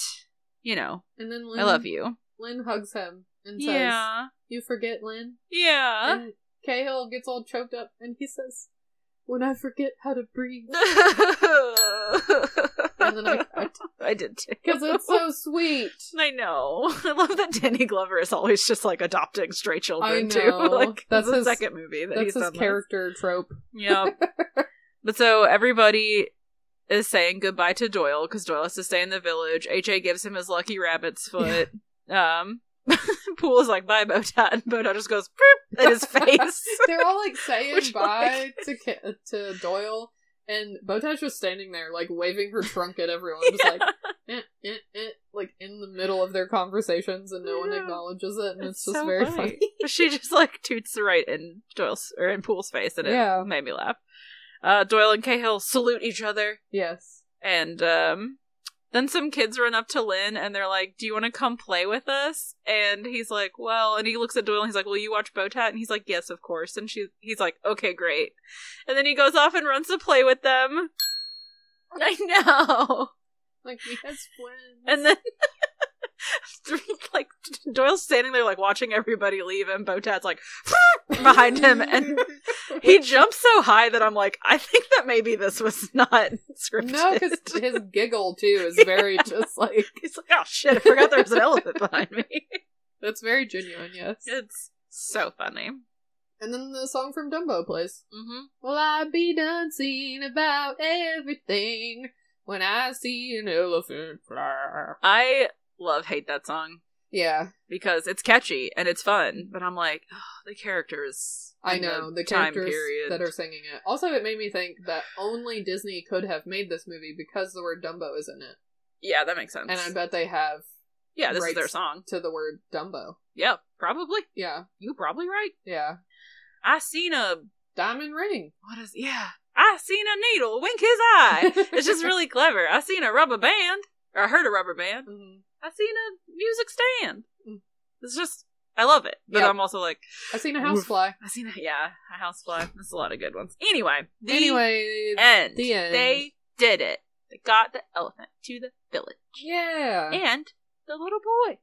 A: you know,
B: And then Lynn,
A: I love you.
B: Lynn hugs him and says,
A: Yeah.
B: "You forget, Lynn."
A: <laughs> Yeah.
B: And Cahill gets all choked up, and he says, "When I forget how to
A: <laughs>
B: breathe." And then I, I
A: I did
B: <laughs>
A: too.
B: Because it's so sweet.
A: <laughs> I know. I love that Danny Glover is always just like adopting stray children
B: I know.
A: too. <laughs> Like that's
B: That's
A: the
B: his-
A: second movie that
B: That's
A: he's
B: his
A: done. <laughs> Character.
B: character trope.
A: Yeah.
B: <laughs>
A: but so everybody is saying goodbye to Doyle because Doyle has to stay in the village. HA gives him his lucky rabbit's foot. um, <laughs> Pool is like bye, Botat, and Botat just goes "Boop"
B: <laughs>
A: at his face.
B: They're all like saying
A: Which,
B: bye
A: like-
B: to Ca- to Doyle, and Botesh was standing there like waving her trunk at everyone, just
A: <laughs>
B: like eh, eh, eh, like in the middle of their conversations, and no
A: I
B: one
A: know.
B: acknowledges it, and it's,
A: It's
B: just
A: so
B: very funny.
A: funny. <laughs> she just like toots right in Doyle's or in Pool's face, and it
B: Yeah.
A: made me laugh. Uh, Doyle and Cahill salute each other,
B: <laughs> Yes.
A: and um, then some kids run up to Lynn and they're like, "Do you want to come play with us?" And he's like, "Well," and he looks at Doyle and he's like, "Will you watch Botat?" And he's like, "Yes, of course." And she, he's like, "Okay, great." <laughs> And then he goes off and runs to play with them. I know.
B: Like we as friends.
A: And then, <laughs> like, <laughs> Doyle's standing there, like, watching everybody leave, and Botat's, like, <laughs> behind him.
B: <laughs>
A: <laughs> And he jumps so high that I'm like, I think that maybe this was not <laughs> scripted.
B: no, because his giggle too is very just like
A: <laughs> he's like, oh shit, I forgot there was an elephant behind me. <laughs>
B: that's very genuine. Yes.
A: It's so funny.
B: And then the song from Dumbo plays.
A: Mm-hmm.
B: Well, I be done seeing about everything when I see an elephant fly.
A: I love hate that song
B: Yeah,
A: because it's catchy and it's fun, but I'm like, oh, the characters.
B: I
A: and
B: know the
A: time
B: characters
A: period.
B: that are singing it. Also, it made me think that only Disney could have made this movie because the word Dumbo is in it,
A: Yeah, that makes sense.
B: and I bet they have
A: yeah, this is their
B: rights.
A: song.
B: to the word Dumbo.
A: Yeah, probably.
B: Yeah,
A: You probably right.
B: yeah.
A: I seen a
B: Diamond ring.
A: what is yeah. I seen a needle wink his eye. it's just really
B: <laughs>
A: clever. I seen a rubber band, or I heard a rubber band.
B: Mhm.
A: I seen a music stand.
B: Mm.
A: It's just I love it, but
B: Yeah.
A: I'm also like
B: I seen a housefly.
A: I seen a yeah a housefly. There's a lot of good ones. Anyway, the
B: Anyway,
A: end.
B: the end.
A: They did it. They got the elephant to the village
B: yeah, and,
A: and the little boy.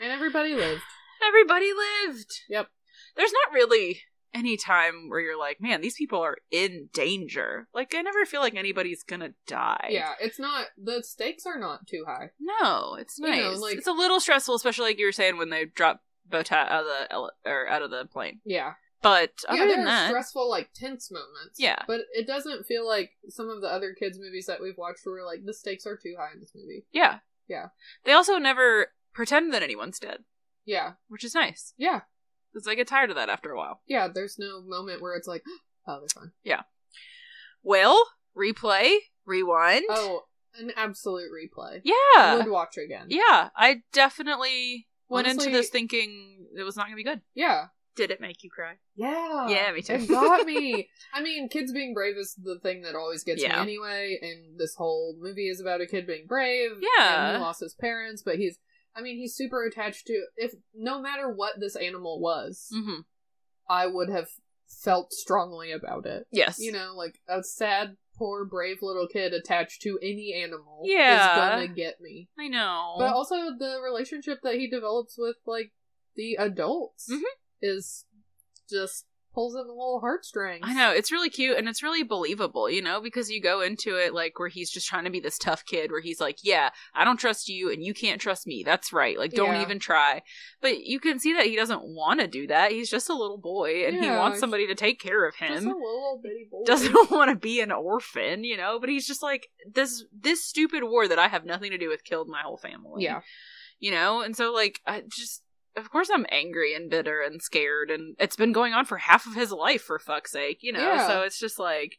B: everybody lived.
A: Everybody lived.
B: Yep.
A: There's not really any time where you're like, man, these people are in danger. Like I never feel like anybody's gonna die.
B: Yeah, it's not the stakes are not too high.
A: No, it's
B: You
A: nice.
B: know, like-
A: it's a little stressful, especially like you were saying when they drop Botat out of the ele- or out of the plane.
B: Yeah.
A: But
B: yeah,
A: other
B: there
A: than
B: are
A: that,
B: stressful, like tense moments.
A: Yeah.
B: but it doesn't feel like some of the other kids' movies that we've watched where we're like the stakes are too high in this movie.
A: yeah,
B: Yeah.
A: They also never pretend that anyone's dead,
B: Yeah,
A: which is nice
B: yeah,
A: because I get tired of that after a while.
B: yeah. There's no moment where it's like, <gasps> oh, they're
A: <gasps>
B: fine.
A: Well, replay, rewind.
B: Oh, an absolute replay.
A: yeah,
B: would watch again.
A: yeah. I definitely went
B: Honestly-
A: into this thinking it was not going to be good.
B: yeah,
A: Did it make you cry?
B: yeah.
A: Yeah, me too.
B: It
A: <laughs>
B: got me. I mean, kids being brave is the thing that always gets
A: Yeah.
B: me anyway, and this whole movie is about a kid being brave.
A: Yeah.
B: And he lost his parents, but he's I mean, he's super attached to if no matter what this animal was,
A: Mm-hmm.
B: I would have felt strongly about it.
A: Yes.
B: You know, like a sad, poor, brave little kid attached to any animal
A: Yeah.
B: is gonna get me.
A: I know.
B: But also the relationship that he develops with like the adults
A: Mhm.
B: is just pulls him a little heartstrings.
A: I know it's really cute and it's really believable, you know, because you go into it like where he's just trying to be this tough kid, where he's like, "Yeah, I don't trust you, and you can't trust me. That's right. Like, don't
B: Yeah.
A: even try." But you can see that he doesn't want to do that. He's just a little boy, and he
B: Yeah,
A: wants
B: he's
A: somebody to take care of
B: Just a
A: him.
B: little bitty boy.
A: Doesn't <laughs> want to be an orphan, you know. But he's just like this. This stupid war that I have nothing to do with killed my whole family.
B: Yeah.
A: you know. And so, like, I just. Of course, I'm angry and bitter and scared, and it's been going on for half of his life, for fuck's sake, you know?
B: Yeah.
A: So it's just like,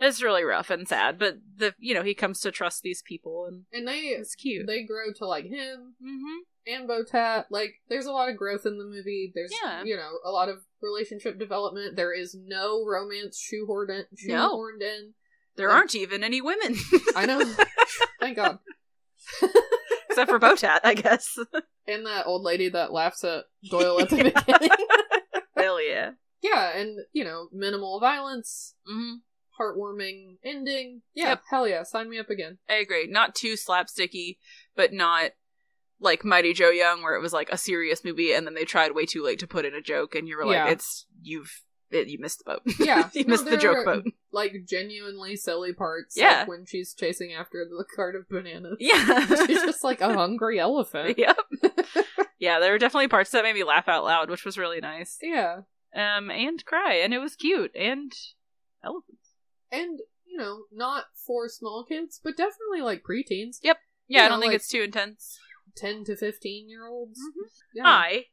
A: it's really rough and sad, but the, you know, he comes to trust these people, and
B: And they
A: it's cute.
B: they grow to like him
A: mm-hmm.
B: and Botat. Like there's a lot of growth in the movie. There's
A: Yeah.
B: you know, a lot of relationship development. There is no romance shoehorned in,
A: No.
B: shoehorned in.
A: There
B: Yeah.
A: aren't even any women.
B: I know. Thank God.
A: <laughs> Except for Botat, I
B: <laughs>
A: guess.
B: And that old lady that laughs at
A: <laughs>
B: Doyle at the beginning.
A: Hell yeah.
B: Yeah, and you know, minimal violence,
A: Mm-hmm.
B: heartwarming ending. Yeah,
A: Yep.
B: hell yeah, sign me up again.
A: I agree. Not too slapsticky, but not like Mighty Joe Young, where it was like a serious movie, and then they tried way too late to put in a joke, and you were like,
B: Yeah.
A: "It's you've it, you missed the boat. <laughs>
B: Yeah.
A: you
B: No,
A: missed the
B: there
A: joke
B: are- <laughs>
A: boat.
B: Like genuinely silly parts.
A: Yeah.
B: like when she's chasing after the cart of
A: <laughs>
B: bananas. she's <laughs>
A: Yeah,
B: just like a
A: <laughs>
B: hungry elephant.
A: yep. yeah, there were definitely parts that made me laugh out loud, which was really nice.
B: Yeah,
A: Um, and cry, and it was cute and elephants.
B: and you know, not for small kids, but definitely like preteens,
A: Yep. Yeah,
B: You
A: I don't
B: know,
A: think
B: like-
A: it's too intense.
B: ten to fifteen year olds.
A: Mhm.
B: Yeah,
A: I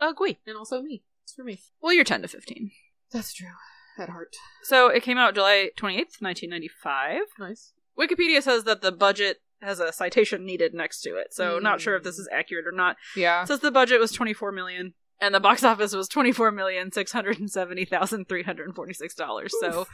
A: agree.
B: and also me. It's for me.
A: Well, you're ten to fifteen,
B: That's true. At heart,
A: so it came out July twenty eighth, nineteen ninety five.
B: nice.
A: Wikipedia says that the budget has a citation needed next to it, so not sure if
B: Hmm.
A: this is accurate or not.
B: Yeah,
A: It says the budget was twenty four million and the box office was twenty four million six hundred and seventy thousand three hundred and forty six dollars. So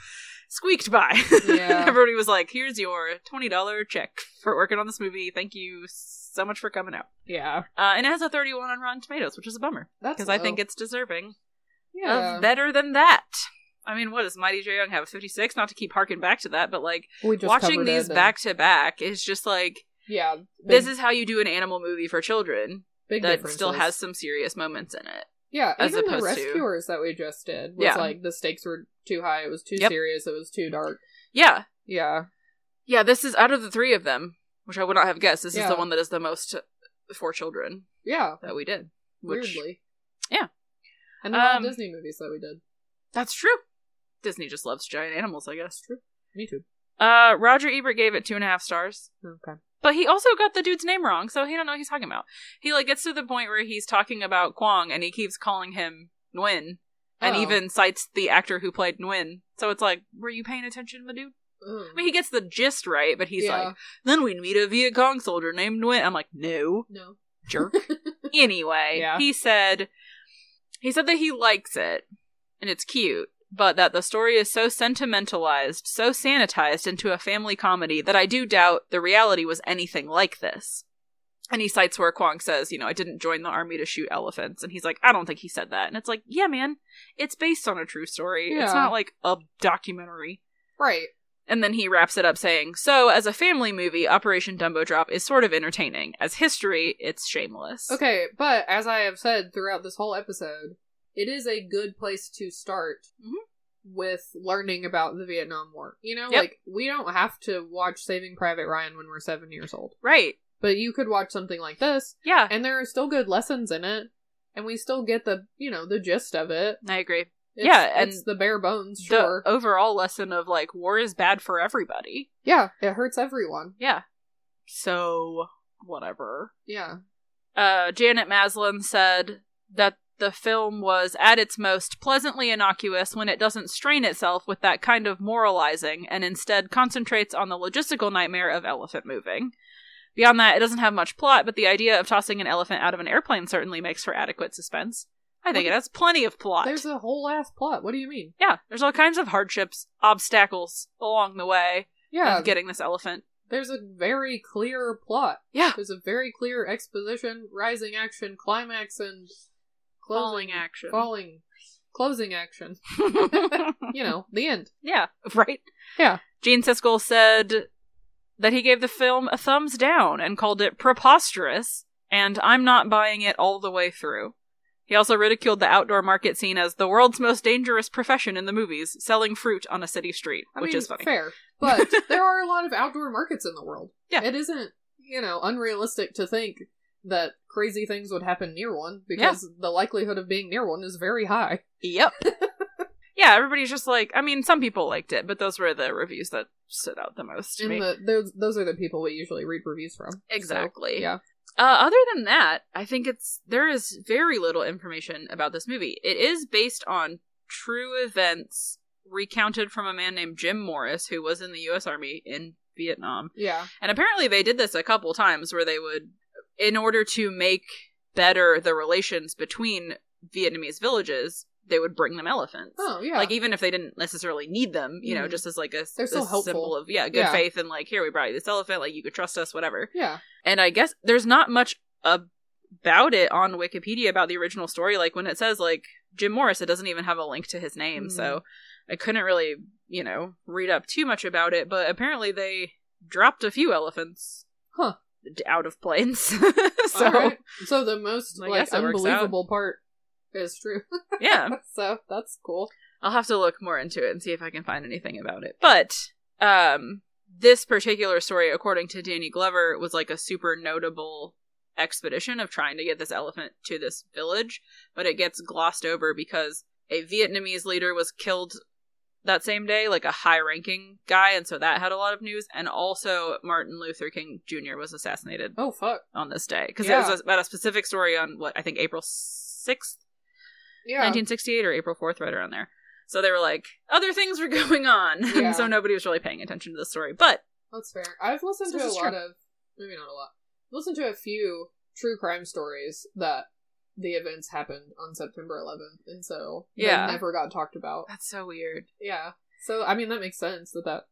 A: squeaked by.
B: Yeah.
A: <laughs> Everybody was like, Here's your twenty dollar check for working on this movie. Thank you so much for coming out.
B: yeah.
A: Uh, and it has a thirty one on Rotten Tomatoes, which is a bummer.
B: That's
A: Because I think
B: low.
A: it's deserving
B: yeah.
A: of better than that. I mean, what does Mighty Joe Young have? 56? Not to keep harking back to that, but like
B: We just
A: watching
B: covered
A: these
B: it and-
A: back to back is just like
B: Yeah,
A: this is how you do an animal movie for children
B: big
A: that still
B: differences.
A: has some serious moments in it.
B: Yeah,
A: as
B: even the
A: opposed to-
B: rescuers that we just did was
A: Yeah.
B: like the stakes were too high. It was too
A: Yep.
B: serious. It was too dark.
A: Yeah.
B: Yeah,
A: Yeah, this is out of the three of them, which I would not have guessed, this is
B: Yeah.
A: the one that is the most for children
B: yeah.
A: that we did. Which
B: weirdly,
A: yeah.
B: and they're all
A: Um,
B: Disney movies that we did.
A: that's true. Disney just loves giant animals, I guess. True.
B: Me too.
A: Uh Roger Ebert gave it two and a half stars.
B: Okay.
A: But he also got the dude's name wrong, so he don't know what he's talking about. He like gets to the point where he's talking about Kwong and he keeps calling him Nguyen and
B: Oh.
A: even cites the actor who played Nguyen. So it's like, were you paying attention, my dude? I mean, he gets the gist right, but he's
B: Yeah.
A: like, then we meet a Viet Cong soldier named Nguyen. I'm like, no,
B: no. <laughs>
A: jerk. anyway,
B: Yeah.
A: he said he said that he likes it and it's cute, but that the story is so sentimentalized, so sanitized into a family comedy that I do doubt the reality was anything like this. And he cites where Kwong says, you know, I didn't join the army to shoot elephants. And he's like, I don't think he said that. And it's like, yeah, man, it's based on a true story. It's
B: Yeah.
A: not like a documentary.
B: Right.
A: And then he wraps it up saying, So, as a family movie, Operation Dumbo Drop is sort of entertaining. As history, it's shameless.
B: Okay, but as I have said throughout this whole episode, it is a good place to start
A: Mhm.
B: with learning about the Vietnam War. You know,
A: Yep.
B: like we don't have to watch Saving Private Ryan when we're seven years old,
A: Right.
B: but you could watch something like this,
A: Yeah.
B: and there are still good lessons in it, and we still get the you know the gist of it.
A: I agree.
B: It's,
A: Yeah, and
B: it's the bare bones. Sure.
A: The overall lesson of like war is bad for everybody.
B: yeah, it hurts everyone.
A: Yeah. So whatever.
B: Yeah.
A: Uh, Janet Maslin said that the film was at its most pleasantly innocuous when it doesn't strain itself with that kind of moralizing and instead concentrates on the logistical nightmare of elephant moving. Beyond that, it doesn't have much plot, but the idea of tossing an elephant out of an airplane certainly makes for adequate suspense. I think it has plenty of plot.
B: There's a whole ass plot. What do you mean?
A: yeah, there's all kinds of hardships, obstacles along the way
B: Yeah.
A: of getting this
B: <laughs>
A: elephant.
B: there's a very clear plot.
A: Yeah.
B: There's a very clear exposition, rising action, climax, and closing
A: Falling action.
B: Falling,
A: <laughs>
B: closing action. You know, the end.
A: yeah, right?
B: Yeah.
A: Gene Siskel said that he gave the film a thumbs down and called it preposterous, and I'm not buying it all the way through. He also ridiculed the outdoor market scene as the world's most dangerous profession in the movies, selling fruit on a city street,
B: I
A: which
B: mean,
A: is funny.
B: Fair,
A: <laughs>
B: but there are a lot of outdoor markets in the world.
A: Yeah.
B: it isn't you know unrealistic to think that crazy things would happen near one because the likelihood of being near one is very high. <laughs>
A: Yep. yeah, everybody's just like, I mean, some people liked it, but those were the reviews that stood out the most. to me.
B: And the, those those are the people we usually read reviews from. So,
A: Exactly.
B: yeah.
A: Uh, other than that, I think it's there is very little information about this movie. It is based on true events recounted from a man named Jim Morris, who was in the U.S. Army in Vietnam,
B: Yeah.
A: and apparently they did this a couple times, where they would, in order to make better the relations between Vietnamese villages, they would bring them elephants.
B: Oh yeah.
A: Like even if they didn't necessarily need them, you know,
B: Mhm.
A: just as like a,
B: They're so
A: a
B: helpful.
A: symbol of yeah, good
B: Yeah.
A: faith and like here we brought you this elephant, like you could trust us, whatever.
B: yeah.
A: And I guess there's not much about it on Wikipedia about the original story. Like when it says like Jim Morris, it doesn't even have a link to his name.
B: Mm.
A: So I couldn't really, you know, read up too much about it. But apparently they dropped a few elephants
B: Huh.
A: d- out of planes. <laughs> so
B: So so the most
A: I
B: like
A: guess it works out.
B: unbelievable part is true. <laughs>
A: yeah,
B: so that's cool.
A: I'll have to look more into it and see if I can find anything about it. But um this particular story, according to Danny Glover, was like a super notable expedition of trying to get this elephant to this village, but it gets glossed over because a Vietnamese leader was killed that same day, like a high ranking guy, and so that had a lot of news. And also Martin Luther King Jr. was assassinated
B: Oh fuck.
A: on this day. Because
B: Yeah.
A: it was about a specific story on what I think April sixth
B: Yeah.
A: 1968 or April 4th, right around there. So they were like, other things were <laughs> going on.
B: Yeah.
A: so nobody was really paying attention to the story. But
B: That's fair. I've listened
A: So
B: to a
A: this is
B: lot
A: true.
B: of maybe not a lot. I've listened to a few true crime stories that the events happened on September 11th, and so
A: Yeah.
B: they never got talked about.
A: that's so weird.
B: Yeah. So I mean that makes sense that that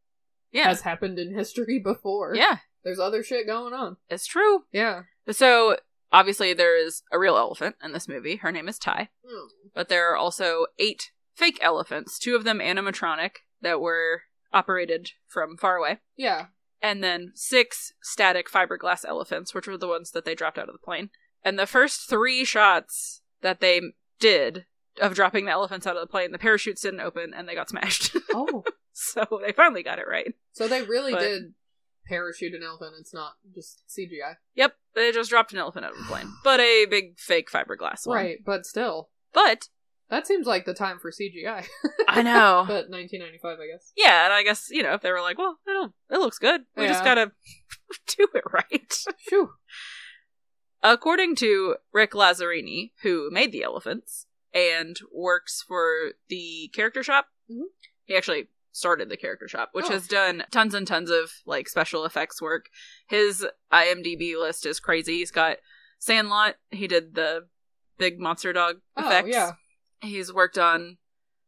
A: Yeah.
B: has happened in history <laughs> before.
A: yeah,
B: There's other shit going on.
A: it's true.
B: Yeah.
A: So obviously there is a real elephant in this movie. Her name is Ty.
B: Mm.
A: But there are also eight fake elephants, two of them animatronic that were operated from far away,
B: Yeah.
A: and then six static fiberglass elephants, which were the ones that they dropped out of the plane. And the first three shots that they did of dropping the elephants out of the plane, the parachutes didn't open and they got smashed. <laughs>
B: Oh.
A: so they finally got it right.
B: So they really
A: But-
B: did parachute an elephant. It's not just CGI.
A: Yep, they just dropped an elephant out of a plane, but a big fake fiberglass one.
B: Right, but still.
A: But
B: That seems like the time for CGI.
A: I know.
B: but 1995, I guess.
A: yeah, and I guess you know if they were like, well, it'll, it looks good. We just
B: Yeah.
A: gotta <laughs> do it right.
B: Phew.
A: According to Rick Lazzarini, who made the elephants and works for the character shop,
B: Mhm.
A: he actually started the character shop, which
B: Oh.
A: has done tons and tons of like special effects work. His IMDb list is crazy. He's got Sandlot. He did the big monster dog
B: Oh,
A: effects.
B: yeah.
A: He's worked on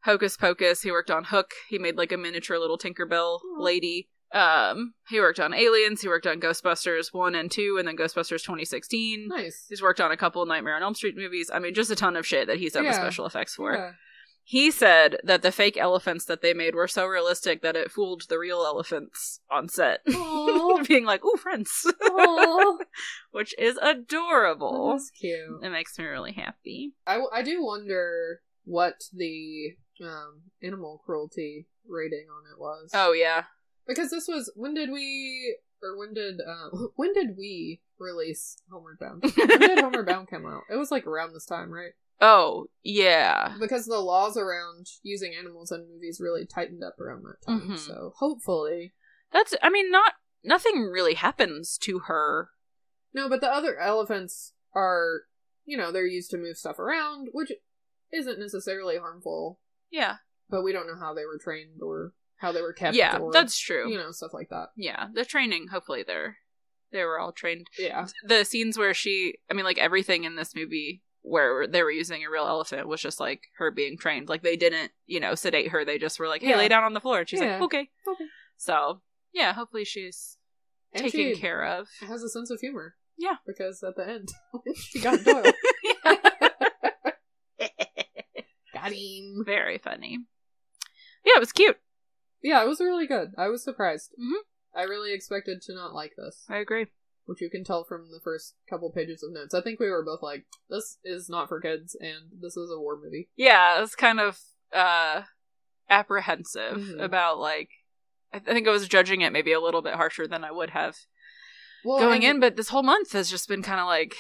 A: Hocus Pocus. He worked on Hook. He made like a miniature little Tinkerbell
B: Aw.
A: lady. Um, he worked on Aliens. He worked on Ghostbusters 1 and 2, and then Ghostbusters 2016.
B: Nice.
A: He's worked on a couple Nightmare on Elm Street movies. I mean, just a ton of shit that he's done the
B: Yeah.
A: special effects for.
B: Yeah.
A: He said that the fake elephants that they made were so realistic that it fooled the real elephants on set. <laughs>
B: Aw.
A: Being like, ooh, friends. <laughs>
B: Aw.
A: Which is adorable.
B: That's cute.
A: It makes me really happy.
B: I, w- I do wonder what the um, animal cruelty rating on it was.
A: Oh, yeah.
B: because this was when did we or when did uh, <laughs> when did we release Homeward Bound? when did Homeward Bound come out? It was like around this time, right?
A: Oh, yeah.
B: Because the laws around using animals in movies really tightened up around that time.
A: Mhm.
B: So hopefully,
A: That's, I mean, not, nothing really happens to her.
B: no. But the other elephants are, you know, they're used to move stuff around, which isn't necessarily harmful.
A: Yeah.
B: But we don't know how they were trained or how they were kept.
A: yeah,
B: or-
A: that's true.
B: You know, stuff like that.
A: Yeah, the training, hopefully they're, they were all trained
B: Yeah.
A: the scenes where she i mean like everything in this movie where they were using a real elephant was just like her being trained like they didn't you know sedate her they just were like hey
B: Yeah.
A: lay down on the floor and she's like
B: Yeah.
A: okay
B: Okay.
A: so yeah hopefully she's
B: And
A: taken
B: she
A: care of
B: Has a sense of humor.
A: Yeah.
B: Because at the end, <laughs>
A: <laughs>
B: she got Doyle. got him.
A: very funny yeah it was cute
B: Yeah, it was really good. I was surprised.
A: Mhm.
B: I really expected to not like this,
A: i agree
B: which you can tell from the first couple pages of notes. I think we were both like, this is not for kids, and this is a war movie.
A: yeah i was kind of uh apprehensive
B: Mhm.
A: about like i th- I think i was judging it maybe a little bit harsher than i would have
B: Well,
A: going
B: and-
A: in but this whole month has just been kind of like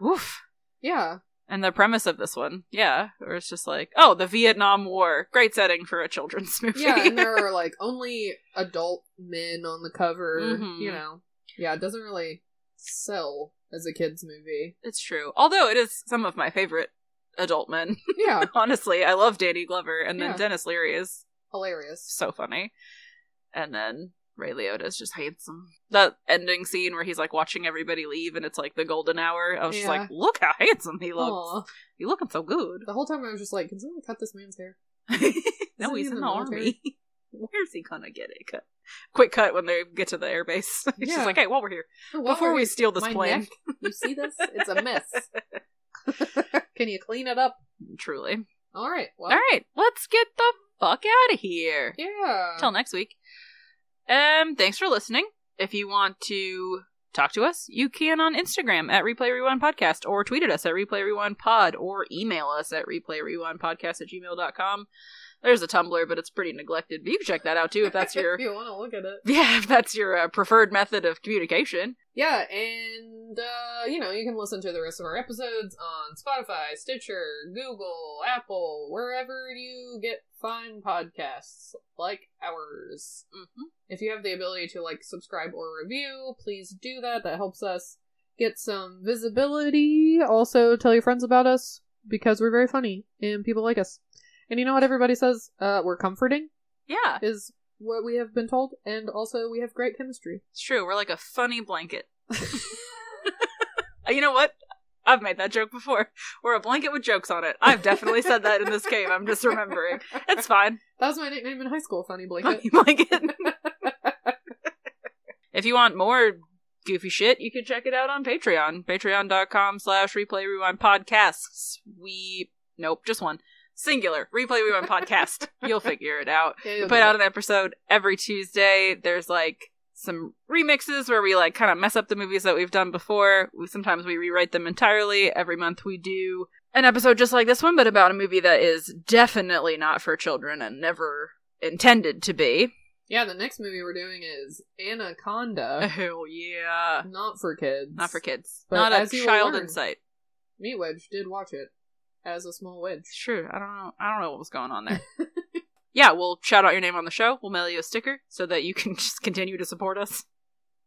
A: woof <laughs>
B: Yeah.
A: and the premise of this one, yeah, where it's just like, oh, the Vietnam War, great setting for a children's <laughs> movie.
B: Yeah, and there are like only adult men on the cover,
A: Mhm.
B: you know. Yeah, it doesn't really sell as a kids movie.
A: it's true. Although it is some of my favorite adult men. <laughs>
B: Yeah,
A: Honestly, I love Danny Glover, and then
B: Yeah.
A: Dennis Leary is
B: hilarious.
A: so funny, and then Ray Liotta is just handsome. That ending scene where he's like watching everybody leave, and it's like the golden hour. I was just
B: Yeah.
A: like, look how handsome he looks.
B: Aw.
A: He looking so good.
B: The whole time I was just like, can someone cut this man's hair? <laughs>
A: no,
B: he
A: he's
B: in
A: in
B: the
A: the army.
B: <laughs> military?
A: Where's he gonna get it cut? Quick cut when they get to the airbase. <laughs> He's
B: Yeah.
A: just like, hey, while we're here,
B: Or what
A: before
B: were
A: we
B: you-
A: steal this
B: Oh, my
A: plane.
B: neck? You see this? It's
A: <laughs>
B: a mess. can you clean it up?
A: Truly.
B: All right. Well,
A: All right, let's get the fuck out of here.
B: Yeah.
A: Till next week. Um, thanks for listening. If you want to talk to us, you can on Instagram at Replay Rewind Podcast or tweet at us at Replay Rewind Pod or email us at Replay Rewind Podcast at gmail.com. There's a Tumblr, but it's pretty neglected. But you can check that out too if that's your
B: <laughs> if you want to look at it.
A: <laughs> yeah, if that's your uh, preferred method of communication.
B: Yeah, and uh, you know you can listen to the rest of our episodes on Spotify, Stitcher, Google, Apple, wherever you get fine podcasts like ours. If you have the ability to like subscribe or review, please do that. That helps us get some visibility. Also, tell your friends about us because we're very funny and people like us. And you know what everybody says? Uh, we're comforting,
A: Yeah,
B: is what we have been told. And also, we have great chemistry.
A: it's true. We're like a funny blanket. <laughs> you know what? I've made that joke before. We're a blanket with jokes on it. I've definitely said that in this game. I'm just remembering. It's Oh, fine.
B: <laughs>
A: <laughs>
B: That was my nickname in high school, Funny
A: Funny
B: <laughs> Blanket.
A: blanket. if you want more goofy shit, you can check it out on Patreon. Patreon.com slash replay rewind podcasts. We nope, just one. Singular. Replay We Won podcast. You'll figure it out.
B: Yeah,
A: we
B: you'll
A: put
B: do
A: out
B: it.
A: an episode every Tuesday. There's like some remixes where we like kind of mess up the movies that we've done before. We, sometimes we rewrite them entirely. Every month we do an episode just like this one, but about a movie that is definitely not for children and never intended to be.
B: Yeah, the next movie we're doing is
A: <laughs>
B: Anaconda.
A: Oh yeah,
B: Not for kids.
A: not for kids.
B: Uh. But
A: not a
B: as you will
A: child
B: learn.
A: in sight.
B: Meat Wedge did watch it as a small
A: It's
B: wedge.
A: true. I don't know. I don't know what was going on
B: <laughs>
A: there. yeah, we'll shout out your name on the show. We'll mail you a sticker so that you can <laughs> just continue to support us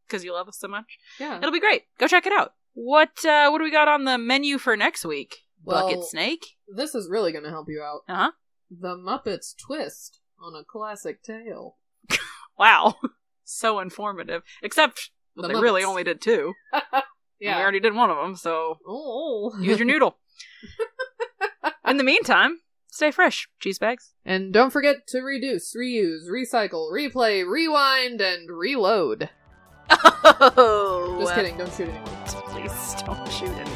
A: because you love us so much.
B: Yeah.
A: It'll be great. Go check it out. What uh, what do we got on the menu for next week? Bucket
B: Well-
A: snake.
B: This is really going to help you out.
A: Uh huh.
B: The Muppets twist on a classic tale.
A: Wow, <laughs> so informative. Except well,
B: The
A: they really
B: Muppets.
A: only did two. Yeah, we
B: Yeah.
A: already did one of them. So
B: Oh.
A: use
B: <laughs>
A: your noodle. in the meantime, stay fresh, cheese bags.
B: and don't forget to reduce, reuse, recycle, replay, rewind, and reload.
A: Oh,
B: Just kidding, don't shoot anyone.
A: Please don't shoot anyone.